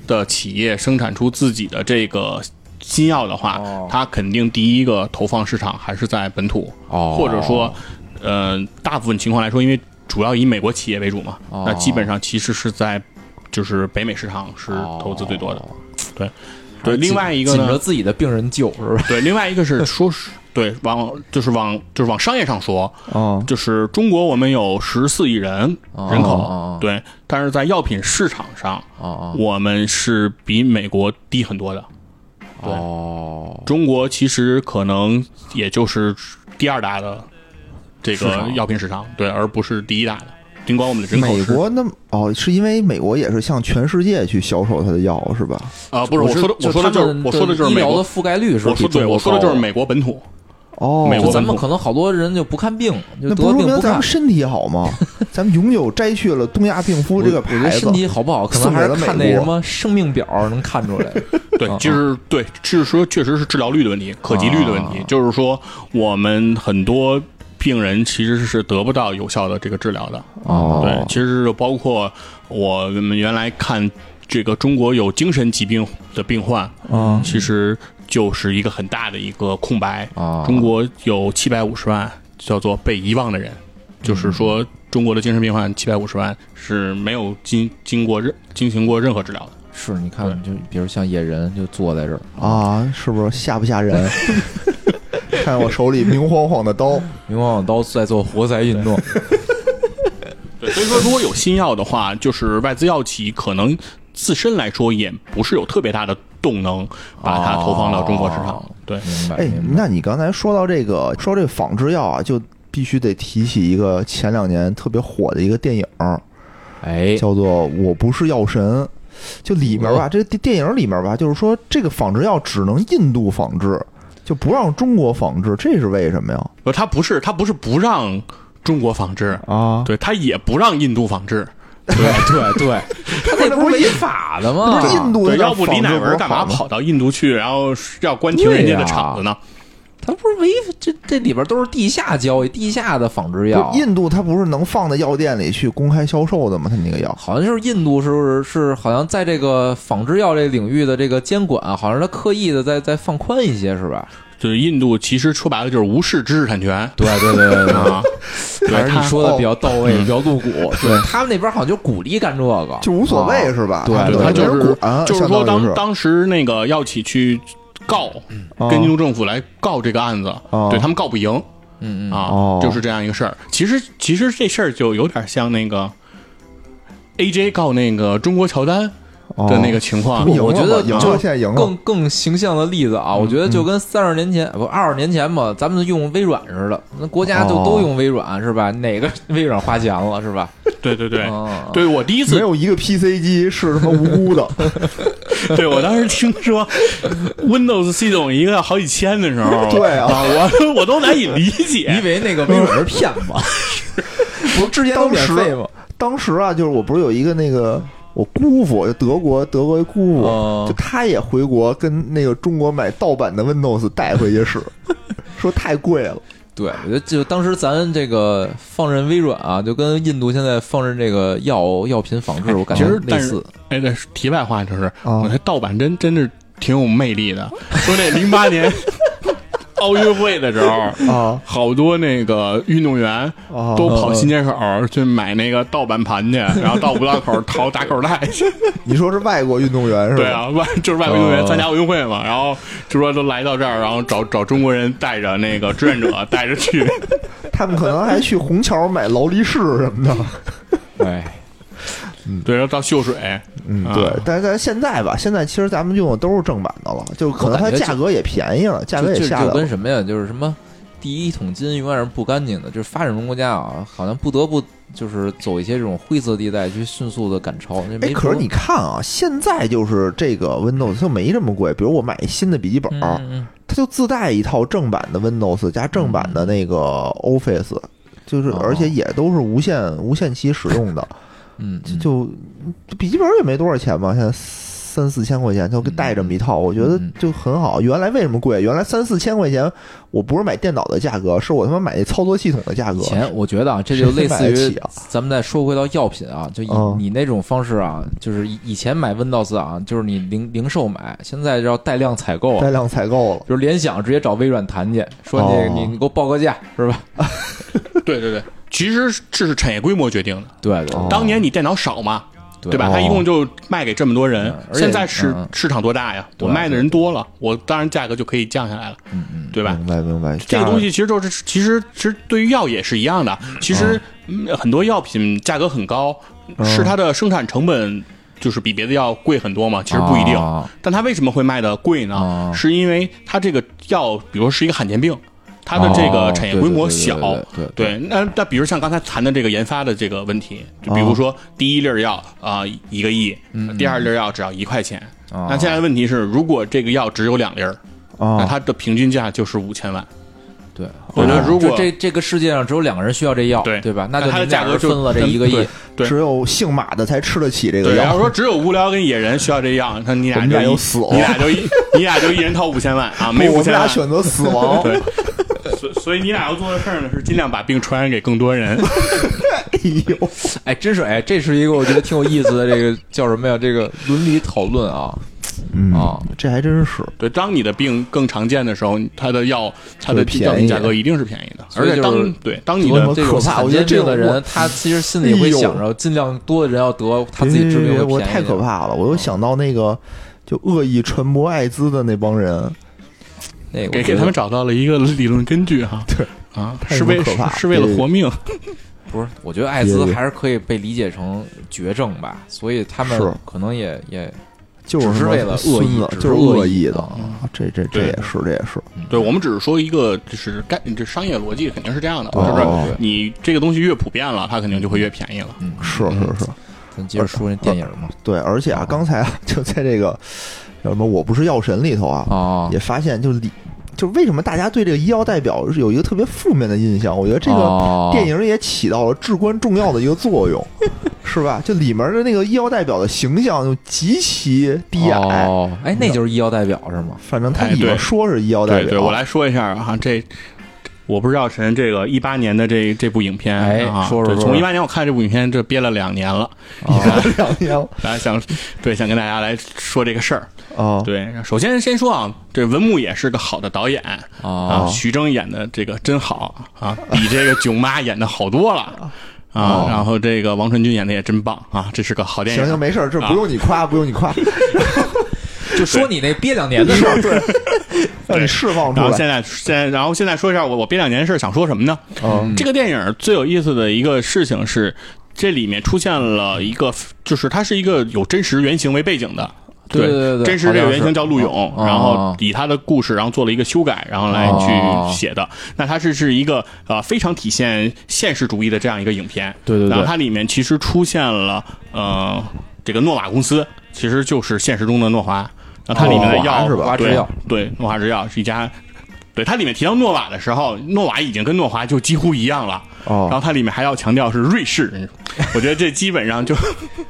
C: 的企业生产出自己的这个新药的话，
E: 哦
C: 它肯定第一个投放市场还是在本土，
B: 哦，
C: 或者说，呃，大部分情况来说，因为主要以美国企业为主嘛，
B: 哦
C: 那基本上其实是在就是北美市场是
B: 哦
C: 投资最多的。对，
B: 还
C: 对，
B: 是紧
C: 另外一个
B: 紧着
C: 呢，
B: 自己的病人救是吧？
C: 对，另外一个是说是。对，往就是往就是往商业上说，
A: 哦，
C: 就是中国我们有十四亿人
B: 哦
C: 人口，
B: 哦
C: 对，但是在药品市场上，
B: 哦
C: 我们是比美国低很多的。
B: 哦哦，
C: 中国其实可能也就是第二大的这
B: 市
C: 个
B: 场
C: 药品市场，对，而不是第一大的。尽管我们的人口
A: 美
C: 是
A: 国那么哦，是因为美国也是向全世界去销售它的药是吧？
C: 啊、不是我说的，我说的就是我说的就是
B: 医
C: 美
B: 疗的
C: 国，
B: 覆盖率是
C: 我说
B: 比中
C: 对，
B: 国
C: 我说的
B: 高
C: 就是美国本土。
A: 哦，
C: 美
B: 就
C: 国
B: 咱们
C: 本土
B: 可能好多人就不看病，
A: 那
B: 就得
A: 不说
B: 病
A: 明
B: 不
A: 咱
B: 看
A: 们。身体好 吗？咱们永久摘去了东亚病夫这个
B: 我我觉得
A: 牌子
B: 身。体好不好，可能
A: 送给
B: 还是
A: 了美
B: 看那
A: 国
B: 什么生命表能看出来。
C: 对
B: 啊，
C: 就
B: 啊
C: 是对，就是说确实是治疗率的问题，可及率的问题，
B: 啊
C: 就是说我们很多病人其实是得不到有效的这个治疗的。
B: 哦
C: 对，其实就包括我们原来看这个中国有精神疾病的病患，
A: 啊
B: 嗯
C: 其实就是一个很大的一个空白。
B: 啊，
C: 中国有七百五十万叫做被遗忘的人，
B: 嗯
C: 就是说中国的精神病患七百五十万是没有经经过任进行过任何治疗的。
B: 是你看，就比如像野人就坐在这儿，
A: 啊，是不是吓不吓 人？看我手里明晃晃的刀，
B: 明晃晃刀在做活塞运动，
C: 对，所以说如果有新药的话，就是外资药企可能自身来说也不是有特别大的动能把它投放到中国市场。
B: 哦
C: 对，
B: 明白？
A: 哎，
B: 明白
A: 那你刚才说到这个，说到这个仿制药啊，就必须得提起一个前两年特别火的一个电影，
B: 哎，
A: 叫做《我不是药神》。就里面吧，这个电影里面吧，就是说这个仿制药只能印度仿制，就不让中国仿制，这是为什么呀？
C: 不，它不是它不是不让中国仿制，
A: 啊，
C: 对，它也不让印度仿制。
B: 对对 对，他那不是违法的吗？
A: 那不是印度
C: 啊对，
A: 的
C: 要不李
A: 仿
C: 乃
A: 制
C: 文
A: 是
C: 干嘛
A: 好吗？
C: 跑到印度去，然后要关停人家的厂子呢？
B: 他不是违这这里边都是地下交易，地下的仿制药
A: 不。是印度它不是能放在药店里去公开销售的吗？它那个药，
B: 好像就是印度是不是是好像在这个仿制药这领域的这个监管，啊好像他刻意的在在放宽一些，是吧？
C: 就是印度其实说白了就是无视知识产权
B: 对对对对
C: 啊，
B: 还
C: 对
B: 是你
C: 他。
B: 说哦的比较到位，
C: 嗯
B: 比较露骨。对他们那边好像就鼓励干这 个，
A: 就无所谓
B: 啊
A: 是吧？
B: 对
C: 对，
B: 对
C: 他
A: 它
C: 就
A: 没
C: 是
A: 人管
C: 就是
A: 相
C: 说
A: 当于
C: 当当时那个药企去告，
A: 啊
C: 跟印度政府来告这个案子，
A: 哦
C: 对他们告不赢
B: 嗯嗯
C: 啊，
A: 哦
C: 就是这样一个事儿。其实其实这事儿就有点像那个 AJ 告那个中国乔丹的那个情况，
A: 哦不赢
B: 我
A: 了
B: 觉得
A: 吗赢了
B: 就
A: 现在赢了
B: 更更形象的例子啊，
A: 嗯
B: 我觉得就跟三十年前不二十年前吧，咱们用微软似的，那国家就
A: 哦
B: 都用微软是吧？哪个微软花钱了是吧？
C: 对对对。
B: 嗯，
C: 对，我第一
A: 没
C: 次，
A: 有一个 PC 机是他妈无辜的，
C: 对我当时听说 Windows 系统一个要好几千的时候，
A: 对啊
C: 我我都难以理
B: 你以
C: 解。
B: 为那个微软是骗子？不是之前都
A: 当
B: 免费
A: 时
B: 吗？
A: 当时啊，就是我不是有一个那个我姑父，就德国德国一姑父，
B: 哦
A: 就他也回国跟那个中国买盗版的 Windows 带回去使， 说太贵了。
B: 对，我觉得就当时咱这个放任微软啊，就跟印度现在放任这个药药品仿制，我感觉
C: 其实
B: 类
C: 但是
B: 似。哦
C: 哎，对，题外话就是，
A: 啊
C: 我觉得盗版真真是挺有魅力的。说那零八 年奥运会的时候，
B: 哦
A: 啊
C: 好多那个运动员
A: 啊！
C: 都跑新街口儿去买那个盗版盘去，然后到五道口儿淘打口袋去。
A: 你说是外国运动员是吧？
C: 对啊，外就是外国运动员
B: 哦
C: 参加奥运会嘛，然后就说都来到这儿，然后找找中国人带着那个志愿者带着 去。
A: 他们可能还去虹桥买劳力士什么 的。
B: 哎，
C: 对，然后到秀水，
A: 嗯，对。但是咱现在吧，现在其实咱们用的都是正版的了，就可能它
B: 我感觉就
A: 价格也便宜了，价格
B: 就
A: 也
B: 就
A: 下来
B: 就
A: 了
B: 跟。什么呀？就是什么第一桶金永远是不干净的，就是发展中国家啊，好像不得不就是走一些这种灰色地带去迅速的赶超。那
A: 哎，
B: 没辙
A: 可是你看啊，现在就是这个 Windows 它没这么贵。比如我买一新的笔记本，
B: 嗯嗯
A: 它就自带一套正版的 Windows 加正版
C: 嗯
A: 的那个 Office，就是
B: 哦
A: 而且也都是无限无限期使用的。
B: 嗯，嗯
A: 就就笔记本也没多少钱嘛，现在四三四千块钱，就给带这么一套，我觉得
B: 嗯
A: 就很好。原来为什么贵？原来三四千块钱，我不是买电脑的价格，是我他妈买那操作系统的价格
B: 以。前我觉得啊，这就类似
A: 谁买得
B: 于
A: 起啊
B: 咱们再说回到药品啊，就以
A: 嗯
B: 你那种方式啊，就是以以前买 Windows 啊，就是你零零售买，现在要带量采购啊
A: 带。量采购了，
B: 比如联想直接找微软谈去，说你
A: 哦
B: 你你给我报个价是吧？
C: 对对对，其实这是产业规模决定的。
B: 对对
A: 哦
C: 当年你电脑少嘛，
B: 对
C: 对吧？
A: 哦
C: 它一共就卖给这么多人
B: 嗯，而且
C: 现在市
B: 嗯
C: 市场多大呀？
B: 对啊嗯
C: 我卖的人多了，我当然价格就可以降下来了，对吧？
A: 明白明白。
C: 这个东西其实就是，其实其实对于药也是一样的。其实、嗯很多药品价格很高，
A: 嗯
C: 是它的生产成本就是比别的药贵很多嘛？其实不一定。
B: 啊
C: 但它为什么会卖的贵呢？
B: 啊
C: 是因为它这个药，比如说是一个罕见病，它的这
B: 哦
C: 个产业
B: 对
C: 规
B: 对
C: 模
B: 对对
C: 小。
B: 对
C: 对，那那比如像刚才谈的这个研发的这个问题，就比如
A: 哦
C: 说第一粒儿药啊、一个亿，
A: 嗯
C: 第二粒儿药只要一块钱。
A: 哦
B: 啊
C: 那现在问题是，如果这个药只有两粒儿，那
A: 啊，
C: 它的平均价就是五千万。
B: 对，哦
C: 我觉得如果
B: 就这这个世界上只有两个人需要这药，
C: 对
B: 对吧？那就
C: 那它的
B: 你们俩
C: 价格
B: 人
C: 就
B: 分了这
C: 跟
B: 一个亿
C: 对，对
A: 只有姓马的才吃得起这个
C: 对，要
A: 药。
C: 说只有无聊跟野人需要这样，那你
A: 我
C: 俩
A: 们
C: 就
A: 俩
C: 一
A: 又死了
C: 你俩就一你俩就一人掏五千万 啊，没
A: 不我
C: 五
A: 们
C: 千
A: 俩
C: 万。
A: 选择死亡。
C: 对， 所所以你俩要做的事儿呢，是尽量把病传染给更多人。
A: 哎呦，
B: 哎，真是哎，这是一个我觉得挺有意思的这个叫什么呀？这个伦理讨论啊，啊
A: 嗯，这还真是。
C: 对，当你的病更常见的时候，它的药它
A: 就
C: 的
A: 便宜
C: 药品价格一定是便宜的，
B: 所
C: 而
B: 以
C: 且
B: 就是
C: 当对当你
A: 多么
C: 的
A: 可
B: 这种
A: 怕
B: 罕
A: 我觉得
B: 见
A: 这
B: 病的
A: 种我
B: 人，他其实心里
A: 哎
B: 会
A: 呦
B: 想着尽量多的人要得，他自己
A: 别
B: 治病
A: 别
B: 会
A: 别我
B: 便宜嗯
A: 太可
B: 点。
A: 怕了！我又想到那个就恶意传播艾滋的那帮人，
B: 那个我
C: 给
B: 觉
C: 给
B: 得
C: 他们找到了一个理论根 据哈。对啊，
A: 太
C: 是为
A: 可
C: 是
A: 怕
C: 是为了活命。
B: 不是，我觉得艾滋
A: 别
B: 还是可以被理解成绝症吧，所以他
A: 是
B: 们可能也也
A: 就
B: 只是
A: 他妈
B: 为了恶
A: 孙
B: 意
A: 子，
B: 只是
A: 就是
B: 恶
A: 恶
B: 意
A: 意的
B: 嗯
A: 啊！这这这
C: 对
A: 也是，这也是
C: 对我们只是说一个，就是概这商业逻辑肯定是这样的，
A: 对
C: 就是
A: 对
B: 哦对
C: 你这个东西越普遍了，它肯定就会越便宜了。
B: 嗯，
A: 是
B: 嗯
A: 是是，
B: 咱接着说那电影嘛，
A: 对。而且啊，刚才啊 就在这个叫什么“我不是药神”里头啊，
B: 啊
A: 也发现就里就为什么大家对这个医药代表是有一个特别负面的印象？我觉得这个
B: 个
A: 电影也起到了至关重要的一个作 用，是吧？就里面的那个医药代表的形象就极其低矮。
B: 哦，哎，那就是医药代表是吗？
A: 反正它
C: 哎
A: 里面
C: 对
A: 说是医药代
C: 对
A: 表，
C: 对，我来说一下啊，这我不是药神这个一八年的这这部影片，
B: 哎
C: 啊、
B: 说说
C: 对
B: 说
C: 从一八年我看这部影片，这憋了两年了，
B: 啊
A: 两年了
C: 大家想对想跟大家来说这个事儿。
B: 哦
A: 啊，
C: 对，首先先说啊，这文牧野是个好的导演
B: 啊
A: 哦
C: 啊，徐峥演的这个真好啊，比这个囧妈演的好多了。啊
B: 哦，
C: 然后这个王传君演的也真棒啊，这是啊个好电
A: 行行，
C: 影。
A: 没事儿，这不用你夸，不用你夸，
B: 就说你那憋两年的事 儿，对，
A: 让你释放出
C: 然后
A: 来。
C: 现在现在，然后现在说一下我我憋两年的事儿想说什么呢？
A: 嗯
C: 这个电影最有意思的一个事情是，这里面出现了一个，就是它是一个有真实原型为背景的。
B: 对对对
C: 真实这个原型叫陆勇，
B: 好像是
C: 然
B: 哦
C: 后以他的故事，然后做了一个修改，然后来
B: 哦
C: 去写的。那它是是一个呃非常体现现实主义的这样一个影片。
B: 对对对
C: 然后它里面其实出现了呃这个诺瓦公司，其实就是现实中的诺华。那它里面的
A: 哦
C: 药
A: 是吧
B: 华制
C: 对
B: 药
C: 对，诺华制药是一家。对它里面提到诺瓦的时候，诺瓦已经跟诺华就几乎一样了。然
A: 哦
C: 后它里面还要强调是瑞
B: 哎
C: 士，我觉得这基本上就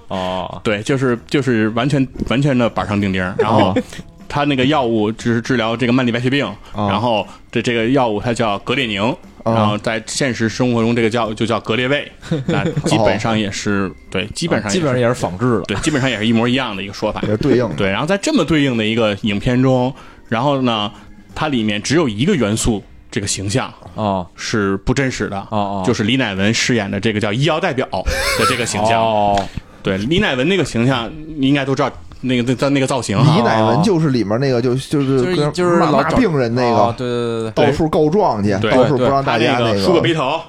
B: 哦
C: 对，就是就是完全完全的板上钉钉。然后
B: 哦
C: 它那个药物就是治疗这个慢粒白血病，
A: 哦
C: 然后这这个药物它叫格列宁。
B: 哦
C: 然后在现实生活中，这个叫就叫格 列卫，那基本上也是对，基本上
B: 哦
C: 也
B: 基
C: 是
B: 本上也是仿制的，
C: 对，基本上也是一模一样的一个说法
A: 也。是对应的。
C: 对，然后在这么对应的一个影片中，然后呢，它里面只有一个元素，这个形象
B: 哦
C: 是不真实的
B: 哦哦
C: 就是李乃文饰演的这个叫医药代表的这个形象。
B: 哦，
C: 对，李乃文那个形象，你应该都知道，那个那那那个造型
A: 李
C: 哈。
A: 乃文就是里面那个，就就是
B: 就是
A: 跟
B: 就是
A: 骂
B: 老
A: 骂
B: 找
A: 病人那
B: 哦
A: 个，
B: 对对对对
A: 到
C: 对
A: 处告状去，
C: 对
A: 到处不让
C: 他
A: 大
C: 这
A: 家那
C: 梳个背头，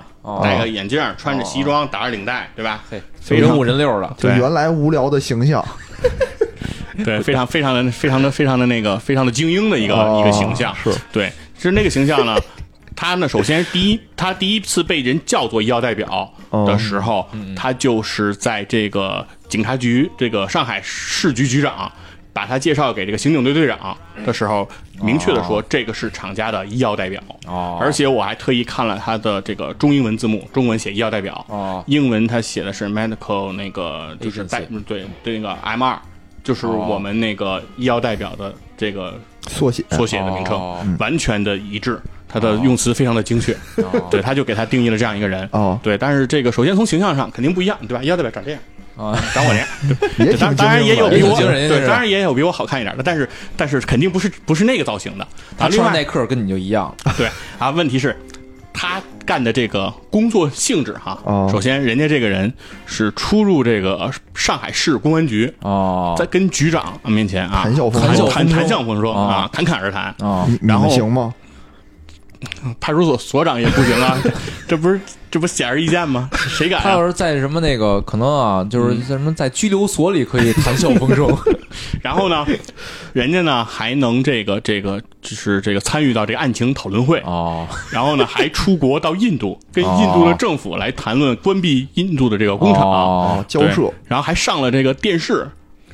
C: 戴个
B: 哦
C: 眼镜，穿着西装，打着领带，对吧？
B: 嘿，非人五人六的，
A: 就
C: 对
A: 原来无聊的形象。
C: 对，非常非常的非常的非常的那个非常的精英的一个
A: 哦
C: 一个形象。
A: 是
C: 对，其实那个形象呢，他呢，首先第一，他第一次被人叫做医药代表
A: 哦
C: 的时候，他就是在这个警察局，这个上海市局局长把他介绍给这个刑警队队长的时候，明确的
A: 哦
C: 说这个是厂家的医药代表。
B: 哦
C: 而且我还特意看了他的这个中英文字幕，中文写医药代表，
B: 哦
C: 英文他写的是 medical 那个就是
B: Agency 哦
C: 代对对那个 M 二。就是我们那个医药代表的这个
A: 缩写
C: 缩写的名称，
B: 哦
C: 完全的一致，它的用词非常的精确。
B: 哦
C: 对，他就给他定义了这样一个人。
A: 哦，
C: 对，但是这个首先从形象上肯定不一样，对吧？医药代表长 这样，
B: 啊，
C: 长我这样，
A: 也
C: 对
A: 挺
C: 当当然也有
B: 也
C: 比
B: 挺
C: 我
B: 精神
C: 对
B: 是，
C: 当然也有比我好看一点的，但是但是肯定不是不是那个造型的。啊，
B: 他
C: 另
B: 穿
C: 外
B: 耐克跟你就一样，
C: 对啊，问题是，他干的这个工作性质哈，
A: 哦
C: 首先人家这个人是出入这个呃上海市公安局，
B: 哦
C: 在跟局长面前啊，
A: 谈笑风
C: 谈
B: 生
C: 谈谈笑风生
B: 哦
C: 啊，侃侃而谈。
B: 哦，
A: 你你
C: 然后
A: 们行吗？
C: 派出所所长也不行啊， 这不是这不显而易见吗？谁敢
B: 他要
C: 啊？
B: 是在什么那个，可能啊，就是在什么在拘留所里可以谈笑风生，
C: 然后呢，人家呢还能这个这个就是这个参与到这个案情讨论会，
B: 哦，
C: 然后呢还出国到印度跟印度的政府来谈论关闭印度的这个工厂。啊
B: 哦，
A: 交涉
C: 对，然后还上了这个电视，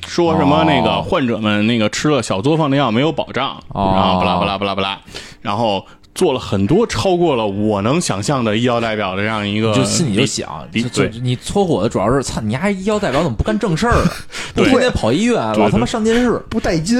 C: 说什么那个
B: 哦
C: 患者们那个吃了小作坊的药没有保障，
B: 哦
C: 然后巴拉巴拉巴拉巴拉，然后做了很多超过了我能想象的医药代表的这样一个
B: 你
C: 理，
B: 就心里就想，
C: 理
B: 就就
C: 对
B: 你搓火的主要是，操，你还医药代表怎么不干正事儿啊？
C: 对
B: 天天跑医院，
C: 对
B: 老他妈上电视。
A: 不带劲，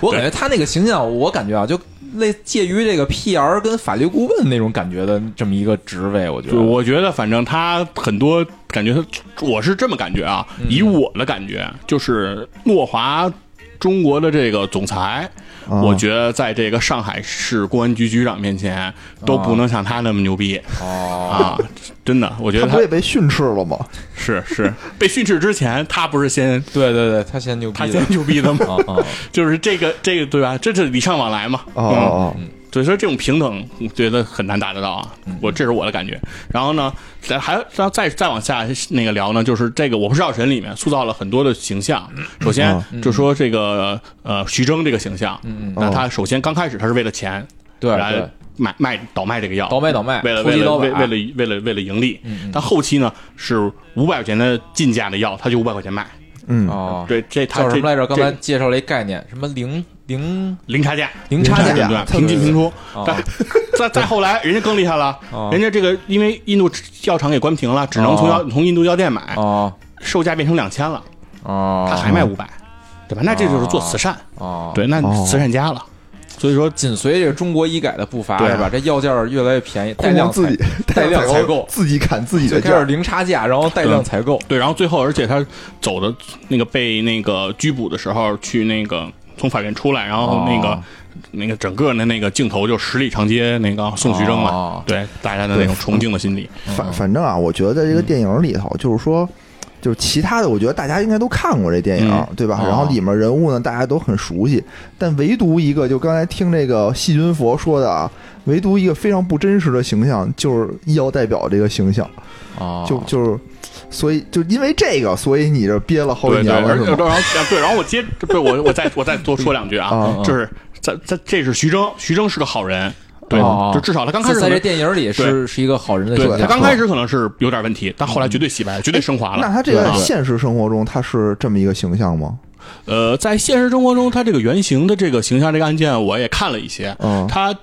B: 我感觉他那个形象，我感觉啊，就类介于这个 PR 跟法律顾问那种感觉的这么一个职位，我觉
C: 对，
B: 得。
C: 我觉得反正他很多感觉他，我是这么感觉啊，
B: 嗯
C: 以我的感觉就是诺华。中国的这个总裁，
B: 嗯
A: 啊
C: 我觉得在这个上海市公安局局长面前都不能像他那么牛逼
B: 嗯哦，
C: 啊！真的，我觉
A: 他
C: 得
A: 不也被训斥了吗？
C: 是是， 被训斥之前，他不是先
B: 对对对，他先牛
C: 他
B: 逼的
C: 先。牛逼的吗？
B: 啊啊！
C: 就是这个这个对吧？这是礼尚往来嘛。
A: 哦哦
C: 嗯，所以说这种平等，我觉得很难达得到啊。
B: 嗯
C: 我这是我的感觉。然后呢，再还再再再往下那个聊呢，就是这个《我不是药神》里面塑造了很多的形象。
B: 嗯
C: 首先就说这个呃徐峥这个形象，那他首先刚开始他是为了
B: 嗯
C: 钱
B: 哦对对
C: 来，买卖倒卖这个药，
B: 倒卖倒卖，
C: 为了
B: 投
C: 为
B: 机
C: 了
B: 倒
C: 为
B: 把
C: 为了为了为了盈利，
B: 嗯
C: 但后期呢是五百块钱的进价的药，他就五百块钱卖。
A: 哦，嗯，
B: 哦，
C: 对，这他
B: 叫什么来着？
C: 这
B: 刚才介绍了一概念，什么零零
C: 这零差价，
B: 零差
A: 零差
B: 价
A: 价
C: 对吧，
A: 特
C: 平
A: 别
C: 进平出
B: 哦。
C: 但再再后来，人家更厉害了
B: 哦，
C: 人家这个因为印度药厂给关停了，只能从药从印度药店买，
B: 哦
C: 售价变成两千了，
B: 哦，
C: 他还卖五百，对吧？那这就是做慈善，
B: 哦，
C: 对，那
A: 哦
C: 慈善家了。所以说，
B: 紧随着中国医改的步伐，
C: 对啊
B: 是吧？这药价越来越便宜，带
A: 控
B: 量
A: 制自己
B: 采带量采购，
A: 自己砍自己
B: 最
A: 的
B: 开始
A: 价，
B: 零差价，然后带量采购。
C: 对，然后最后，而且他走的那个被那个拘捕的时候，去那个从法院出来，然后那个
B: 哦
C: 那个整个的那个镜头就十里长街那个送徐峥嘛
B: 哦，
C: 对大家的那种崇敬的心理。
A: 反反正啊，我觉得在这个电影里头，就是说，就是其他的，我觉得大家应该都看过这电影，
C: 嗯
A: 对吧？
B: 哦
A: 然后里面人物呢，大家都很熟悉，但唯独一个，就刚才听这个细菌佛说的啊，唯独一个非常不真实的形象，就是医药代表这个形象，
C: 啊
B: 哦，
A: 就就是，所以就因为这个，所以你这憋了好几
C: 对对，
A: 年了，
C: 而
A: 是
C: 且
A: 吗？
C: 然后呃对，然后我接对我我再我再多说两句啊
A: 啊，
B: 嗯
C: 就是在在这是徐峥，徐峥是个好人，对
B: 哦，
A: 啊
C: 就至少他刚开
B: 在
C: 始
B: 在
C: 可
B: 这
C: 能
B: 电影里是是一个好人的形
C: 对
B: 象，
C: 他刚开始可能是有点问题，但
A: 嗯
C: 后来绝对洗白，绝对升华了。
A: 哎那他这个
C: 啊
A: 在现实生活中，他是这么一个形象吗？
C: 呃，在现实生活中，他这个原型的这个形象这个案件，我也看了一些，
A: 嗯
C: 他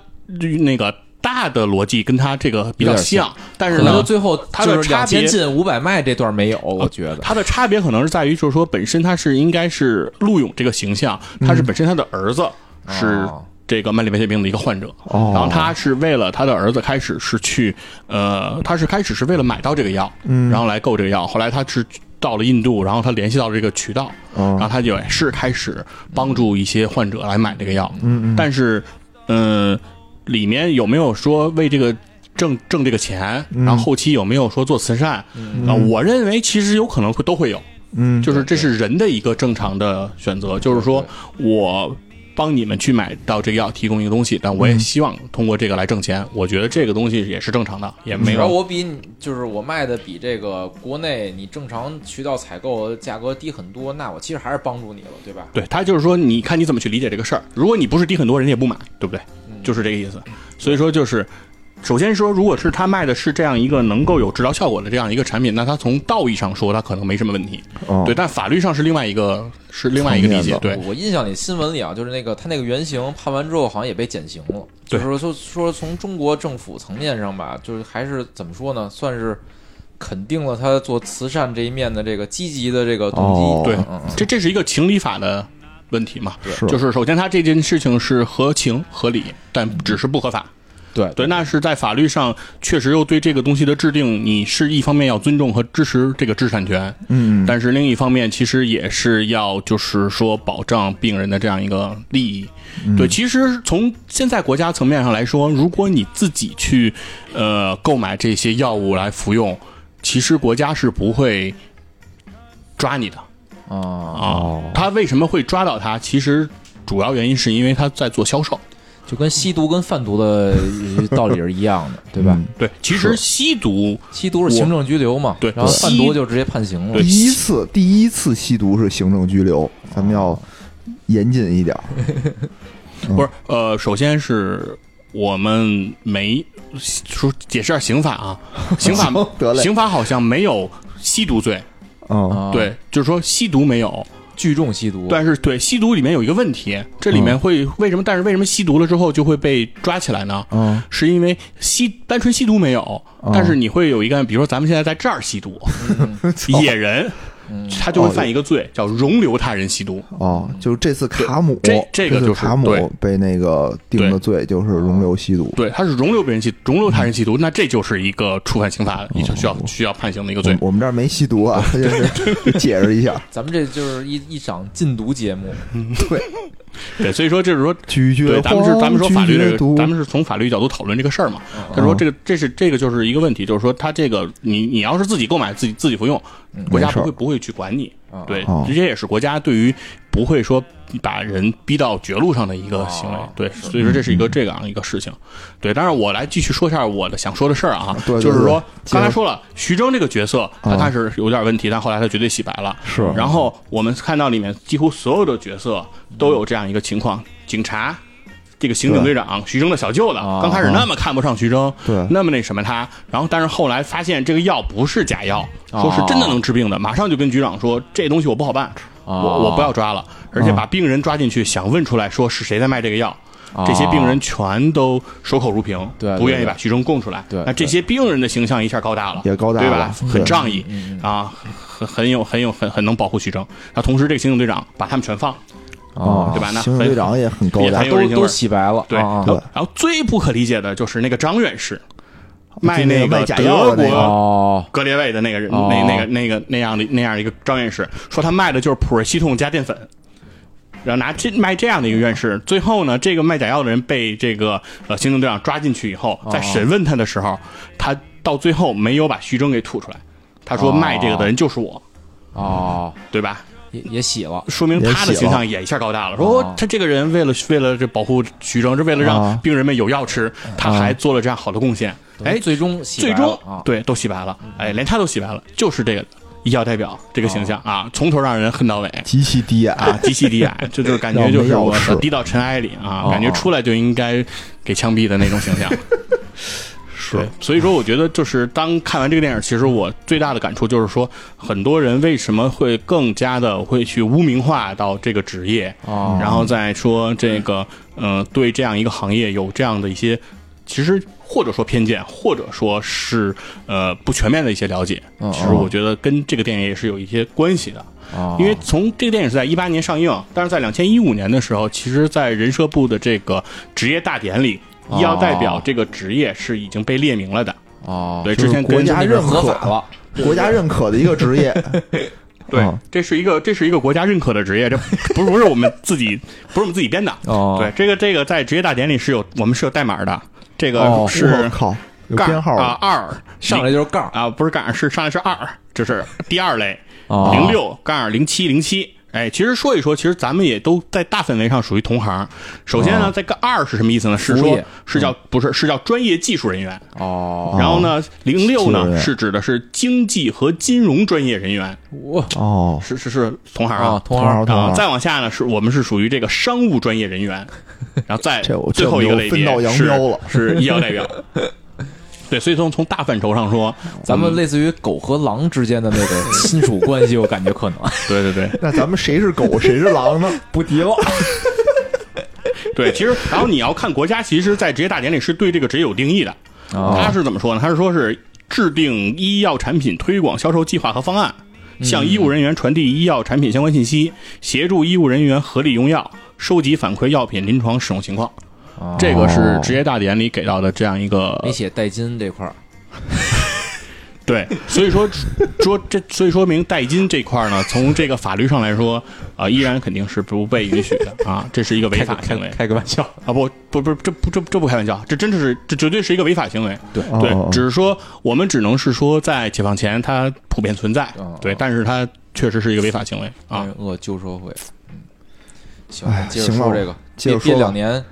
C: 那个大的逻辑跟他这个比较
B: 有点
C: 像
B: 像，
C: 但嗯是
B: 可能
C: 呢
B: 到，最后
C: 他的
B: 就是
C: 差
B: 两
C: 别
B: 千进五百迈这段没有，我觉得
C: 它的差别可能是在于，就是说本身他是应该是陆勇这个形象，他
A: 嗯
C: 是本身他的儿子是
B: 哦
C: 这个慢性白血病的一个患者，
A: 哦
C: 然后他是为了他的儿子开始是去呃，他是开始是为了买到这个药，
A: 嗯
C: 然后来购这个药，后来他是。到了印度，然后他联系到了这个渠道，
A: 哦
C: 然后他也是开始帮助一些患者来买这个药。
A: 嗯嗯
C: 但是，嗯、里面有没有说为这个挣挣这个钱，
A: 嗯
C: 然后后期有没有说做慈善？
B: 嗯
C: 啊，
A: 嗯
C: 我认为其实有可能会都会有，
A: 嗯，
C: 就是这是人的一个正常的选择，就是说我帮你们去买到这个药，提供一个东西，但我
A: 嗯
C: 也希望通过这个来挣钱，我觉得这个东西也是正常的，也没
B: 然后
C: 有。
B: 我比你就是我卖的比这个国内你正常渠道采购的价格低很多，那我其实还是帮助你了，对吧？
C: 对他就是说，你看你怎么去理解这个事儿。如果你不是低很多，人家也不买，对不对？
B: 嗯
C: 就是这个意思。所以说，就是首先说，如果是他卖的是这样一个能够有治疗效果的这样一个产品，那他从道义上说，他可能没什么问题。
A: 哦
C: 对，但法律上是另外一个是另外一个理
A: 层面
C: 解。
A: 的哦
C: 对，
B: 我我印象里新闻里啊，就是那个他那个原型判完之后，好像也被减刑了。就
C: 对
B: 是说说说从中国政府层面上吧，就是还是怎么说呢，算是肯定了他做慈善这一面的这个积极的这个动机。
A: 哦
C: 对
B: 嗯嗯嗯
C: 这这是一个情理法的问题嘛？
A: 是
C: 就是首先他这件事情是合情合理，但只是不合法。
B: 嗯对
C: 对，那是在法律上确实又对这个东西的制定，你是一方面要尊重和支持这个知识产权，
A: 嗯，
C: 但是另一方面其实也是要就是说保障病人的这样一个利益。
B: 嗯
C: 对，其实从现在国家层面上来说，如果你自己去呃购买这些药物来服用，其实国家是不会抓你的。
B: 啊，
A: 哦
C: 啊，他为什么会抓到他？其实主要原因是因为他在做销售。
B: 就跟吸毒跟贩毒的呃道理是一样的，对吧？
A: 嗯
C: 对，其实吸毒，
B: 吸毒是行政拘留嘛，
C: 对
B: 然后贩
C: 吸
B: 毒就直接判刑了
C: 对。
A: 第一次第一次吸毒是行政拘留，咱们要严谨一点儿。嗯
C: 不是呃，首先是我们没说解释下刑 法啊，刑法
A: 行得嘞
C: 刑法好像没有吸毒罪，
A: 嗯，
B: 啊，
C: 对，就是说吸毒没有，
B: 聚众吸毒，
C: 但是对吸毒里面有一个问题，这里面
A: 嗯
C: 会为什么？但是为什么吸毒了之后就会被抓起来呢？
A: 嗯，
C: 是因为吸单纯吸毒没有，但是你会有一个，比如说咱们现在在这儿吸毒，
A: 嗯
C: 野人，他就会犯一个罪，叫容留他人吸毒。
A: 哦，就是这次卡姆，
C: 这这个
A: 次
C: 就是
A: 卡姆
C: 对
A: 被那个定的罪就是容留吸毒。
C: 对，他是容留别人吸，容留他人吸毒，那这就是一个触犯刑法的，也就需
A: 哦
C: 要需要判刑的一个罪
A: 我。我们这儿没吸毒啊，他 就是解释一下，
B: 咱们这就是一一场禁毒节目，
C: 对，所以说就是说，
A: 拒绝
C: 对，咱们是
A: 黄
C: 咱们说法律
A: 拒
C: 这
A: 绝
C: 个，
A: 毒
C: 咱们是从法律角度讨论这个事儿嘛。
A: 嗯
C: 他说这个这是这个就是一个问题，就是说他这个你你要是自己购买自己自己服用，国家
A: 嗯没事
C: 不
A: 儿
C: 会不会去管你
B: 啊。
C: 对
A: 啊，
C: 这也是国家对于不会说把人逼到绝路上的一个行为
A: 哦
B: 啊。
C: 对，所以说这是一
A: 嗯
C: 个这样一个事情。对，当然我来继续说一下我的想说的事儿啊，
A: 对对
C: 就是说
A: 对
C: 刚才
A: 接着
C: 说了徐峥这个角色，他
A: 啊
C: 开始有点问题，但后来他绝对洗白了。
A: 是
C: 然后我们看到里面几乎所有的角色都有这样一个情
A: 嗯
C: 况：警察、这个刑警队长、徐峥的小舅子
B: 啊，
C: 刚开始那么看不上徐峥，
A: 对
C: 那么那什么他，然后但是后来发现这个药不是假药，
A: 啊
C: 说是真的能治病的，马上就跟局长说这东西我不好办，我我不要
A: 啊
C: 抓了，而且把病人抓进去，想问出来说是谁在卖这个药。
B: 啊
A: 哦
C: 这些病人全都守口如瓶，
B: 对
C: 不愿意
B: 对
C: 把徐峥供出来。
B: 对
C: 那这
B: 对
C: 些病人的形象一下高大了，
A: 也高大
C: 对
A: 了嗯
C: 吧？很
A: 对
C: 仗义啊，很很有很有很很能保护徐峥。那同时，这个刑警队长把他们全放，
A: 啊，
C: 对吧那
A: 刑警队长也很高
C: 也
A: 大
C: 很，有
B: 都
C: 人情味
B: 都
C: 儿
B: 洗白了，
C: 对，
A: 哦
B: 啊
C: 然后然后最不可理解的就是那个张院士卖
A: 就那个
C: 个
A: 卖假药
C: 德
A: 的那个
C: 国
B: 哦，
C: 格列卫的那个人，
B: 哦
C: 那那个那个那样的那样的一个张院士，说他卖的就是普瑞西痛加淀粉，然后拿这卖这样的一个院士，最后呢，这个卖假药的人被这个呃行政队长抓进去以后，
B: 哦
C: 在审问他的时候，他到最后没有把徐峥给吐出来，他说
B: 哦
C: 卖这个的人就是我，
B: 哦，
C: 对吧？
B: 也也洗了，
C: 说明他的形象也一下高大了。说
B: 哦
C: 他这个人为了为了这保护徐峥，是为了让
A: 啊
C: 病人们有药吃，
B: 哦
C: 他还做了这样好的贡献。哎，
B: 最终洗白
C: 最
B: 了
C: 终
B: 啊，
C: 对都洗白了，哎，连他都洗白了，就是这个医药代表这个形象
B: 哦
C: 啊，从头让人恨到尾
A: 极其低
C: 啊
A: 矮，，
C: 极其低矮，这就是感觉就是
A: 让我
C: 我
A: 们要
C: 操
A: 是
C: 低到尘埃里啊
B: 哦，
C: 感觉出来就应该给枪毙的那种形象。
A: 是
C: 对，所以说我觉得就是当看完这个电影，其实我最大的感触就是说，很多人为什么会更加的会去污名化到这个职业，
B: 啊，
C: 然后再说这个，嗯、对这样一个行业有这样的一些，其实或者说偏见，或者说是呃不全面的一些了解。
B: 嗯
C: 其实我觉得跟这个电影也是有一些关系的，
B: 啊
C: 因为从这个电影是在一八年上映，但是在两千一五年的时候，其实，在人社部的这个职业大典里，医药代表这个职业是已经被列明了的。
B: 哦，
C: 对，
A: 就
C: 之
A: 是
C: 前
A: 国
C: 跟
A: 家认
B: 合
A: 可
B: 法了，
A: 国家认可的一个职业，
C: 对
A: 嗯，
C: 这是一个这是一个国家认可的职业，这不是不是我们自己 不是我们自己编的。
B: 哦
C: 对，这个这个在职业大典里是有我们是有代码的，这个
B: 哦
A: 我
C: 是
A: 靠，有
C: 杠
A: 编号的
C: 啊二
B: 上来
C: 零
B: 就是杠
C: 啊不是杠是上来是二，这是第二类
B: 哦
C: 零六杠零七零七。哎，其实说一说，其实咱们也都在大范围上属于同行。首先呢，这个二是什么意思呢？是
B: 哦服务
C: 说
B: 业嗯
C: 是叫不是是叫专业技术人员，
B: 哦，
C: 然后呢，零六
A: 技术人
C: 呢
A: 员
C: 是指的是经济和金融专业人员，
B: 我
A: 哦，
C: 是是是同行
B: 啊，
A: 同
B: 同行
A: 行同
C: 啊，
A: 行，
C: 再往下呢，是我们是属于这个商务专业人 员，然后再
A: 这我
C: 最后一个类别
A: 这我们就
C: 是
A: 分道扬镳了
C: 是医药代 表。对，所以从从大范畴上说，
B: 咱们类似于狗和狼之间的那个亲属关系，我感觉 可能
C: 对对对
A: 那咱们谁是狗谁是狼呢？
B: 不敌了。
C: 对，其实然后你要看国家，其实，在职业大典里是对这个职业有定义的。
B: 哦
C: 他是怎么说呢？他是说是制定医药产品推广销售计划和方案，
A: 嗯
C: 向医务人员传递医药产品相关信息，协助医务人员合理用药，收集反馈药品临床使用情况。
B: 哦
C: 这个是职业大典里给到的这样一个
B: 没写带金这块儿，
C: 对，所以说说这，所以说明代金这块儿呢，从这个法律上来说，啊、依然肯定是不被允许的啊，这是一个违
B: 开
C: 法
B: 个
C: 行
B: 开
C: 为
B: 开个玩笑，
C: 啊！不不不，这不这这不开玩笑，这真的是这绝对是一个违法行为。
A: 哦
C: 对
A: 哦，
C: 只是说我们只能是说在解放前它普遍存在
B: 哦，
C: 对，但是它确实是一个违法行为啊。
B: 万恶旧社会。嗯，
A: 哎
B: 行，接着
A: 行吧
B: 说这个，
A: 接着
B: 憋
A: 说
B: 憋
A: 吧
B: 两年，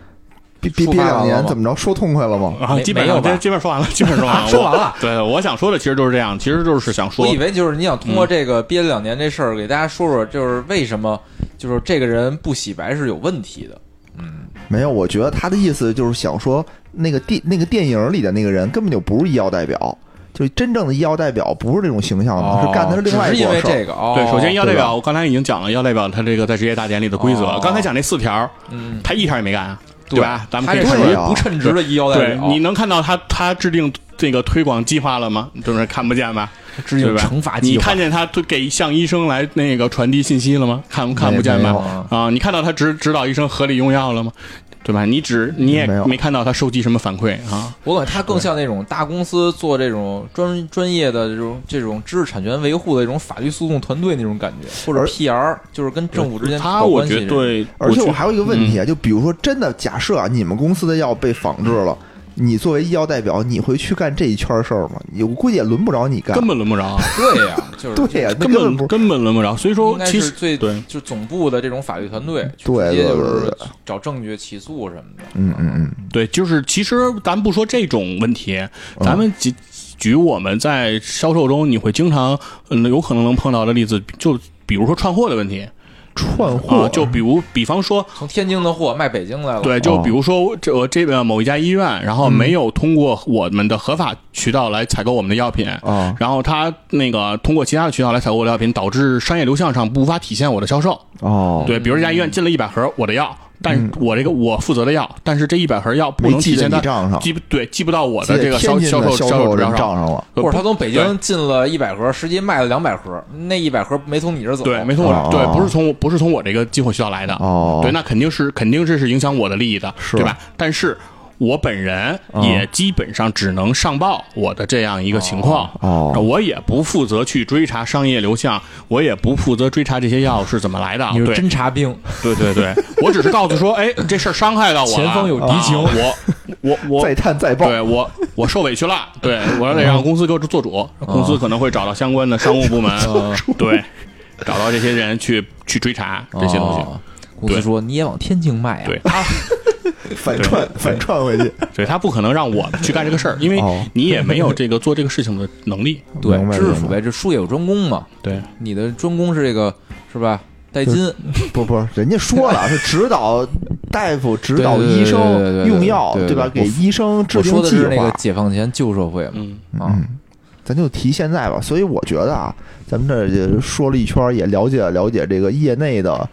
A: 憋憋
B: 触
A: 憋
B: 发
A: 两
B: 了
A: 年
B: 吗
A: 怎么着？说痛快了吗？
C: 啊，
B: 没
C: 基本
B: 没有
C: 上
B: 吧
C: 这基本上说完了，基本上说完了。
B: 说完了
C: 我。对，我想说的其实就是这样，其实就是想说
E: 我以为就是你想通过这个憋了两年这事儿，给大家说说，就是为什么就是这个人不洗白是有问题的。
A: 没有，我觉得他的意思就是想说，那个电那个电影里的那个人根本就不是医药代表，就真正的医药代表不是这种形象的，是干哦的是另外
E: 只
A: 一
E: 是因
A: 桩
E: 为
A: 事儿。
E: 这个哦。
C: 对，首先要代
A: 对吧
C: 表，我刚才已经讲了，要代表他这个在职业大典里的规则
B: 哦。
C: 刚才讲那四条，
E: 嗯，
C: 他一条也没干啊，
B: 对
C: 吧？咱们
E: 他
C: 可以
E: 这属
A: 对
C: 看出
E: 于
A: 啊
E: 不称职的医药代
C: 对，
A: 哦
B: 啊
E: 表，
C: 你能看到他他制定这个推广计划了吗？就是看不见吧？
B: 制定
C: 对吧
B: 惩罚计
C: 你
B: 划
C: 看，见他对给向医生来那个传递信息了吗？看看不见
A: 没
C: 吧
A: 有？
B: 啊
C: 啊，你看到他指指导医生合理用药了吗？对吧？你只你也
A: 没有
C: 没看到他收集什么反馈啊？
B: 我感觉他更像那种大公司做这种专专业的这种这种知识产权维护的这种法律诉讼团队那种感觉，或者
A: 而
B: PR，就是跟政府之间
C: 他
B: 搞
C: 我
B: 关系
C: 觉
B: 这
C: 得嗯
B: 种
C: 对，
A: 而且我
C: 我觉
A: 还有一个问题啊，就比如说，真的假设啊，你们公司的药被仿制了，你作为医药代表，你会去干这一圈事儿吗？你我估计也轮不着你干。
C: 根本轮不着啊，
B: 对呀，就是
A: 对呀、 那
C: 根
A: 本不
C: 本根本轮不着。所以
B: 应
C: 说，
B: 该
C: 其
B: 是
C: 实
B: 最
C: 对
B: 就总部的这种法律团队，去
A: 对
B: 直接就
A: 对对
B: 是
A: 对
B: 找证据起诉什么的。
A: 嗯嗯嗯，
C: 对，就是其实咱不说这种问题，咱们举举我们在销售中你会经常嗯有可能能碰到的例子，就比如说串货的问题
A: 串货、
C: 啊，就比如比方说
B: 从天津的货卖北京来了，
C: 对，
A: 哦
C: 就比如说这我这个某一家医院，然
A: 嗯
C: 后没有通过我们的合法渠道来采购我们的药品，
A: 啊
C: 然后他那个通过其他的渠道来采购我的药品，导致商业流向上无法体现我的销售。
A: 哦，嗯
C: 对，比如这家医院进了一百盒我的药，但是我这个我负责的药，但是这一百盒药不
A: 没
C: 能体
A: 记在
C: 现
A: 你
C: 它
A: 账上，
C: 记不对记不到我的
A: 记在
C: 这个销
A: 啊天津
C: 销
A: 的
C: 售
A: 销
C: 售
A: 人
C: 指
A: 账
C: 标上，
A: 上了。
C: 呃
E: 或者他从北
C: 对
E: 京进了一百盒，实际卖了两百盒，那一百盒没从你这儿走，
C: 对没从我
A: 哦
C: 这对不是从我不是从我这个进货渠道来的，
A: 哦，
C: 对，那肯定是肯定这是影响我的利益的，
A: 是嗯
C: 对吧？但是我本人也基本上只能上报我的这样一个情况。
A: 哦
C: 我也不负责去追查商业流向，我也不负责追查这些药是怎么来的。
B: 你是
C: 对
B: 侦察兵，
C: 对对对，我只是告诉说，哎，这事儿伤害到我了，
B: 前方有敌情
C: 啊我 我我
A: 再探再报，
C: 对我我受委屈了，对我
A: 嗯
C: 得让公司给我做主，公司可能会找到相关的商务部
A: 嗯
C: 门，对，找到这些人去去追查这些东西。
B: 哦公司说你也往天津卖啊？
C: 对， 他
A: 反
C: 对
A: 串反串回去。
C: 对他不可能让我去干这个事儿，因为
A: 哦
C: 你也没有这个做这个事情的能力。
B: 对
A: 明，白
B: 知识
A: 明
B: 储
A: 白
B: 备，这术业有专攻嘛。
C: 对，
B: 你的专攻是这个是吧？带金，
A: 不不，人家说 了是指导大夫、指导
B: 对对
A: 医
B: 对对对
A: 生
B: 对
A: 用药，
B: 对对
A: 吧？
B: 对
A: 给医生制
B: 我说
A: 定
B: 的
A: 计
B: 是那个
A: 划。
B: 解放前旧社会嘛。
C: 嗯，
B: 啊，
A: 嗯，咱就提现在吧。所以我觉得啊，咱们这也说了一圈儿，也了解了解这个业内的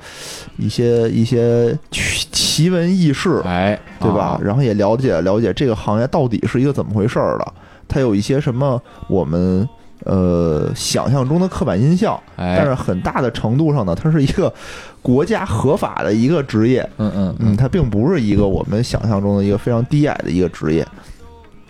A: 一些一些奇奇闻异事，
B: 哎，
A: 对吧
B: 啊？？
A: 然后也了解了解这个行业到底是一个怎么回事儿的，它有一些什么我们呃想象中的刻板印象。但
B: 哎，
A: 是很大的程度上呢，它是一个国家合法的一个职业，
B: 嗯嗯
A: 嗯，，它并不是一个我们想象中的一个非常低矮的一个职业。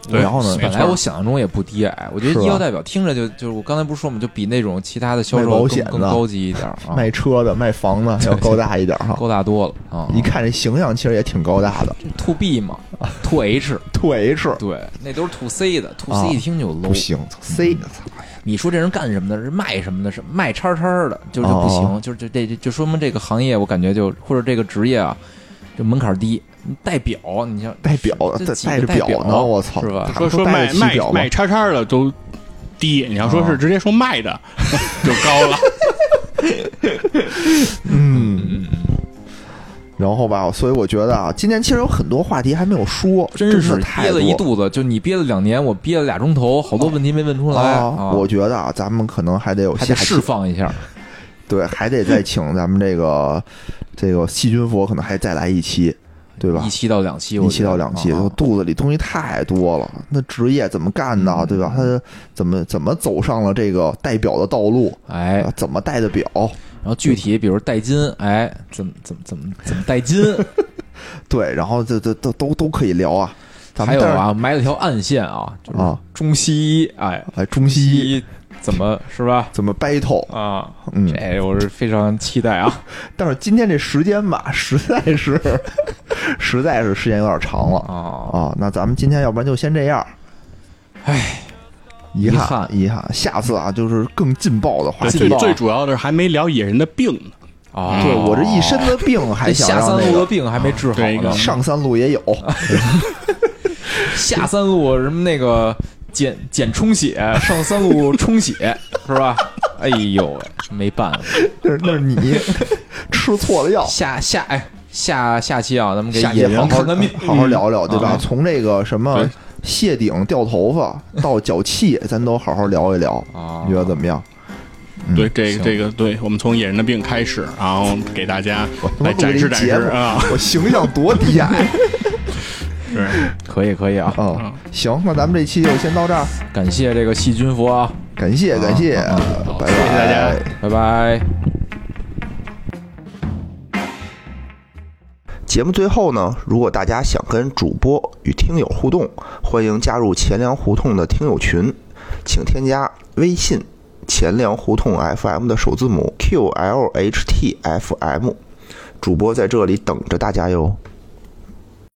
C: 对
A: 然后呢，
C: 没
B: 本
C: 错
B: 来我想象中也不低矮，我觉
A: 是啊
B: 得
A: 吧
B: 医药代表听着就就是我刚才不是说嘛，就比那种其他的销
A: 卖保
B: 售更
A: 险的
B: 更高级一点 儿啊，
A: 卖车的、卖房的要嗯 高大一点哈。
B: 高大多了啊。
A: 一看这形象，其实也挺高大的。
B: to B 嘛，to H，
A: t H
B: 对，那都是 to C 的，to
A: 啊
B: C 一听就 low。
A: 不行，C
B: 你说这人干什么的？是卖什么的？是卖叉叉的，就是不行，
A: 哦
B: 就是这这这就说明这个行业，我感觉就或者这个职业啊，就门槛低。你戴表，你像
A: 代表
B: 这
A: 带
B: 几
A: 带
B: 个
A: 着
B: 代
A: 表呢，我操！
B: 是吧
A: 他
C: 说
A: 们
C: 说
A: 都戴
C: 卖
A: 着
C: 卖
A: 细表吗哦
C: 卖？叉叉的都低，你要说是直接说卖 的就高了。
A: 嗯。然后吧，所以我觉得啊，今天其实有很多话题还没有说，真
B: 真
A: 是
B: 是
A: 太
B: 憋了一
A: 多
B: 肚子，就你憋了两年，我憋了俩钟头，好多问题没问出来，啊
A: 啊！我觉得啊，咱们可能还得有
B: 还
A: 下
B: 得
A: 期
B: 释放一下。
A: 对，还得再请咱们这个这个细菌佛，可能还再来一期，对吧
B: 一？期到两期，我
A: 一
B: 觉
A: 期
B: 得
A: 到两期，
B: 啊
A: 就肚子里东西太多了，那职业怎么干
B: 嗯
A: 的，对吧？他怎么怎么走上了这个代表的道路？
B: 哎，
A: 啊怎么带的表？
B: 然后具体比如带金，哎，怎么怎么怎么怎么带金，
A: 对，然后这这都都都可以聊啊。 咱
B: 还
A: 们
B: 有
A: 但是
B: 啊，埋了条暗线啊，就是
A: 啊，
B: 中西医，哎，
A: 哎，中西医
B: 医怎么是吧？
A: 怎么 battle？
B: 啊，
A: 嗯，
B: 这我是非常期待啊！
A: 但是今天这时间吧，实在是 实在是时间有点长了
B: 啊，
A: 啊。那咱们今天要不然就先这样，
B: 哎，
A: 遗
B: 遗
A: 憾
B: 憾
A: 遗憾，下次啊就是更劲爆的话
C: 对
A: 题。
C: 最
B: 爆啊
C: 最主要的是还没聊野人的病呢，
B: 啊，
A: 对我这一身的病还
B: 这
A: 想
B: 下
A: 让
B: 三
A: 那
B: 路的
A: 个啊
B: 病还没治好
C: 对一
B: 呢
C: 个，
A: 上三路也有，
B: 下三路什么那个减减充血，上三路充血是吧？哎呦喂，没办法，
A: 那是那是 你吃错了药。
B: 下下哎下下期啊，咱们给
A: 下节
B: 野人
A: 好好
B: 看看病，
A: 好好聊聊，对吧？
B: 啊
A: 从这个什么
C: 嗯对
A: 谢顶掉头发到脚 气，咱都好好聊一聊，
B: 啊
A: 你觉得怎么样？嗯
C: 对这
B: 行
C: 个这个，对我们从野人的病开始，然后给大家
A: 我
C: 来
A: 录了
C: 展
A: 一
C: 示展示
A: 节目
C: 啊，
A: 我形象多低啊 矮
C: 对，
B: 可以可以啊，
A: 啊！行，那咱们这期就先到这儿，
B: 感谢这个细菌佛啊，
A: 感谢感谢，
C: 好
A: 拜拜，
C: 啊谢谢大家
B: 拜拜。
F: 节目最后呢，如果大家想跟主播与听友互动，欢迎加入钱粮胡同的听友群，请添加微信“钱粮胡同 FM” 的首字母 “QLHTFM”，主播在这里等着大家哟。